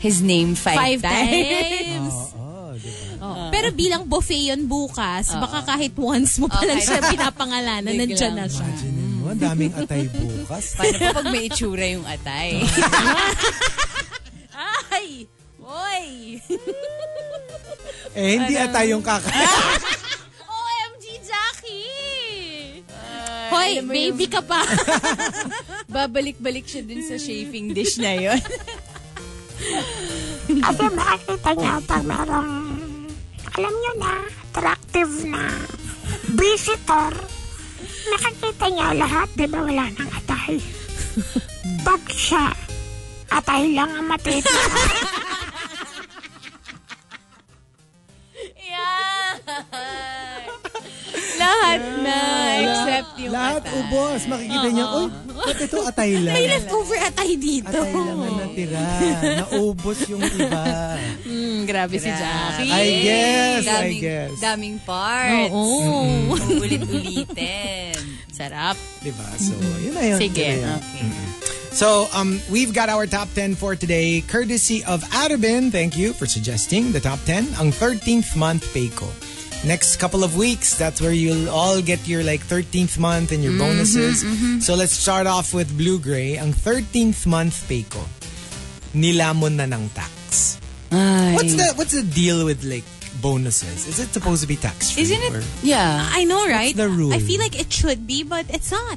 [SPEAKER 2] his name five,
[SPEAKER 3] Five times.
[SPEAKER 1] Oo, oh, diba?
[SPEAKER 3] Pero bilang buffet yun bukas, baka kahit once mo pa lang
[SPEAKER 2] Okay.
[SPEAKER 3] siya pinapangalanan,
[SPEAKER 2] Biglang.
[SPEAKER 3] nandyan na siya.
[SPEAKER 1] Imagine mo, ang daming atay bukas.
[SPEAKER 2] Paano pa pag may itsura yung atay?
[SPEAKER 3] Ay! Oy!
[SPEAKER 1] Eh, hindi atay yung kakain.
[SPEAKER 3] OMG, Jackie! Hoy,
[SPEAKER 2] alam mo
[SPEAKER 3] baby ka pa.
[SPEAKER 2] Babalik-balik siya dun sa chafing dish na yun.
[SPEAKER 6] Kasi makikita niyo pag merong, alam niyo na, attractive na visitor, nakikita niyo lahat, di ba wala nang atay? Pag siya, atay lang ang matitira.
[SPEAKER 2] yeah. Lahat na. Except yung
[SPEAKER 1] Lahat
[SPEAKER 2] atay.
[SPEAKER 1] ubos. Makikita niya, uy, ba't ito atay lang?
[SPEAKER 3] May leftover atay dito.
[SPEAKER 1] Atay lang ang natira. Naubos yung iba.
[SPEAKER 3] Mm, grabe si Jackie.
[SPEAKER 1] I guess, I
[SPEAKER 2] daming,
[SPEAKER 1] guess.
[SPEAKER 2] Daming parts.
[SPEAKER 3] Oo.
[SPEAKER 2] Ulit-ulitin. Sarap.
[SPEAKER 1] Diba? So, yun na yun. Yun
[SPEAKER 2] Sige.
[SPEAKER 1] na yun.
[SPEAKER 2] Okay.
[SPEAKER 1] So, um, we've got our top 10 for today, courtesy of Arabin. Thank you for suggesting the top 10. Ang 13th month pay ko. Next couple of weeks, that's where you'll all get your like 13th month and your
[SPEAKER 2] Mm-hmm,
[SPEAKER 1] bonuses. So let's start off with Blue Gray. Ang 13th month pay ko, nilamon na ng tax. What's the what's the deal with like bonuses? Is it supposed to be tax free?
[SPEAKER 2] Isn't it? Yeah.
[SPEAKER 3] I know, right?
[SPEAKER 1] the rule?
[SPEAKER 3] I feel like it should be, but it's not.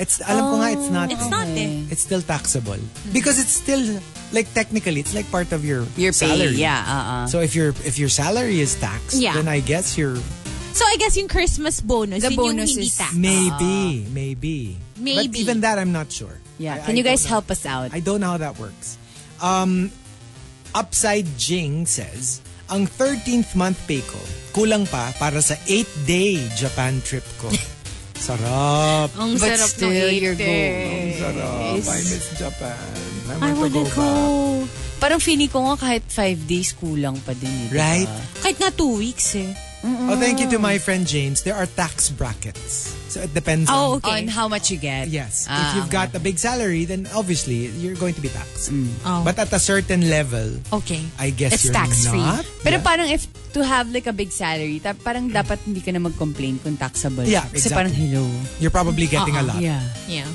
[SPEAKER 1] It's alam ko nga it's not. eh.
[SPEAKER 3] It's not eh.
[SPEAKER 2] Mm-hmm.
[SPEAKER 1] It's still taxable because it's still like technically it's like part of your
[SPEAKER 2] Your pay.
[SPEAKER 1] salary.
[SPEAKER 2] Yeah. Uh-uh.
[SPEAKER 1] So if your if your salary is taxed,
[SPEAKER 3] Yeah.
[SPEAKER 1] then I guess you're
[SPEAKER 3] So I guess yung Christmas bonus,
[SPEAKER 2] The
[SPEAKER 3] yun
[SPEAKER 2] bonus
[SPEAKER 3] yung hindi
[SPEAKER 2] is-
[SPEAKER 3] tax.
[SPEAKER 1] maybe maybe But
[SPEAKER 3] Maybe.
[SPEAKER 1] even that I'm not sure.
[SPEAKER 2] Ah. yeah.
[SPEAKER 1] I-
[SPEAKER 2] Can
[SPEAKER 1] I
[SPEAKER 2] you guys
[SPEAKER 1] don't know.
[SPEAKER 2] help us out?
[SPEAKER 1] I don't know how that works. Um, Upside Jing says, ang 13th month pay ko, kulang pa para sa 8-day Japan trip ko. Sarap.
[SPEAKER 3] Ang
[SPEAKER 2] But
[SPEAKER 3] sarap
[SPEAKER 2] still,
[SPEAKER 3] ng
[SPEAKER 2] your
[SPEAKER 3] ate.
[SPEAKER 2] goal.
[SPEAKER 1] Sarap. I miss Japan.
[SPEAKER 3] I wanna go.
[SPEAKER 2] Parang feeling ko nga kahit five days kulang pa din. eh, di ba?
[SPEAKER 1] Right?
[SPEAKER 3] Kahit nga two weeks eh.
[SPEAKER 1] Oh, thank you to
[SPEAKER 3] Mm.
[SPEAKER 1] my friend James. There are tax brackets. So it depends
[SPEAKER 3] Oh,
[SPEAKER 1] on...
[SPEAKER 2] Ah, On
[SPEAKER 3] okay.
[SPEAKER 2] how much you get.
[SPEAKER 1] Yes.
[SPEAKER 2] Ah,
[SPEAKER 1] if you've got a big salary, then obviously you're going to be taxed.
[SPEAKER 3] Oh.
[SPEAKER 1] But at a certain level,
[SPEAKER 3] Okay.
[SPEAKER 1] I guess
[SPEAKER 3] It's
[SPEAKER 1] you're
[SPEAKER 3] tax-free.
[SPEAKER 1] not.
[SPEAKER 2] Pero parang if to have like a big salary, ta- parang dapat hindi ka na mag-complain kung taxable.
[SPEAKER 1] Yeah,
[SPEAKER 2] Kasi
[SPEAKER 1] exactly.
[SPEAKER 2] parang hello.
[SPEAKER 1] You're probably getting a lot.
[SPEAKER 2] Yeah.
[SPEAKER 3] Mm. Uh-uh. Yeah.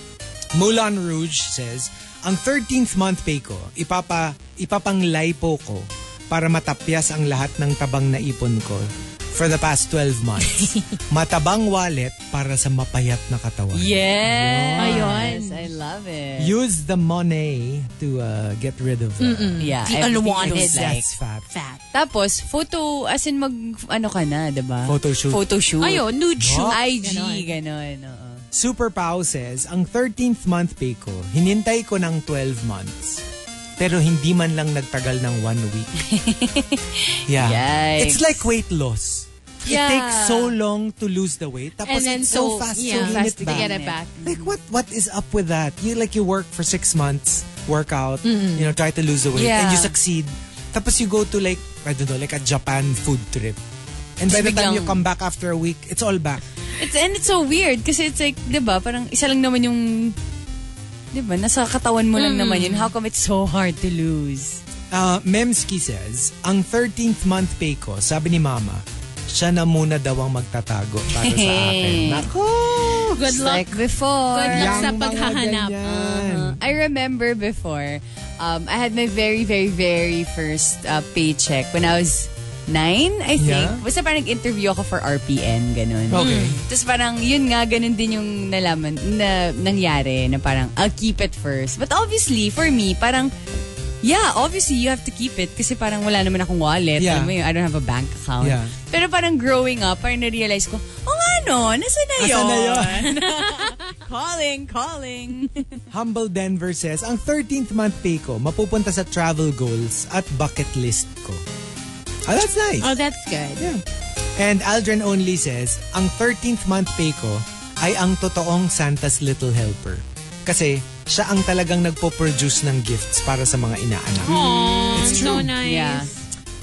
[SPEAKER 1] Moulin Rouge says, ang 13th month pay ko, ipapa, ipapang lipo ko para matapyas ang lahat ng tabang na ipon ko for the past 12 months. Matabang wallet para sa mapayat na katawan.
[SPEAKER 2] Yes.
[SPEAKER 3] Ayun.
[SPEAKER 2] I love it.
[SPEAKER 1] Use the money to uh, get rid of uh,
[SPEAKER 3] Mm.
[SPEAKER 2] yeah.
[SPEAKER 3] The
[SPEAKER 2] everything
[SPEAKER 3] unwanted
[SPEAKER 2] is like-
[SPEAKER 1] that's fab.
[SPEAKER 3] Fat.
[SPEAKER 2] Tapos, photo, as in mag, ano ka na, diba?
[SPEAKER 1] Photoshoot.
[SPEAKER 2] Photoshoot.
[SPEAKER 3] Ayun, nude shoot.
[SPEAKER 2] IG,
[SPEAKER 3] Ganon.
[SPEAKER 2] ganon. oo.
[SPEAKER 1] Super Pau says, ang 13th month pay ko, hinintay ko ng 12 months. Pero hindi man lang nagtagal ng one week. yeah.
[SPEAKER 2] Yikes.
[SPEAKER 1] It's like weight loss.
[SPEAKER 2] Yeah.
[SPEAKER 1] It takes so long to lose the weight. Tapos
[SPEAKER 3] And then
[SPEAKER 1] it's so,
[SPEAKER 3] so-
[SPEAKER 1] fast to
[SPEAKER 3] yeah,
[SPEAKER 1] gain
[SPEAKER 2] fast
[SPEAKER 1] it
[SPEAKER 2] to
[SPEAKER 1] back.
[SPEAKER 2] get
[SPEAKER 3] it back.
[SPEAKER 1] Like what what is up with that? You like you work for six months, work out, you know, try to lose the weight
[SPEAKER 2] Mm-hmm. Yeah.
[SPEAKER 1] and you succeed. Tapos you go to like, I don't know, like a Japan food trip. And by the time you
[SPEAKER 2] Biglang-
[SPEAKER 1] come back after a week, it's all back.
[SPEAKER 2] It's, and it's so weird kasi it's like, diba, parang isa lang naman yung, diba, nasa katawan mo
[SPEAKER 3] Mm.
[SPEAKER 2] lang naman yun. How come it's so hard to lose?
[SPEAKER 1] Uh, Memski says, ang 13th month pay ko, sabi ni Mama, siya na muna daw ang magtatago para sa akin. Nako!
[SPEAKER 3] Good
[SPEAKER 2] It's
[SPEAKER 3] luck.
[SPEAKER 2] Like before.
[SPEAKER 3] Good luck
[SPEAKER 1] Yang
[SPEAKER 3] sa
[SPEAKER 1] mga
[SPEAKER 2] Uh-huh.
[SPEAKER 3] paghahanap.
[SPEAKER 1] ganyan.
[SPEAKER 2] I remember before, um, I had my very, very, very first uh, paycheck when I was nine, I think.
[SPEAKER 1] Yeah.
[SPEAKER 2] Basta parang nag-interview ako for RPN, ganun. Hmm.
[SPEAKER 1] Okay.
[SPEAKER 2] Tapos parang, yun nga, ganun din yung nalaman, na nangyari, na parang, I'll keep it first. But obviously, for me, parang, yeah, obviously, you have to keep it kasi parang wala naman akong wallet.
[SPEAKER 1] Yeah.
[SPEAKER 2] Alam mo yun, I don't have a bank account.
[SPEAKER 1] Yeah.
[SPEAKER 2] Pero parang growing up, parang na-realize ko, oh nga no, nasa na
[SPEAKER 1] Nasa
[SPEAKER 2] yun?
[SPEAKER 1] na
[SPEAKER 2] calling, calling.
[SPEAKER 1] Humble Denver says, ang 13th month pay ko mapupunta sa travel goals at bucket list ko. Ah, that's nice.
[SPEAKER 3] Oh, that's good.
[SPEAKER 1] And Aldrin Only says, ang 13th month pay ko ay ang totoong Santa's Little Helper. Kasi siya ang talagang nagpo-produce ng gifts para sa mga inaanak. It's
[SPEAKER 3] So
[SPEAKER 1] true.
[SPEAKER 3] nice.
[SPEAKER 2] Yeah.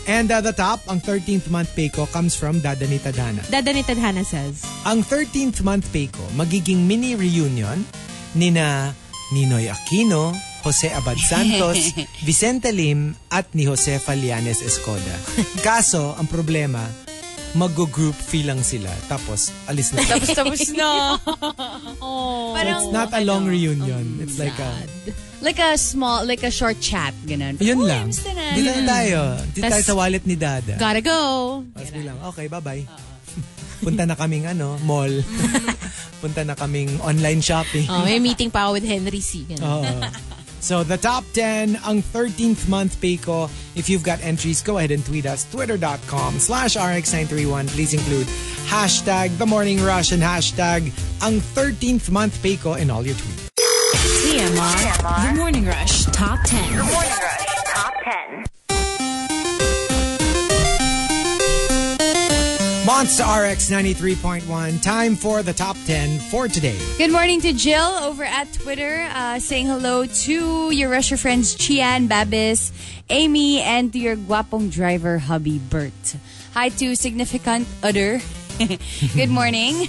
[SPEAKER 1] And at the top, ang 13th month pay ko comes from Dada ni Tadhana.
[SPEAKER 3] Dada ni Tadhana says,
[SPEAKER 1] Ang 13th month pay ko, magiging mini reunion nina Ninoy Aquino, Jose Abad Santos, Vicente Lim, at ni Jose Falianes Escoda. Kaso, ang problema, mag-group feel lang sila. Tapos, alis na.
[SPEAKER 2] Tapos tapos na. Parang, ano? Oh
[SPEAKER 1] It's not a long reunion. It's like a...
[SPEAKER 2] like a small, like a short chat, ganun.
[SPEAKER 1] Yun
[SPEAKER 2] Uy,
[SPEAKER 1] lang.
[SPEAKER 2] kamusta na?
[SPEAKER 1] Di na tayo. Di tayo
[SPEAKER 3] Tas-
[SPEAKER 1] sa wallet ni Dada.
[SPEAKER 3] gotta go.
[SPEAKER 1] Tapos bilang, okay, bye-bye. Punta na kaming ano, mall. Punta na kaming online shopping.
[SPEAKER 3] Oh, may meeting pa ako with Henry C. Ganun.
[SPEAKER 1] Oo. So the top 10, ang 13th month pay ko. If you've got entries, go ahead and tweet us. Twitter.com slash RX931. Please include hashtag The Morning Rush and hashtag ang 13th month pay ko in all your tweets.
[SPEAKER 4] TMR. The Morning Rush Top 10.
[SPEAKER 5] Morning Rush Top 10.
[SPEAKER 1] Monster RX 93.1. Time for the top 10 for today.
[SPEAKER 2] Good morning to Jill over at Twitter, uh, saying hello to your Russia friends Chian, Babis, Amy, and to your guapong driver hubby Bert. Hi to significant other. Good morning.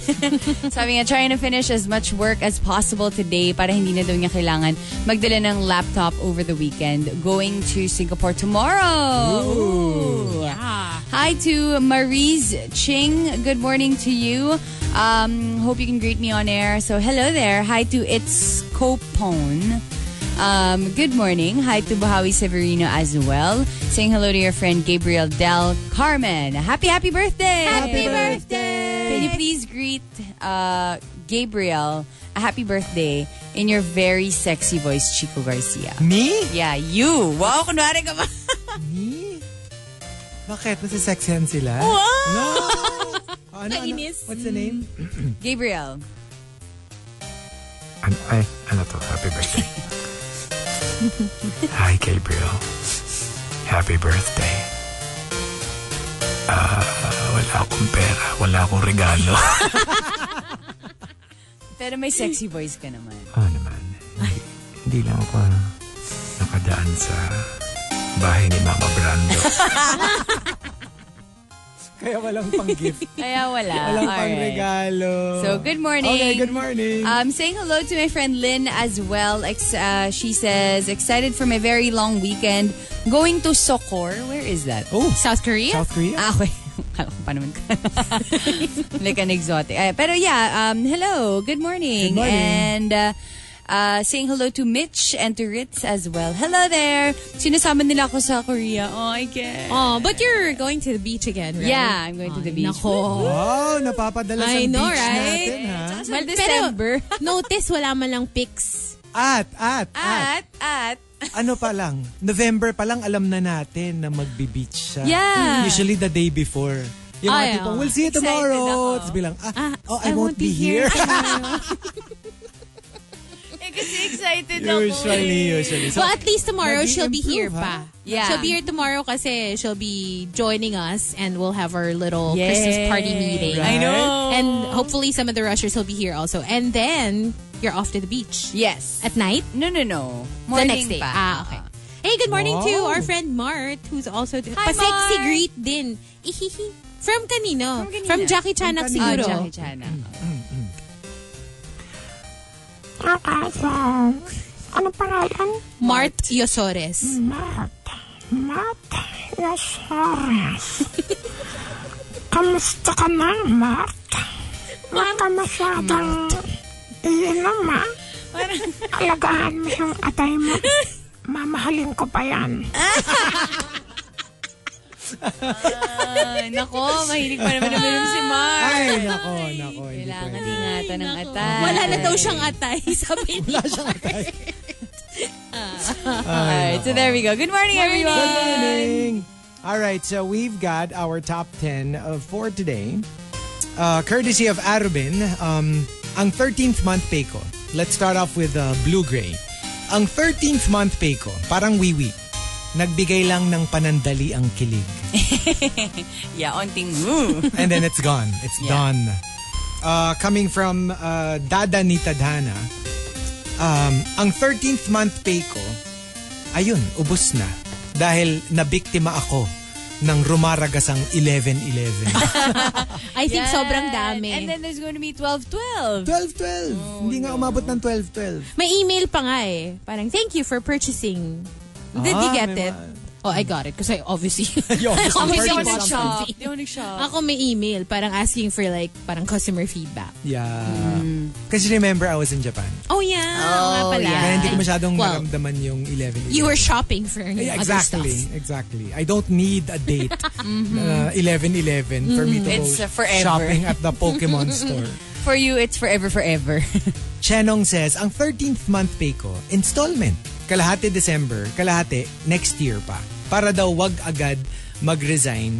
[SPEAKER 2] Sabi nga, trying to finish as much work as possible today para hindi na daw niya kailangan magdala ng laptop over the weekend. Going to Singapore tomorrow. Ooh. Hi to Marise Ching. Good morning to you. Um, hope you can greet me on air. So, hello there. Hi to It's Copone. Um, good morning. Hi to Bahawi Severino as well. Saying hello to your friend Gabriel Del Carmen. Happy, happy birthday! Happy birthday! Can you please greet uh, Gabriel a happy birthday in your very sexy voice, Chico Garcia?
[SPEAKER 1] Me?
[SPEAKER 2] Yeah, you. Wow, kunwari ka ba?
[SPEAKER 1] Me? Bakit? Nasisexihan sila? No! Oh, ano, ano?
[SPEAKER 3] Nainis.
[SPEAKER 1] What's the name?
[SPEAKER 2] Mm. Gabriel.
[SPEAKER 9] An ay, ano to? Happy birthday. Hi, Gabriel. Happy birthday. Ah, wala akong pera. Wala akong regalo.
[SPEAKER 2] Pero may sexy voice ka naman.
[SPEAKER 9] ano naman? Hindi, hindi lang ako ah, nakadaan sa bahay ni Mama Brando.
[SPEAKER 1] Kaya walang pang-gift.
[SPEAKER 2] Kaya wala.
[SPEAKER 1] walang
[SPEAKER 2] Alright.
[SPEAKER 1] pang-regalo.
[SPEAKER 2] So, good morning.
[SPEAKER 1] Okay, good morning.
[SPEAKER 2] Um, saying hello to my friend Lynn as well. Ex- uh, she says, excited for my very long weekend. Going to Sokor. Where is that?
[SPEAKER 1] oh,
[SPEAKER 3] South Korea?
[SPEAKER 1] South Korea?
[SPEAKER 2] Ah, okay. Kala ko pa naman. like an exotic. Eh, pero yeah, um, hello. Good morning.
[SPEAKER 1] Good morning.
[SPEAKER 2] And uh, uh, saying hello to Mitch and to Ritz as well. Hello there. Sinasama nila ako sa Korea. Oh, I guess.
[SPEAKER 3] Oh, but you're going to the beach again, right?
[SPEAKER 2] Yeah, I'm going to the
[SPEAKER 3] Ay,
[SPEAKER 2] beach.
[SPEAKER 3] Nako.
[SPEAKER 1] Wow, napapadala sa
[SPEAKER 3] I
[SPEAKER 1] beach
[SPEAKER 3] know,
[SPEAKER 1] natin,
[SPEAKER 3] right?
[SPEAKER 1] ha?
[SPEAKER 2] Well,
[SPEAKER 3] Pero-
[SPEAKER 2] December.
[SPEAKER 3] Notice, wala man lang pics.
[SPEAKER 1] At, at, at,
[SPEAKER 2] at, at.
[SPEAKER 1] Ano pa lang, November pa lang alam na natin na magbe-beach siya.
[SPEAKER 2] Yeah.
[SPEAKER 1] Usually the day before. Yung mga
[SPEAKER 3] Ay,
[SPEAKER 1] tipong,
[SPEAKER 3] oh.
[SPEAKER 1] we'll see you
[SPEAKER 2] Excited
[SPEAKER 1] tomorrow.
[SPEAKER 2] ako.
[SPEAKER 1] It's bilang, ah, oh, I, won't, be here.
[SPEAKER 2] Eh, kasi excited
[SPEAKER 1] usually, usually. So,
[SPEAKER 3] well, at least tomorrow,
[SPEAKER 1] naging
[SPEAKER 3] she'll be here
[SPEAKER 1] improve,
[SPEAKER 3] pa.
[SPEAKER 1] ha?
[SPEAKER 2] Yeah.
[SPEAKER 3] She'll be here tomorrow kasi she'll be joining us and we'll have our little
[SPEAKER 2] Yay.
[SPEAKER 3] Christmas party meeting.
[SPEAKER 1] Right. I know.
[SPEAKER 3] And hopefully some of the rushers will be here also. And then, you're off to the beach.
[SPEAKER 2] Yes.
[SPEAKER 3] At night?
[SPEAKER 2] No, no, no.
[SPEAKER 3] the
[SPEAKER 2] Morning
[SPEAKER 3] next day.
[SPEAKER 2] pa.
[SPEAKER 3] Ah, okay. Hey, good morning to
[SPEAKER 1] Wow.
[SPEAKER 3] our friend Mart who's also
[SPEAKER 2] Hi,
[SPEAKER 3] pa-sexy
[SPEAKER 2] Mart.
[SPEAKER 3] greet din. Ihihi. From kanino? From Oh,
[SPEAKER 2] From kanina.
[SPEAKER 3] Jackie Chanak
[SPEAKER 2] Ah,
[SPEAKER 3] siguro.
[SPEAKER 2] Jackie Chan. ah.
[SPEAKER 6] Okay, so, ano pangalan?
[SPEAKER 3] Mart Yosores.
[SPEAKER 6] Matt. Matt Lazarus. Kamusta ka na, Matt? Huwag ka masyadong iinom, ha? Alagaan mo yung atay mo. mamahalin ko pa yan.
[SPEAKER 2] Ay, nako, mahilig pa naman uminom si Mark.
[SPEAKER 1] Ay, nako, nako. Hindi
[SPEAKER 2] Kailangan
[SPEAKER 1] pwede.
[SPEAKER 2] Ah. ingatan ng atay.
[SPEAKER 3] Wala na daw siyang atay, sabi niya.
[SPEAKER 1] Wala siyang atay.
[SPEAKER 2] Alright, so there we go. Good morning, everyone.
[SPEAKER 1] Good morning. All right, so we've got our top 10 uh, for today. Uh, courtesy of Arubin, um, ang 13th month pay ko. Let's start off with uh, blue-gray. Ang 13th month pay ko, parang wiwi. Nagbigay lang ng panandali ang kilig.
[SPEAKER 2] Yeah, onting woo.
[SPEAKER 1] And then it's gone. It's done. Uh, coming from uh, Dada ni Tadhana, um, ang 13th month pay ko, ayun, ubos na. Dahil nabiktima ako ng rumaragasang 11-11.
[SPEAKER 3] I think sobrang dami.
[SPEAKER 2] And then there's going to be 12-12.
[SPEAKER 1] 12-12.
[SPEAKER 3] Oh,
[SPEAKER 1] Hindi nga umabot ng 12-12.
[SPEAKER 3] May email pa nga eh. Parang, thank you for purchasing. Did you
[SPEAKER 1] Ah,
[SPEAKER 3] get
[SPEAKER 1] may
[SPEAKER 3] it? Oh, I got it. Kasi obviously,
[SPEAKER 1] Yo, this is
[SPEAKER 3] obviously
[SPEAKER 1] Virgin
[SPEAKER 3] ako nag-shop.
[SPEAKER 2] Hindi ako nag-shop.
[SPEAKER 3] Ako may email, parang asking for like, parang customer feedback.
[SPEAKER 1] Yeah. Kasi remember, I was in Japan.
[SPEAKER 3] Oh Mm-hmm. yeah, nga pala.
[SPEAKER 1] Kaya hindi ko masyadong
[SPEAKER 3] Well,
[SPEAKER 1] naramdaman yung 11-11.
[SPEAKER 3] You were shopping for
[SPEAKER 1] Yeah,
[SPEAKER 3] yeah,
[SPEAKER 1] exactly, exactly. I don't need a date. uh, 11-11 for me to
[SPEAKER 2] Mm-hmm. It's,
[SPEAKER 1] go
[SPEAKER 2] uh, forever.
[SPEAKER 1] shopping at the Pokemon store.
[SPEAKER 2] For you, it's forever, forever.
[SPEAKER 1] Chenong says, ang 13th month pay ko, installment. Kalahati December, kalahati next year pa. Para daw wag agad mag-resign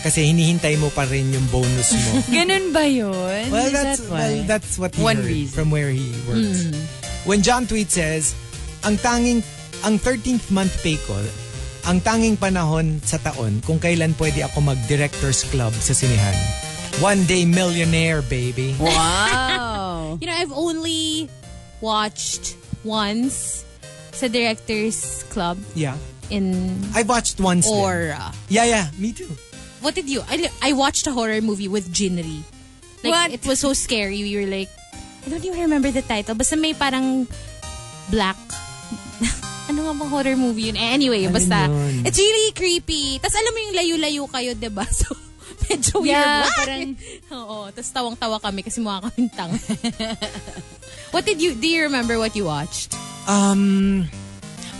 [SPEAKER 1] kasi hinihintay mo pa rin yung bonus mo.
[SPEAKER 2] Ganun ba yun?
[SPEAKER 1] well,
[SPEAKER 2] Is
[SPEAKER 1] that's,
[SPEAKER 2] that
[SPEAKER 1] well,
[SPEAKER 2] why?
[SPEAKER 1] that's what he
[SPEAKER 2] One
[SPEAKER 1] heard
[SPEAKER 2] reason. Hmm.
[SPEAKER 1] from where he works. When John Tweet says, ang tanging, ang 13th month pay ko, ang tanging panahon sa taon kung kailan pwede ako mag-director's club sa sinihan. One day millionaire, baby.
[SPEAKER 2] Wow.
[SPEAKER 3] You know, I've only watched once sa director's club
[SPEAKER 1] Yeah.
[SPEAKER 3] in
[SPEAKER 1] I watched once din.
[SPEAKER 3] Aura.
[SPEAKER 1] Yeah, yeah. Me too.
[SPEAKER 3] What did you? I, I watched a horror movie with Jinri. Like,
[SPEAKER 2] What?
[SPEAKER 3] It was so scary. We were like, I don't even remember the title. Basta may parang black. ano nga bang horror movie yun? Eh, anyway,
[SPEAKER 1] Ano
[SPEAKER 3] basta.
[SPEAKER 1] yun?
[SPEAKER 3] It's really creepy. Tapos alam mo yung layo-layo kayo, 'di ba? So, medyo weird.
[SPEAKER 2] Yeah,
[SPEAKER 3] Why?
[SPEAKER 2] parang-
[SPEAKER 3] Oo. Tapos tawang-tawa kami kasi mukha kaming tanga. what did you, do you remember what you watched?
[SPEAKER 1] Um,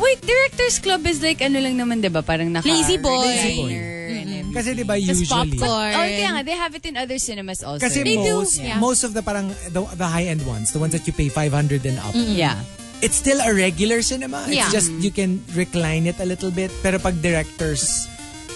[SPEAKER 2] Wait, Director's Club is like ano lang naman, di ba? Parang naka-
[SPEAKER 3] Lazy Boy.
[SPEAKER 1] Lazy Boy.
[SPEAKER 2] Boy.
[SPEAKER 1] kasi 'di ba
[SPEAKER 3] Just
[SPEAKER 1] usually
[SPEAKER 3] popcorn.
[SPEAKER 2] Oh, kaya nga, they have it in other cinemas also.
[SPEAKER 1] kasi
[SPEAKER 3] They do,
[SPEAKER 1] most
[SPEAKER 3] yeah.
[SPEAKER 1] most of the parang the, the high end ones, the ones that you pay 500 and up.
[SPEAKER 2] yeah.
[SPEAKER 1] It's still a regular cinema.
[SPEAKER 3] Yeah.
[SPEAKER 1] It's just you can recline it a little bit pero pag directors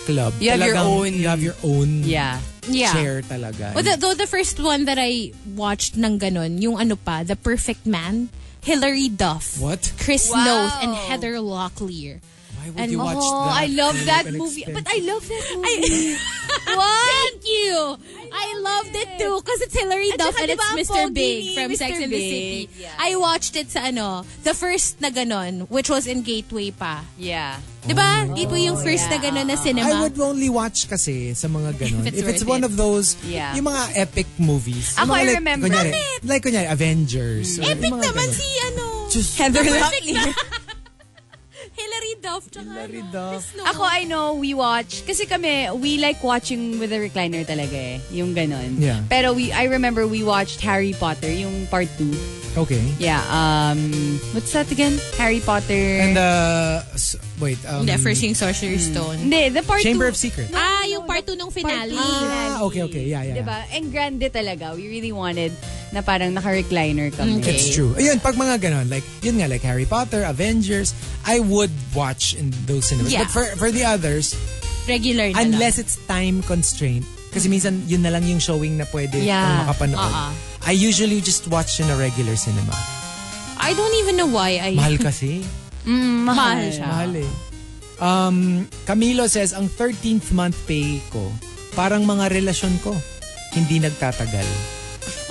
[SPEAKER 1] club,
[SPEAKER 2] You have your
[SPEAKER 1] talagang
[SPEAKER 2] own-
[SPEAKER 1] you have your own
[SPEAKER 2] Yeah.
[SPEAKER 3] Yeah.
[SPEAKER 1] chair talaga.
[SPEAKER 3] Well, the, though the first one that I watched ng ganun, yung ano pa, The Perfect Man, Hilary Duff.
[SPEAKER 1] What?
[SPEAKER 3] Chris
[SPEAKER 2] Wow.
[SPEAKER 3] Noth and Heather Locklear.
[SPEAKER 1] Why would
[SPEAKER 3] and-
[SPEAKER 1] you watch
[SPEAKER 2] Oh,
[SPEAKER 1] that?
[SPEAKER 2] I love
[SPEAKER 1] Cheap
[SPEAKER 2] that
[SPEAKER 1] and
[SPEAKER 2] movie. But
[SPEAKER 1] expensive.
[SPEAKER 2] I love that movie.
[SPEAKER 3] What? Thank you! I loved it too because it's Hilary
[SPEAKER 2] At
[SPEAKER 3] Duff and
[SPEAKER 2] saka diba
[SPEAKER 3] it's
[SPEAKER 2] ang
[SPEAKER 3] Mr.
[SPEAKER 2] pogi ni
[SPEAKER 3] Big from
[SPEAKER 2] Mr.
[SPEAKER 3] Sex and the City.
[SPEAKER 2] Big, yeah.
[SPEAKER 3] I watched it sa ano, the first na ganun, which was in Gateway pa.
[SPEAKER 2] Yeah.
[SPEAKER 3] Diba? Gateway yung first na ganun na cinema.
[SPEAKER 1] Oh. I would only watch kasi sa mga ganun.
[SPEAKER 3] If it's
[SPEAKER 1] If it's,
[SPEAKER 3] worth
[SPEAKER 1] one of
[SPEAKER 3] it.
[SPEAKER 1] those,
[SPEAKER 2] Yeah.
[SPEAKER 1] yung mga epic movies. Yung
[SPEAKER 2] Ako,
[SPEAKER 1] mga
[SPEAKER 2] I
[SPEAKER 1] like,
[SPEAKER 2] remember.
[SPEAKER 1] Kunyari, like, kunyari, Avengers. or
[SPEAKER 3] Epic
[SPEAKER 1] yung mga
[SPEAKER 3] naman
[SPEAKER 1] ganun.
[SPEAKER 3] si ano,
[SPEAKER 1] Just-
[SPEAKER 2] Heather Locklear.
[SPEAKER 3] Hilary Duff tsaka
[SPEAKER 1] Hilary
[SPEAKER 3] ano,
[SPEAKER 1] Duff.
[SPEAKER 3] Chris Noth.
[SPEAKER 2] Ako, I know, we watch. Kasi kami, we like watching with a recliner talaga eh. Yung ganon.
[SPEAKER 1] Yeah.
[SPEAKER 2] Pero we, I remember we watched Harry Potter, yung part 2.
[SPEAKER 1] Okay.
[SPEAKER 2] Yeah. Um, what's that again? Harry Potter.
[SPEAKER 1] And uh, s- wait. Um,
[SPEAKER 3] Hindi, first yung
[SPEAKER 1] Hmm.
[SPEAKER 3] Sorcerer's Stone.
[SPEAKER 2] Hindi, the part 2.
[SPEAKER 1] Chamber of Secrets.
[SPEAKER 3] ah,
[SPEAKER 2] ano,
[SPEAKER 3] yung part 2 nung finale.
[SPEAKER 1] Ah, okay, okay. Yeah, yeah. yeah.
[SPEAKER 2] Diba? And grande talaga. We really wanted na parang naka-recliner kami.
[SPEAKER 1] It's Mm, true. Ayun, pag mga ganon, like, yun nga, like Harry Potter, Avengers, I would watch in those cinemas.
[SPEAKER 3] Yeah.
[SPEAKER 1] But for, for the others,
[SPEAKER 3] Regular na
[SPEAKER 1] unless it's time constraint, kasi minsan yun na lang yung showing na pwede
[SPEAKER 2] Yeah.
[SPEAKER 1] kang makapanood.
[SPEAKER 3] Ah, ah.
[SPEAKER 1] I usually just watch in a regular cinema.
[SPEAKER 3] lang. I don't even know why I...
[SPEAKER 1] Mahal kasi.
[SPEAKER 3] mahal siya.
[SPEAKER 1] Mahal eh. Um, Camilo says, ang 13th month pay ko, parang mga relasyon ko, hindi nagtatagal.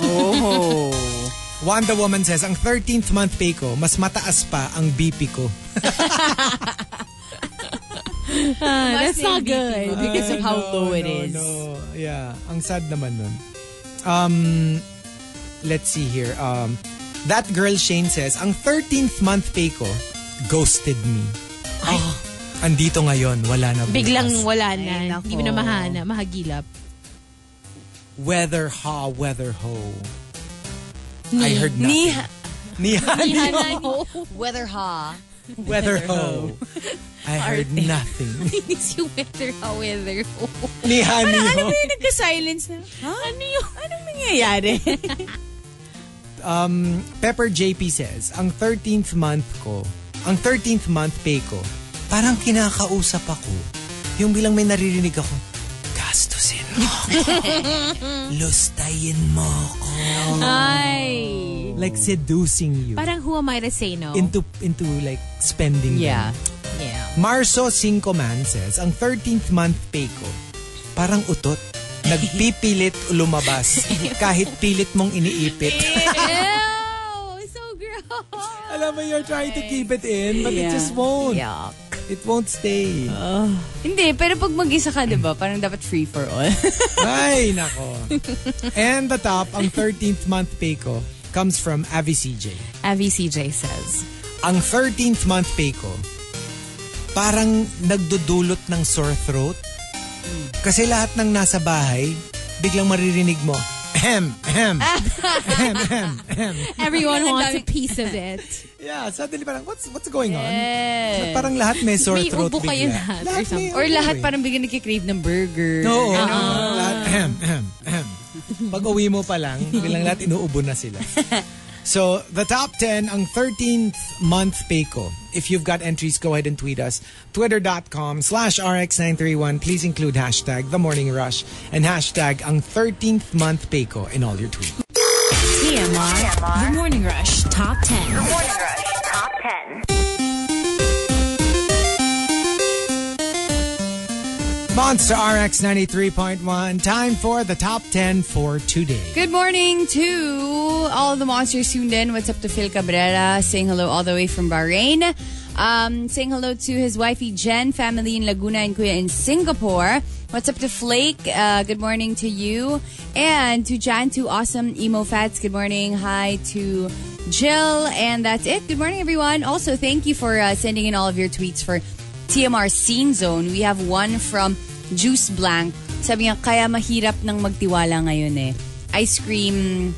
[SPEAKER 2] Oh.
[SPEAKER 1] Wanda Woman says, ang 13th month pay ko, mas mataas pa ang BP ko.
[SPEAKER 2] that's not good because of how
[SPEAKER 1] no,
[SPEAKER 2] low it
[SPEAKER 1] no,
[SPEAKER 2] is.
[SPEAKER 1] No. Yeah, ang sad naman nun. Um, let's see here. Um, that girl Shane says, ang 13th month pay ko, ghosted me.
[SPEAKER 2] Ah.
[SPEAKER 1] Ay. Andito ngayon, wala na bukas.
[SPEAKER 3] Biglang wala
[SPEAKER 2] Ay,
[SPEAKER 3] na.
[SPEAKER 2] nako.
[SPEAKER 3] Hindi mo na mahana. Mahagilap.
[SPEAKER 1] Weather ha, weather ho. I heard nothing.
[SPEAKER 2] Ni
[SPEAKER 1] Nihan.
[SPEAKER 3] Mahana.
[SPEAKER 2] Weather ha.
[SPEAKER 1] Weather ho. I heard nothing.
[SPEAKER 3] Inis yung weather, ha, weather.
[SPEAKER 1] Ni Honey ho.
[SPEAKER 2] Ano Yung nagka-silence na, ha? Ano yung, anong nangyayari?
[SPEAKER 1] Pepper JP says, ang 13th month ko, ang 13th month pay ko, parang kinakausap ako. Yung bilang may naririnig ako, gastusin mo ako. Lustayin mo ako.
[SPEAKER 3] Ay.
[SPEAKER 1] Like seducing you
[SPEAKER 3] Parang who am I to say no?
[SPEAKER 1] into into like spending them.
[SPEAKER 2] yeah.
[SPEAKER 3] yeah.
[SPEAKER 1] Marso Cinco Man says, ang 13th month pay ko, parang utot. Nagpipilit lumabas kahit pilit mong iniipit.
[SPEAKER 3] Ew! So gross!
[SPEAKER 1] Alam mo, you're trying to keep it in, but it just won't.
[SPEAKER 2] Yuck.
[SPEAKER 1] It won't stay.
[SPEAKER 2] Hindi, pero pag mag-isa ka, di ba, parang dapat free for all.
[SPEAKER 1] Ay, nako. And the top, ang 13th month pay ko comes from Avi CJ.
[SPEAKER 3] Avi CJ says,
[SPEAKER 1] Ang 13th month pay ko, parang nagdudulot ng sore throat. Kasi lahat ng nasa bahay, biglang maririnig mo, ahem, ahem.
[SPEAKER 3] Everyone wants a piece of it.
[SPEAKER 1] yeah, suddenly parang, what's what's going on? Ba't Parang lahat may sore
[SPEAKER 3] May
[SPEAKER 1] throat
[SPEAKER 3] ubo
[SPEAKER 1] bigla.
[SPEAKER 3] kayo lahat or
[SPEAKER 1] may
[SPEAKER 3] something.
[SPEAKER 2] Or
[SPEAKER 1] ubo
[SPEAKER 2] lahat
[SPEAKER 1] eh.
[SPEAKER 2] parang bigyan nagkikrave ng burger.
[SPEAKER 1] No, no, no. Lahat, ahem, ahem, ahem. Pag uwi mo pa lang, bilang lahat inuubo na sila. So, the top 10, ang 13th month pay ko. If you've got entries, go ahead and tweet us. Twitter.com slash RX931. Please include hashtag The Morning Rush and hashtag ang 13th month pay ko in all your tweets.
[SPEAKER 4] TMR. The Morning Rush Top 10.
[SPEAKER 5] Morning Rush Top 10.
[SPEAKER 1] Monster RX 93.1. Time for the top 10 for today.
[SPEAKER 2] Good morning to all the monsters tuned in. What's up to Phil Cabrera? Saying hello all the way from Bahrain. Um, saying hello to his wifey Jen, family in Laguna and Kuya in Singapore. What's up to Flake? Uh, good morning to you. And to Jan, to awesome emo fats. Good morning. Hi to Jill. And that's it. Good morning, everyone. Also, thank you for uh, sending in all of your tweets for TMR Scene Zone, we have one from Juice Blank. Sabi niya, kaya mahirap ng magtiwala ngayon eh. Ice cream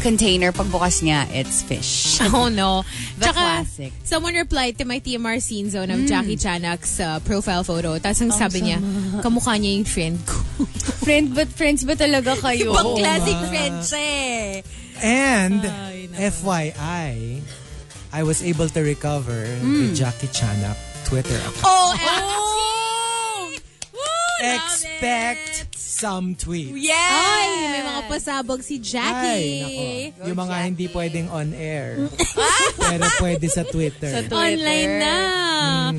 [SPEAKER 2] container, pagbukas niya, it's fish.
[SPEAKER 3] Oh no.
[SPEAKER 2] The classic.
[SPEAKER 3] someone replied to my TMR scene zone of Jackie Chanak's uh, profile photo. Tapos ang sabi niya, kamukha niya yung friend ko.
[SPEAKER 2] Friend, but friends ba talaga kayo?
[SPEAKER 3] Pang classic friend siya eh.
[SPEAKER 1] And FYI, I was able to recover
[SPEAKER 3] Hmm.
[SPEAKER 1] the Jackie Chanak Twitter
[SPEAKER 3] Oh,
[SPEAKER 1] account.
[SPEAKER 3] OMG! Woo!
[SPEAKER 1] Expect some tweets.
[SPEAKER 3] Yes! Ay, may mga pasabog si Jackie.
[SPEAKER 1] nako. Yung mga hindi pwedeng on air. pero pwede sa Twitter.
[SPEAKER 2] Twitter.
[SPEAKER 3] Online na.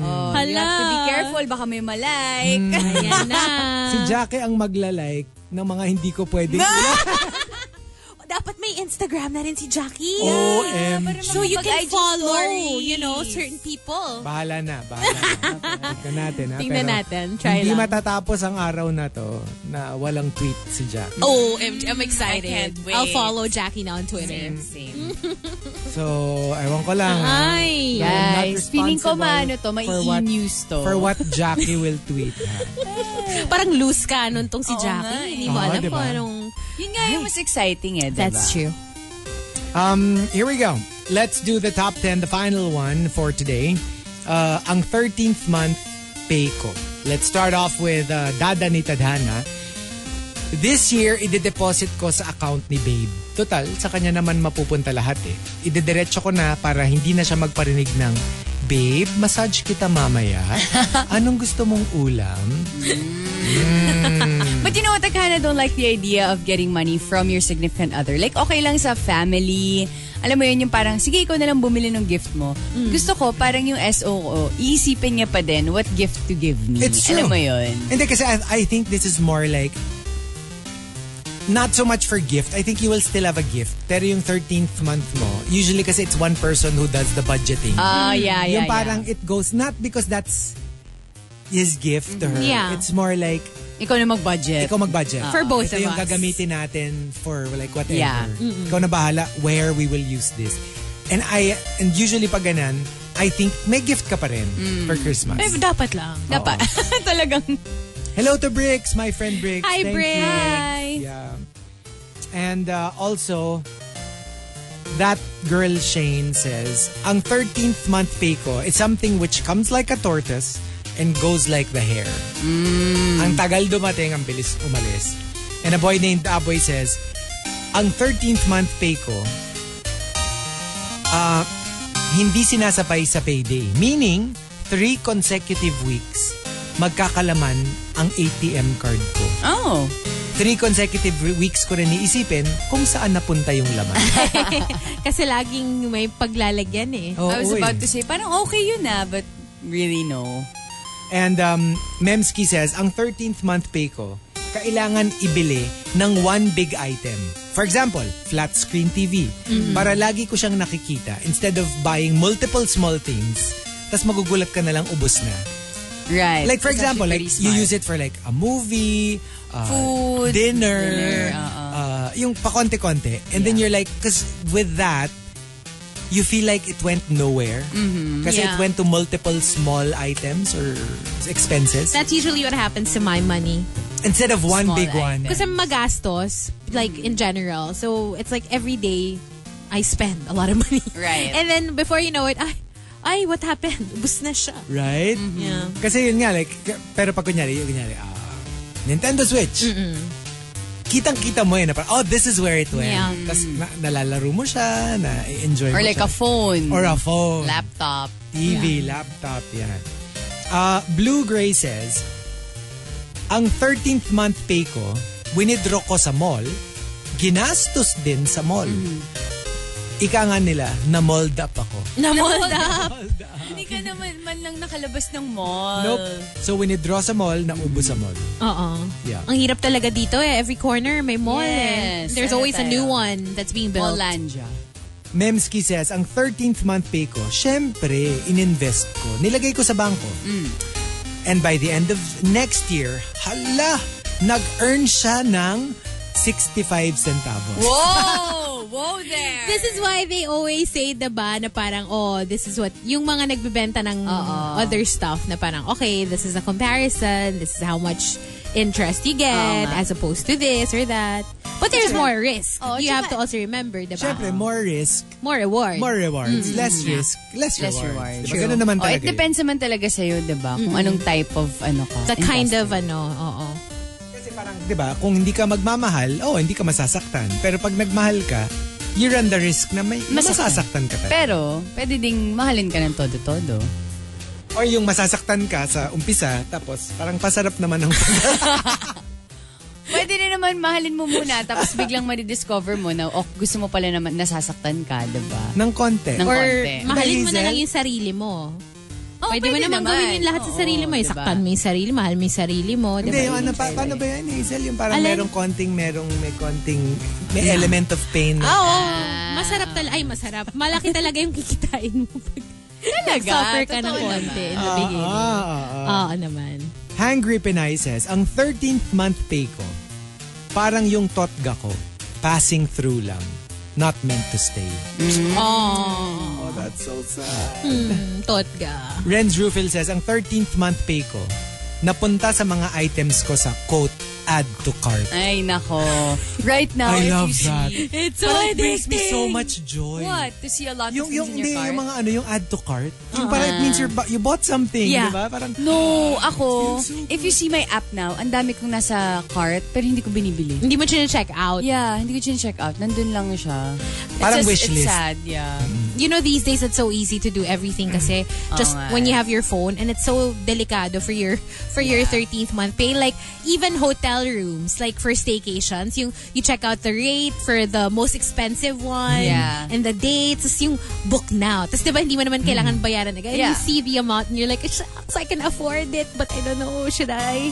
[SPEAKER 2] Oh,
[SPEAKER 3] Hala.
[SPEAKER 2] You have to be careful, baka may malike.
[SPEAKER 3] Ayan na.
[SPEAKER 1] si Jackie ang maglalike ng mga hindi ko pwedeng
[SPEAKER 3] Dapat may Instagram na rin si Jackie.
[SPEAKER 1] Oh, OMG.
[SPEAKER 3] So you can
[SPEAKER 2] Mag-IG
[SPEAKER 3] follow,
[SPEAKER 2] stories.
[SPEAKER 3] you know, certain people.
[SPEAKER 1] Bahala na, bahala na. Tignan natin. Ha?
[SPEAKER 3] Tingnan
[SPEAKER 1] Pero
[SPEAKER 3] natin. Try
[SPEAKER 1] hindi
[SPEAKER 3] lang.
[SPEAKER 1] matatapos ang araw na to na walang tweet si Jackie.
[SPEAKER 3] Oh, I'm, I'm excited.
[SPEAKER 2] I can't wait.
[SPEAKER 3] will follow Jackie now on Twitter.
[SPEAKER 2] Same.
[SPEAKER 1] So, ewan ko lang. ha?
[SPEAKER 3] Ay.
[SPEAKER 1] I'm not
[SPEAKER 2] Guys, feeling ko
[SPEAKER 1] responsible
[SPEAKER 2] maano to, may
[SPEAKER 1] for what-
[SPEAKER 2] e-news to.
[SPEAKER 1] For what Jackie will tweet. ha?
[SPEAKER 3] Parang loose ka nun tong si
[SPEAKER 2] Oo nga eh.
[SPEAKER 3] Jackie. Hindi mo
[SPEAKER 1] Oo,
[SPEAKER 3] alam
[SPEAKER 1] diba?
[SPEAKER 3] kung anong...
[SPEAKER 2] Yun nga yung mas exciting eh, diba?
[SPEAKER 3] That's true.
[SPEAKER 1] Um, here we go. Let's do the top 10, the final one for today. Uh, ang 13th month pay ko. Let's start off with uh, Dada ni Tadhana. This year, idedeposit ko sa account ni Babe. Total, sa kanya naman mapupunta lahat eh. Idediretso ko na para hindi na siya magparinig ng, Babe, massage kita mamaya. Anong gusto mong ulam?
[SPEAKER 2] But you know what, I kinda don't like the idea of getting money from your significant other. Like, okay lang sa family. Alam mo yun, yung parang, sige, ikaw na lang bumili ng gift mo. Gusto ko, parang yung SOO, iisipin niya pa din what gift to give me.
[SPEAKER 1] It's true.
[SPEAKER 2] Alam mo yun?
[SPEAKER 1] Hindi kasi I, I think this is more like not so much for gift. I think you will still have a gift. Pero yung 13th month mo, usually kasi it's one person who does the budgeting.
[SPEAKER 2] Ah, yeah, yeah,
[SPEAKER 1] Hmm, yung
[SPEAKER 2] yeah.
[SPEAKER 1] parang it goes not because that's his gift to her.
[SPEAKER 3] Yeah.
[SPEAKER 1] It's more like
[SPEAKER 2] Ikaw na mag-budget.
[SPEAKER 1] ikaw mag-budget.
[SPEAKER 3] For both
[SPEAKER 1] Ito
[SPEAKER 3] of
[SPEAKER 1] yung
[SPEAKER 3] us.
[SPEAKER 1] gagamitin natin for like whatever.
[SPEAKER 2] Yeah.
[SPEAKER 1] Ikaw na bahala where we will use this. And I and usually pag ganun, I think may gift ka pa rin
[SPEAKER 2] Mm.
[SPEAKER 1] for Christmas.
[SPEAKER 3] Eh, dapat lang.
[SPEAKER 2] Dapat. Talagang.
[SPEAKER 1] Hello to Bricks, my friend Bricks.
[SPEAKER 3] Hi,
[SPEAKER 1] Thank you.
[SPEAKER 3] Bri.
[SPEAKER 1] Yeah. And uh, also, that girl Shane says, ang 13th month pay ko is something which comes like a tortoise and goes like the hair. Ang tagal dumating, ang bilis umalis. And a boy named Aboy says, ang 13th month pay ko, ah, hindi sinasabay sa payday. Meaning, three consecutive weeks, magkakalaman ang ATM card ko.
[SPEAKER 2] Oh.
[SPEAKER 1] Three consecutive weeks ko rin iisipin kung saan napunta yung laman.
[SPEAKER 3] Kasi laging may paglalagyan eh.
[SPEAKER 1] Oo,
[SPEAKER 2] I was
[SPEAKER 1] eh.
[SPEAKER 2] about to say, parang okay yun na, but really no.
[SPEAKER 1] And um, Memski says, ang 13th month pay ko, kailangan ibili ng one big item. For example, flat screen TV. Para lagi ko siyang nakikita instead of buying multiple small things. Tapos magugulat ka na lang ubos na.
[SPEAKER 2] Right.
[SPEAKER 1] like for
[SPEAKER 2] It's
[SPEAKER 1] example, like
[SPEAKER 2] actually pretty
[SPEAKER 1] you
[SPEAKER 2] smart.
[SPEAKER 1] use it for like a movie, uh,
[SPEAKER 2] Food,
[SPEAKER 1] dinner,
[SPEAKER 2] dinner, uh-uh.
[SPEAKER 1] uh, yung pakonte-konte. And then you're like, because with that, you feel like it went nowhere.
[SPEAKER 2] Mm-hmm.
[SPEAKER 1] Kasi it
[SPEAKER 3] Yeah.
[SPEAKER 1] went to multiple small items or expenses.
[SPEAKER 3] That's usually what happens to my money.
[SPEAKER 1] Instead of one
[SPEAKER 2] Small
[SPEAKER 1] big one.
[SPEAKER 3] Kasi magastos, like in general. So it's like every day I spend a lot of money.
[SPEAKER 2] Right.
[SPEAKER 3] And then before you know it, ay, ay, what happened? Ubus na siya.
[SPEAKER 1] Right?
[SPEAKER 2] Mm-hmm.
[SPEAKER 3] Yeah.
[SPEAKER 1] Kasi yun nga, like, k- pero pag kunyari, yun kunyari, ah, Nintendo Switch. Kitang-kita mo yun. na parang, oh, this is where it went.
[SPEAKER 3] Yeah.
[SPEAKER 1] Tapos na- nalalaro mo siya, na-enjoy mo
[SPEAKER 2] Or like
[SPEAKER 1] siya.
[SPEAKER 2] a phone.
[SPEAKER 1] Or a phone.
[SPEAKER 2] Laptop.
[SPEAKER 1] TV, laptop, yan. Uh, Blue Gray says, ang 13th month pay ko, winidro ko sa mall, ginastos din sa mall. Ika nga nila, na-mold up ako.
[SPEAKER 3] Namold
[SPEAKER 2] Hindi ka naman man lang nakalabas ng mall.
[SPEAKER 1] Nope. So, winidraw sa mall, naubo sa mall.
[SPEAKER 3] Oo.
[SPEAKER 1] Yeah.
[SPEAKER 3] Ang hirap talaga dito eh. Every corner may mall eh.
[SPEAKER 2] Yes.
[SPEAKER 3] There's
[SPEAKER 2] Ano
[SPEAKER 3] always a
[SPEAKER 2] tayo?
[SPEAKER 3] new one that's being built.
[SPEAKER 2] Malanja.
[SPEAKER 1] Memski says, ang 13th month pay ko, syempre, ininvest ko. Nilagay ko sa bangko.
[SPEAKER 2] Mm.
[SPEAKER 1] And by the end of next year, hala, nag-earn siya ng 65 centavos.
[SPEAKER 2] Whoa! Oh, Whoa there!
[SPEAKER 3] This is why they always say, diba, na parang, oh, this is what, yung mga nagbebenta ng other stuff na parang, okay, this is a comparison, this is how much interest you get, as opposed to this or that. But there's more risk.
[SPEAKER 2] Oh,
[SPEAKER 3] you
[SPEAKER 2] tsaka-
[SPEAKER 3] have to also remember, diba?
[SPEAKER 1] Syempre, more risk,
[SPEAKER 3] more reward.
[SPEAKER 1] more rewards. Less risk, less,
[SPEAKER 2] Mm-hmm. Less
[SPEAKER 1] rewards.
[SPEAKER 2] rewards.
[SPEAKER 1] Diba? Ganun naman
[SPEAKER 2] Oh,
[SPEAKER 1] talaga.
[SPEAKER 2] it depends naman talaga sa'yo, di ba? Kung anong type of ano ka.
[SPEAKER 3] The kind of,
[SPEAKER 2] investor.
[SPEAKER 3] ano, oo.
[SPEAKER 1] yun. Kasi parang, di ba, kung hindi ka magmamahal, oh, hindi ka masasaktan. Pero pag nagmahal ka, you run the risk na may na masasaktan
[SPEAKER 2] Masasaktan.
[SPEAKER 1] ka talaga.
[SPEAKER 2] Pero, pwede ding mahalin ka ng todo-todo.
[SPEAKER 1] Or yung masasaktan ka sa umpisa, tapos parang pasarap naman ang pag-
[SPEAKER 2] Pwede na naman mahalin mo muna tapos biglang madidiscover mo na oh, gusto mo pala naman nasasaktan ka, di ba?
[SPEAKER 1] ng konti.
[SPEAKER 2] Ng
[SPEAKER 1] Or,
[SPEAKER 3] Or,
[SPEAKER 2] konti.
[SPEAKER 3] mahalin mo
[SPEAKER 1] Hazel?
[SPEAKER 3] na lang yung sarili mo.
[SPEAKER 2] Oh,
[SPEAKER 3] pwede, mo naman gawin yung lahat sa
[SPEAKER 2] Oo,
[SPEAKER 3] sarili mo.
[SPEAKER 2] di ba?
[SPEAKER 3] Isaktan mo yung sarili, mahal mo yung sarili mo.
[SPEAKER 1] hindi,
[SPEAKER 3] diba?
[SPEAKER 1] yung ano, pa, paano ba yan, Hazel? Yung parang
[SPEAKER 3] Alin?
[SPEAKER 1] merong konting, merong may konting, may element of pain.
[SPEAKER 3] Ah, Oo. masarap talaga. Ay, masarap. Malaki talaga yung kikitain mo. Pag
[SPEAKER 2] Talaga?
[SPEAKER 3] Suffer ka ng
[SPEAKER 2] Totoo
[SPEAKER 3] konti in the
[SPEAKER 1] Ah,
[SPEAKER 3] beginning.
[SPEAKER 1] ah, ah, ah.
[SPEAKER 3] Oo naman.
[SPEAKER 1] Hangry Pinay says, ang 13th month pay ko, parang yung totga ko, passing through lang, not meant to stay. Mm.
[SPEAKER 3] Oh,
[SPEAKER 1] Oh, that's so sad.
[SPEAKER 3] totga.
[SPEAKER 1] Renz Rufil says, ang 13th month pay ko, napunta sa mga items ko sa quote, add to cart.
[SPEAKER 2] Ay, nako. Right now,
[SPEAKER 1] I
[SPEAKER 2] if
[SPEAKER 1] love
[SPEAKER 2] you
[SPEAKER 1] that.
[SPEAKER 2] see...
[SPEAKER 3] It's so
[SPEAKER 1] But it brings me so much joy.
[SPEAKER 2] What? To see a lot
[SPEAKER 1] Yung, yung,
[SPEAKER 2] of things in your
[SPEAKER 1] hindi,
[SPEAKER 2] car?
[SPEAKER 1] yung mga ano, yung add to cart. Yung parang it means you're bu- you bought something, di
[SPEAKER 3] Yeah.
[SPEAKER 1] ba? Parang,
[SPEAKER 2] No, ako, if you see my app now, ang dami kong nasa cart, pero hindi ko binibili.
[SPEAKER 3] Hindi mo check out.
[SPEAKER 2] Yeah, hindi ko check out. Nandun lang siya. It's
[SPEAKER 1] Parang
[SPEAKER 2] just-
[SPEAKER 1] wish list.
[SPEAKER 2] It's sad, yeah.
[SPEAKER 3] You know, these days it's so easy to do everything kasi just
[SPEAKER 2] Mm. nga
[SPEAKER 3] when you
[SPEAKER 2] eh.
[SPEAKER 3] have your phone and it's so delicado for your for your 13th month pay. Like, even hotel rooms, like for staycations, yung, you check out the rate for the most expensive one
[SPEAKER 2] Yeah.
[SPEAKER 3] and the dates. Tapos yung book now. Tapos diba hindi mo naman kailangan bayaran agad. And
[SPEAKER 2] Mm. Yeah.
[SPEAKER 3] you see the amount and you're like, "Shucks, I can afford it but I don't know, should I?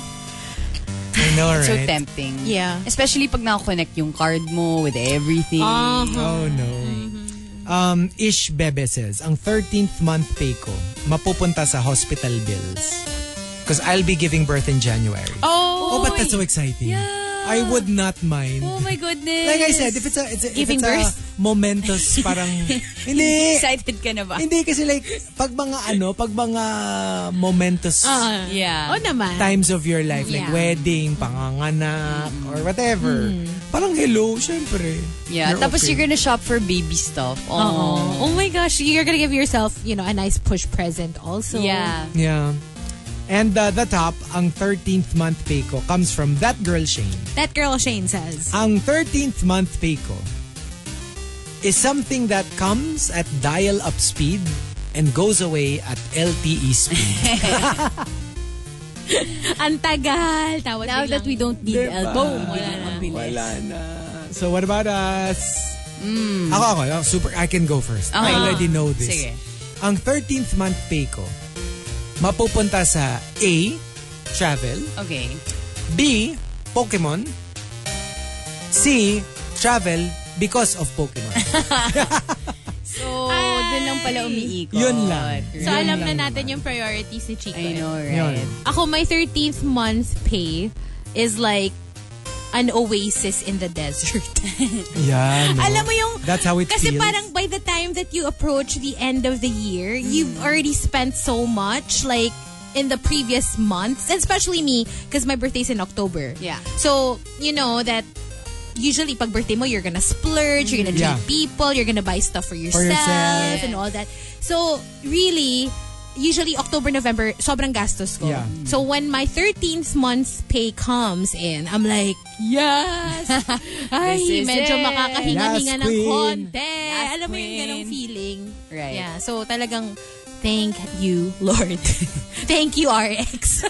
[SPEAKER 1] I know, right?
[SPEAKER 2] So tempting.
[SPEAKER 3] Yeah.
[SPEAKER 2] Especially pag nakakonect yung card mo with everything.
[SPEAKER 1] Oh no. Um, Ish Bebe says, ang 13th month pay ko, mapupunta sa hospital bills. Because I'll be giving birth in January.
[SPEAKER 3] Oh,
[SPEAKER 1] but that's so exciting. Yeah. I would not mind.
[SPEAKER 2] Oh my goodness.
[SPEAKER 1] Like I said, if it's a, it's a, if
[SPEAKER 3] Giving
[SPEAKER 1] it's a
[SPEAKER 3] birth?
[SPEAKER 1] momentous parang, hindi.
[SPEAKER 2] Excited ka na ba?
[SPEAKER 1] Hindi kasi like, pag mga ano, pag mga momentous
[SPEAKER 3] Ah.
[SPEAKER 2] Uh, Yeah.
[SPEAKER 3] Oo naman.
[SPEAKER 1] times of your life, like
[SPEAKER 3] Yeah.
[SPEAKER 1] wedding, panganganak, or whatever. Parang hello, syempre.
[SPEAKER 2] Hmm. Yeah. Tapos
[SPEAKER 1] okay.
[SPEAKER 2] you're gonna shop for baby stuff.
[SPEAKER 3] Oo.
[SPEAKER 2] Oh.
[SPEAKER 3] Oh my gosh, you're gonna give yourself, you know, a nice push present also.
[SPEAKER 2] Yeah.
[SPEAKER 1] Yeah. And uh, the top, ang 13th month pay ko comes from that girl, Shane.
[SPEAKER 3] That girl Shane says.
[SPEAKER 1] Ang 13th month pay ko is something that comes at dial-up speed and goes away at LTE speed.
[SPEAKER 3] Ang tagal. Tawag
[SPEAKER 2] Now that we don't need
[SPEAKER 1] Diba?
[SPEAKER 2] elbow. wala na.
[SPEAKER 1] Wala na. So what about us?
[SPEAKER 3] Hmm.
[SPEAKER 1] Ako, ako, ako, super, I can go first.
[SPEAKER 3] Uh-huh.
[SPEAKER 1] I already know this.
[SPEAKER 2] Sige.
[SPEAKER 1] Ang 13th month pay ko, mapupunta sa A, travel,
[SPEAKER 2] Okay.
[SPEAKER 1] B, Pokemon, C, travel because of Pokemon.
[SPEAKER 2] So, dun lang pala umiikot.
[SPEAKER 1] Yun lang.
[SPEAKER 3] So
[SPEAKER 1] Yun
[SPEAKER 3] alam na
[SPEAKER 1] lang
[SPEAKER 3] natin
[SPEAKER 1] naman.
[SPEAKER 3] yung priorities ni Chico.
[SPEAKER 2] I know,
[SPEAKER 1] Yun.
[SPEAKER 2] right?
[SPEAKER 3] Ako, my 13th month pay is like an oasis in the desert.
[SPEAKER 1] Yeah, no.
[SPEAKER 3] Alam mo yung...
[SPEAKER 1] That's how it
[SPEAKER 3] kasi
[SPEAKER 1] feels.
[SPEAKER 3] parang by the time that you approach the end of the year, you've
[SPEAKER 1] Hmm.
[SPEAKER 3] already spent so much like in the previous months. Especially me, because my birthday's in October.
[SPEAKER 2] Yeah.
[SPEAKER 3] So, you know that usually pag birthday mo, you're gonna splurge, you're gonna treat
[SPEAKER 1] Yeah.
[SPEAKER 3] people, you're gonna buy stuff for yourself,
[SPEAKER 1] yourself.
[SPEAKER 3] and all that. So, really, usually October, November, sobrang gastos ko.
[SPEAKER 1] Yeah.
[SPEAKER 3] So, when my 13th month's pay comes in, I'm like, yes! Ay,
[SPEAKER 2] This is
[SPEAKER 3] medyo
[SPEAKER 2] it.
[SPEAKER 1] Yes,
[SPEAKER 3] makakahinga-hinga ng
[SPEAKER 1] queen.
[SPEAKER 3] konti. Alam mo yung
[SPEAKER 2] queen.
[SPEAKER 3] ganong feeling.
[SPEAKER 2] Right.
[SPEAKER 3] Yeah. So, talagang, thank you, Lord. thank you, RX.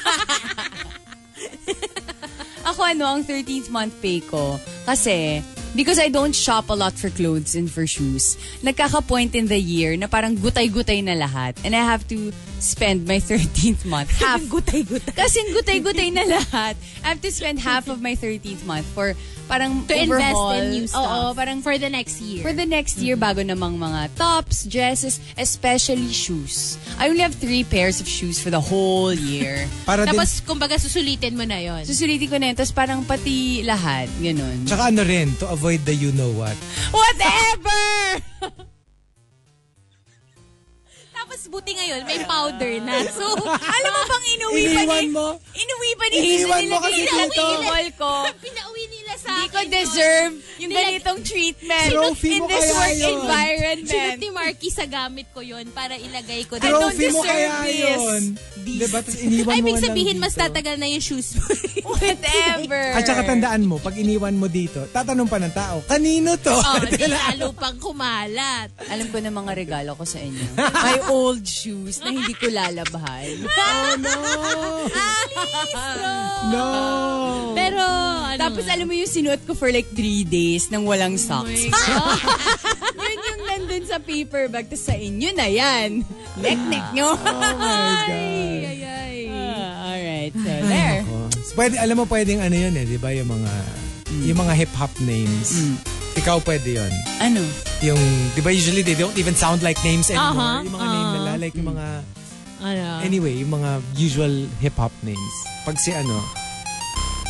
[SPEAKER 2] Ako ano, ang 13th month pay ko. Kasi, because I don't shop a lot for clothes and for shoes, nagkaka-point in the year na parang gutay-gutay na lahat. And I have to spend my 13th month. Half.
[SPEAKER 3] Gutay-gutay.
[SPEAKER 2] Kasi gutay-gutay na lahat. I have to spend half of my 13th month for parang
[SPEAKER 3] to invest
[SPEAKER 2] overhaul.
[SPEAKER 3] in new stuff.
[SPEAKER 2] Oo, parang
[SPEAKER 3] for the next year.
[SPEAKER 2] For the next year, bago namang mga tops, dresses, especially shoes. I only have three pairs of shoes for the whole year.
[SPEAKER 1] Para din,
[SPEAKER 3] Tapos, kumbaga, susulitin mo na yon.
[SPEAKER 2] Susulitin ko na yun, tapos parang pati lahat, ganun.
[SPEAKER 1] tsaka ano rin, to avoid the you know what.
[SPEAKER 2] Whatever!
[SPEAKER 3] Tapos, buti ngayon, may powder na. So,
[SPEAKER 2] Alam mo bang inuwi pa
[SPEAKER 1] Iniwan
[SPEAKER 2] ni...
[SPEAKER 1] mo?
[SPEAKER 2] Inuwi pa ni
[SPEAKER 1] Iniwan
[SPEAKER 2] Hazel
[SPEAKER 1] mo
[SPEAKER 2] nilagay
[SPEAKER 1] kasi
[SPEAKER 2] sa
[SPEAKER 1] dito.
[SPEAKER 2] table ko.
[SPEAKER 3] pinauwi nila sa
[SPEAKER 2] Hindi ko
[SPEAKER 3] akin.
[SPEAKER 2] deserve yung
[SPEAKER 3] Nilag-
[SPEAKER 2] ganitong treatment
[SPEAKER 1] Trophy
[SPEAKER 2] in
[SPEAKER 1] mo
[SPEAKER 2] this
[SPEAKER 1] kaya
[SPEAKER 2] work
[SPEAKER 1] yun.
[SPEAKER 2] environment.
[SPEAKER 3] Sinot ni Marky sa gamit ko yon para ilagay ko.
[SPEAKER 2] I don't
[SPEAKER 1] Trophy mo
[SPEAKER 2] deserve
[SPEAKER 1] kaya
[SPEAKER 2] this.
[SPEAKER 1] yun. Diba? Tapos iniwan
[SPEAKER 3] Ay,
[SPEAKER 1] mo
[SPEAKER 3] ibig
[SPEAKER 1] lang
[SPEAKER 3] sabihin, mas
[SPEAKER 1] dito.
[SPEAKER 3] tatagal na yung shoes mo.
[SPEAKER 2] Whatever.
[SPEAKER 1] At saka tandaan mo, pag iniwan mo dito, tatanong pa ng tao, kanino to?
[SPEAKER 3] Oh, di lalo pang kumalat.
[SPEAKER 2] Alam ko na mga regalo ko sa inyo. My old shoes na hindi ko lalabhan.
[SPEAKER 1] oh no! no!
[SPEAKER 3] Pero, ano,
[SPEAKER 2] Tapos alam mo yung sinuot ko for like three days nang walang socks. yun yung nandun sa paper bag. Tapos sa inyo na yan. Neck-neck
[SPEAKER 1] Oh
[SPEAKER 2] nyo.
[SPEAKER 1] my God.
[SPEAKER 3] ay, ay.
[SPEAKER 2] Ah, alright, so there.
[SPEAKER 1] Oh. Pwede, alam mo, pwedeng ano yun eh, di ba? Yung mga,
[SPEAKER 3] Mm.
[SPEAKER 1] yung mga hip-hop names. Ikaw pwede yun.
[SPEAKER 2] Ano?
[SPEAKER 1] Yung, di ba usually they don't even sound like names anymore.
[SPEAKER 3] Aha,
[SPEAKER 1] Yung mga name nila, like yung mga,
[SPEAKER 3] Uh-huh. Ano?
[SPEAKER 1] anyway, yung mga usual hip-hop names. Pag si ano,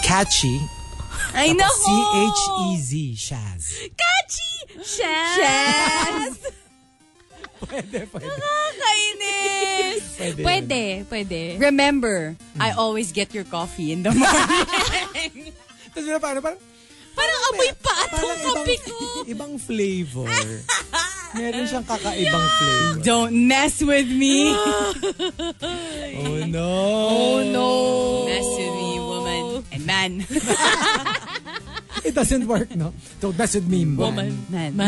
[SPEAKER 1] Catchy,
[SPEAKER 2] Ay,
[SPEAKER 1] tapos
[SPEAKER 2] nako! E.
[SPEAKER 1] C-H-E-Z, Shaz.
[SPEAKER 2] Yes!
[SPEAKER 1] Pwede, pwede.
[SPEAKER 2] Ah, Kainis!
[SPEAKER 1] Pwede. yun.
[SPEAKER 3] Pwede, pwede.
[SPEAKER 2] Remember, I always get your coffee in the morning.
[SPEAKER 1] Tapos yun, parang, parang,
[SPEAKER 3] Parang amoy pa at
[SPEAKER 1] parang
[SPEAKER 3] yung
[SPEAKER 1] ibang,
[SPEAKER 3] kape ko.
[SPEAKER 1] ibang flavor. Meron siyang kakaibang flavor.
[SPEAKER 2] Don't mess with me.
[SPEAKER 1] Oh no!
[SPEAKER 2] Mess with me, woman and man.
[SPEAKER 1] It doesn't work, no? Don't mess with me, man.
[SPEAKER 2] Man.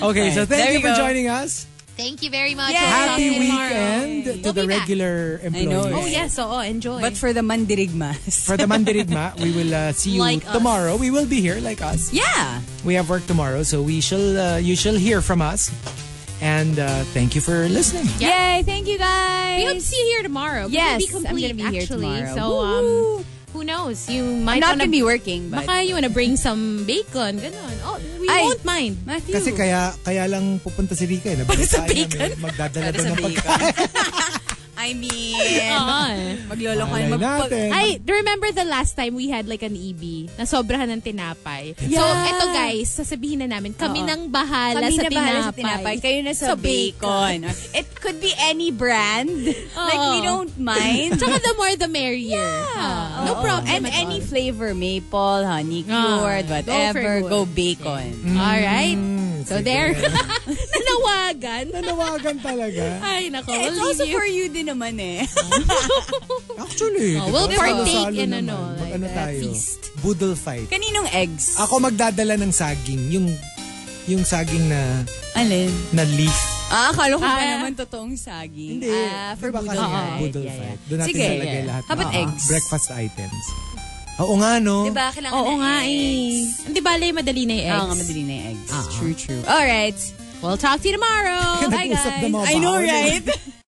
[SPEAKER 1] Okay, so
[SPEAKER 2] Alright, there
[SPEAKER 1] thank you
[SPEAKER 2] you
[SPEAKER 1] for
[SPEAKER 2] go.
[SPEAKER 1] joining us.
[SPEAKER 3] Thank you very much.
[SPEAKER 2] Yay!
[SPEAKER 3] We'll talk
[SPEAKER 1] Happy
[SPEAKER 3] to you tomorrow.
[SPEAKER 1] weekend to
[SPEAKER 3] We'll
[SPEAKER 1] the
[SPEAKER 3] be back.
[SPEAKER 1] regular employees.
[SPEAKER 2] know,
[SPEAKER 3] Oh, yes. Oo, enjoy.
[SPEAKER 2] But for the mandirigmas.
[SPEAKER 1] For the Mandirigma, we will uh, see you
[SPEAKER 3] Like us.
[SPEAKER 1] tomorrow. We will be here like us.
[SPEAKER 2] Yeah.
[SPEAKER 1] We have work tomorrow, so we shall uh, you shall hear from us. And uh, thank you for listening.
[SPEAKER 2] Yay, thank you guys.
[SPEAKER 3] We hope to see you here tomorrow. We will be
[SPEAKER 2] Yes, I'm
[SPEAKER 3] complete,
[SPEAKER 2] gonna be here
[SPEAKER 3] actually.
[SPEAKER 2] tomorrow.
[SPEAKER 3] So, um, who knows? You might
[SPEAKER 2] I'm not
[SPEAKER 3] wanna,
[SPEAKER 2] gonna be working, but
[SPEAKER 3] Baka you wanna bring some bacon, ganun. Oh, we
[SPEAKER 2] Ay.
[SPEAKER 3] won't mind.
[SPEAKER 2] Matthew.
[SPEAKER 1] Kasi kaya kaya lang pupunta si Rika eh. Para sa bacon? Magdadala
[SPEAKER 2] Para
[SPEAKER 1] daw
[SPEAKER 2] sa
[SPEAKER 1] ng
[SPEAKER 2] bacon.
[SPEAKER 1] pagkain.
[SPEAKER 2] I mean,
[SPEAKER 1] Malay
[SPEAKER 2] maglolokohan. Magpag-
[SPEAKER 1] natin.
[SPEAKER 3] I remember the last time we had like an EB na sobrahan ng tinapay. So,
[SPEAKER 2] Yeah.
[SPEAKER 3] eto guys, sasabihin na namin, kami
[SPEAKER 2] Oo.
[SPEAKER 3] nang bahala,
[SPEAKER 2] Kami
[SPEAKER 3] sa,
[SPEAKER 2] na
[SPEAKER 3] tinapay.
[SPEAKER 2] bahala sa tinapay. Kayo na
[SPEAKER 3] Sa
[SPEAKER 2] sa, bacon.
[SPEAKER 3] bacon.
[SPEAKER 2] It could be any brand. Like,
[SPEAKER 3] Oo.
[SPEAKER 2] we don't mind.
[SPEAKER 3] Tsaka the more the merrier.
[SPEAKER 2] Ah,
[SPEAKER 3] Ah, no
[SPEAKER 2] oo.
[SPEAKER 3] problem.
[SPEAKER 2] And
[SPEAKER 3] at
[SPEAKER 2] any
[SPEAKER 3] all.
[SPEAKER 2] flavor, maple, honey
[SPEAKER 3] Ah,
[SPEAKER 2] cured,
[SPEAKER 3] go for
[SPEAKER 2] whatever,
[SPEAKER 3] good.
[SPEAKER 2] go, bacon.
[SPEAKER 3] All right.
[SPEAKER 2] Mm,
[SPEAKER 3] So there. Nanawagan.
[SPEAKER 1] Nanawagan talaga.
[SPEAKER 3] Ay, nako.
[SPEAKER 2] It's
[SPEAKER 3] we'll
[SPEAKER 2] also
[SPEAKER 3] leave you.
[SPEAKER 2] for you din naman eh.
[SPEAKER 1] Actually, diba,
[SPEAKER 3] Oh,
[SPEAKER 1] di ba?
[SPEAKER 3] we'll
[SPEAKER 1] Salo-salo
[SPEAKER 3] partake in
[SPEAKER 1] naman.
[SPEAKER 3] ano, like
[SPEAKER 1] Mag-ano
[SPEAKER 3] a
[SPEAKER 1] tayo?
[SPEAKER 3] feast.
[SPEAKER 1] Boodle fight.
[SPEAKER 2] Kaninong eggs?
[SPEAKER 1] Ako magdadala ng saging. Yung yung saging na
[SPEAKER 2] Alin?
[SPEAKER 1] na leaf.
[SPEAKER 2] Ah, akala ko pa
[SPEAKER 3] Ah.
[SPEAKER 2] naman totoong saging.
[SPEAKER 1] Hindi.
[SPEAKER 2] Ah, for
[SPEAKER 1] Di ba
[SPEAKER 2] boodle
[SPEAKER 1] kasi nga,
[SPEAKER 2] fight.
[SPEAKER 1] Boodle
[SPEAKER 3] Yeah,
[SPEAKER 1] fight.
[SPEAKER 3] yeah.
[SPEAKER 1] Doon natin
[SPEAKER 2] Sige.
[SPEAKER 1] nalagay lahat.
[SPEAKER 2] How about
[SPEAKER 1] ng
[SPEAKER 2] eggs?
[SPEAKER 1] Breakfast items. Oo nga, no?
[SPEAKER 2] Diba, kailangan
[SPEAKER 3] Oo
[SPEAKER 2] ng
[SPEAKER 3] nga eh.
[SPEAKER 2] eggs.
[SPEAKER 3] Hindi bale, madali na yung eggs.
[SPEAKER 2] Oo nga, madali na yung
[SPEAKER 1] Ah.
[SPEAKER 2] eggs. True, true. Alright.
[SPEAKER 3] We'll talk to you tomorrow.
[SPEAKER 2] Bye
[SPEAKER 1] Nag-usap na
[SPEAKER 2] guys.
[SPEAKER 1] mga
[SPEAKER 2] I know,
[SPEAKER 1] bawal eh.
[SPEAKER 2] right?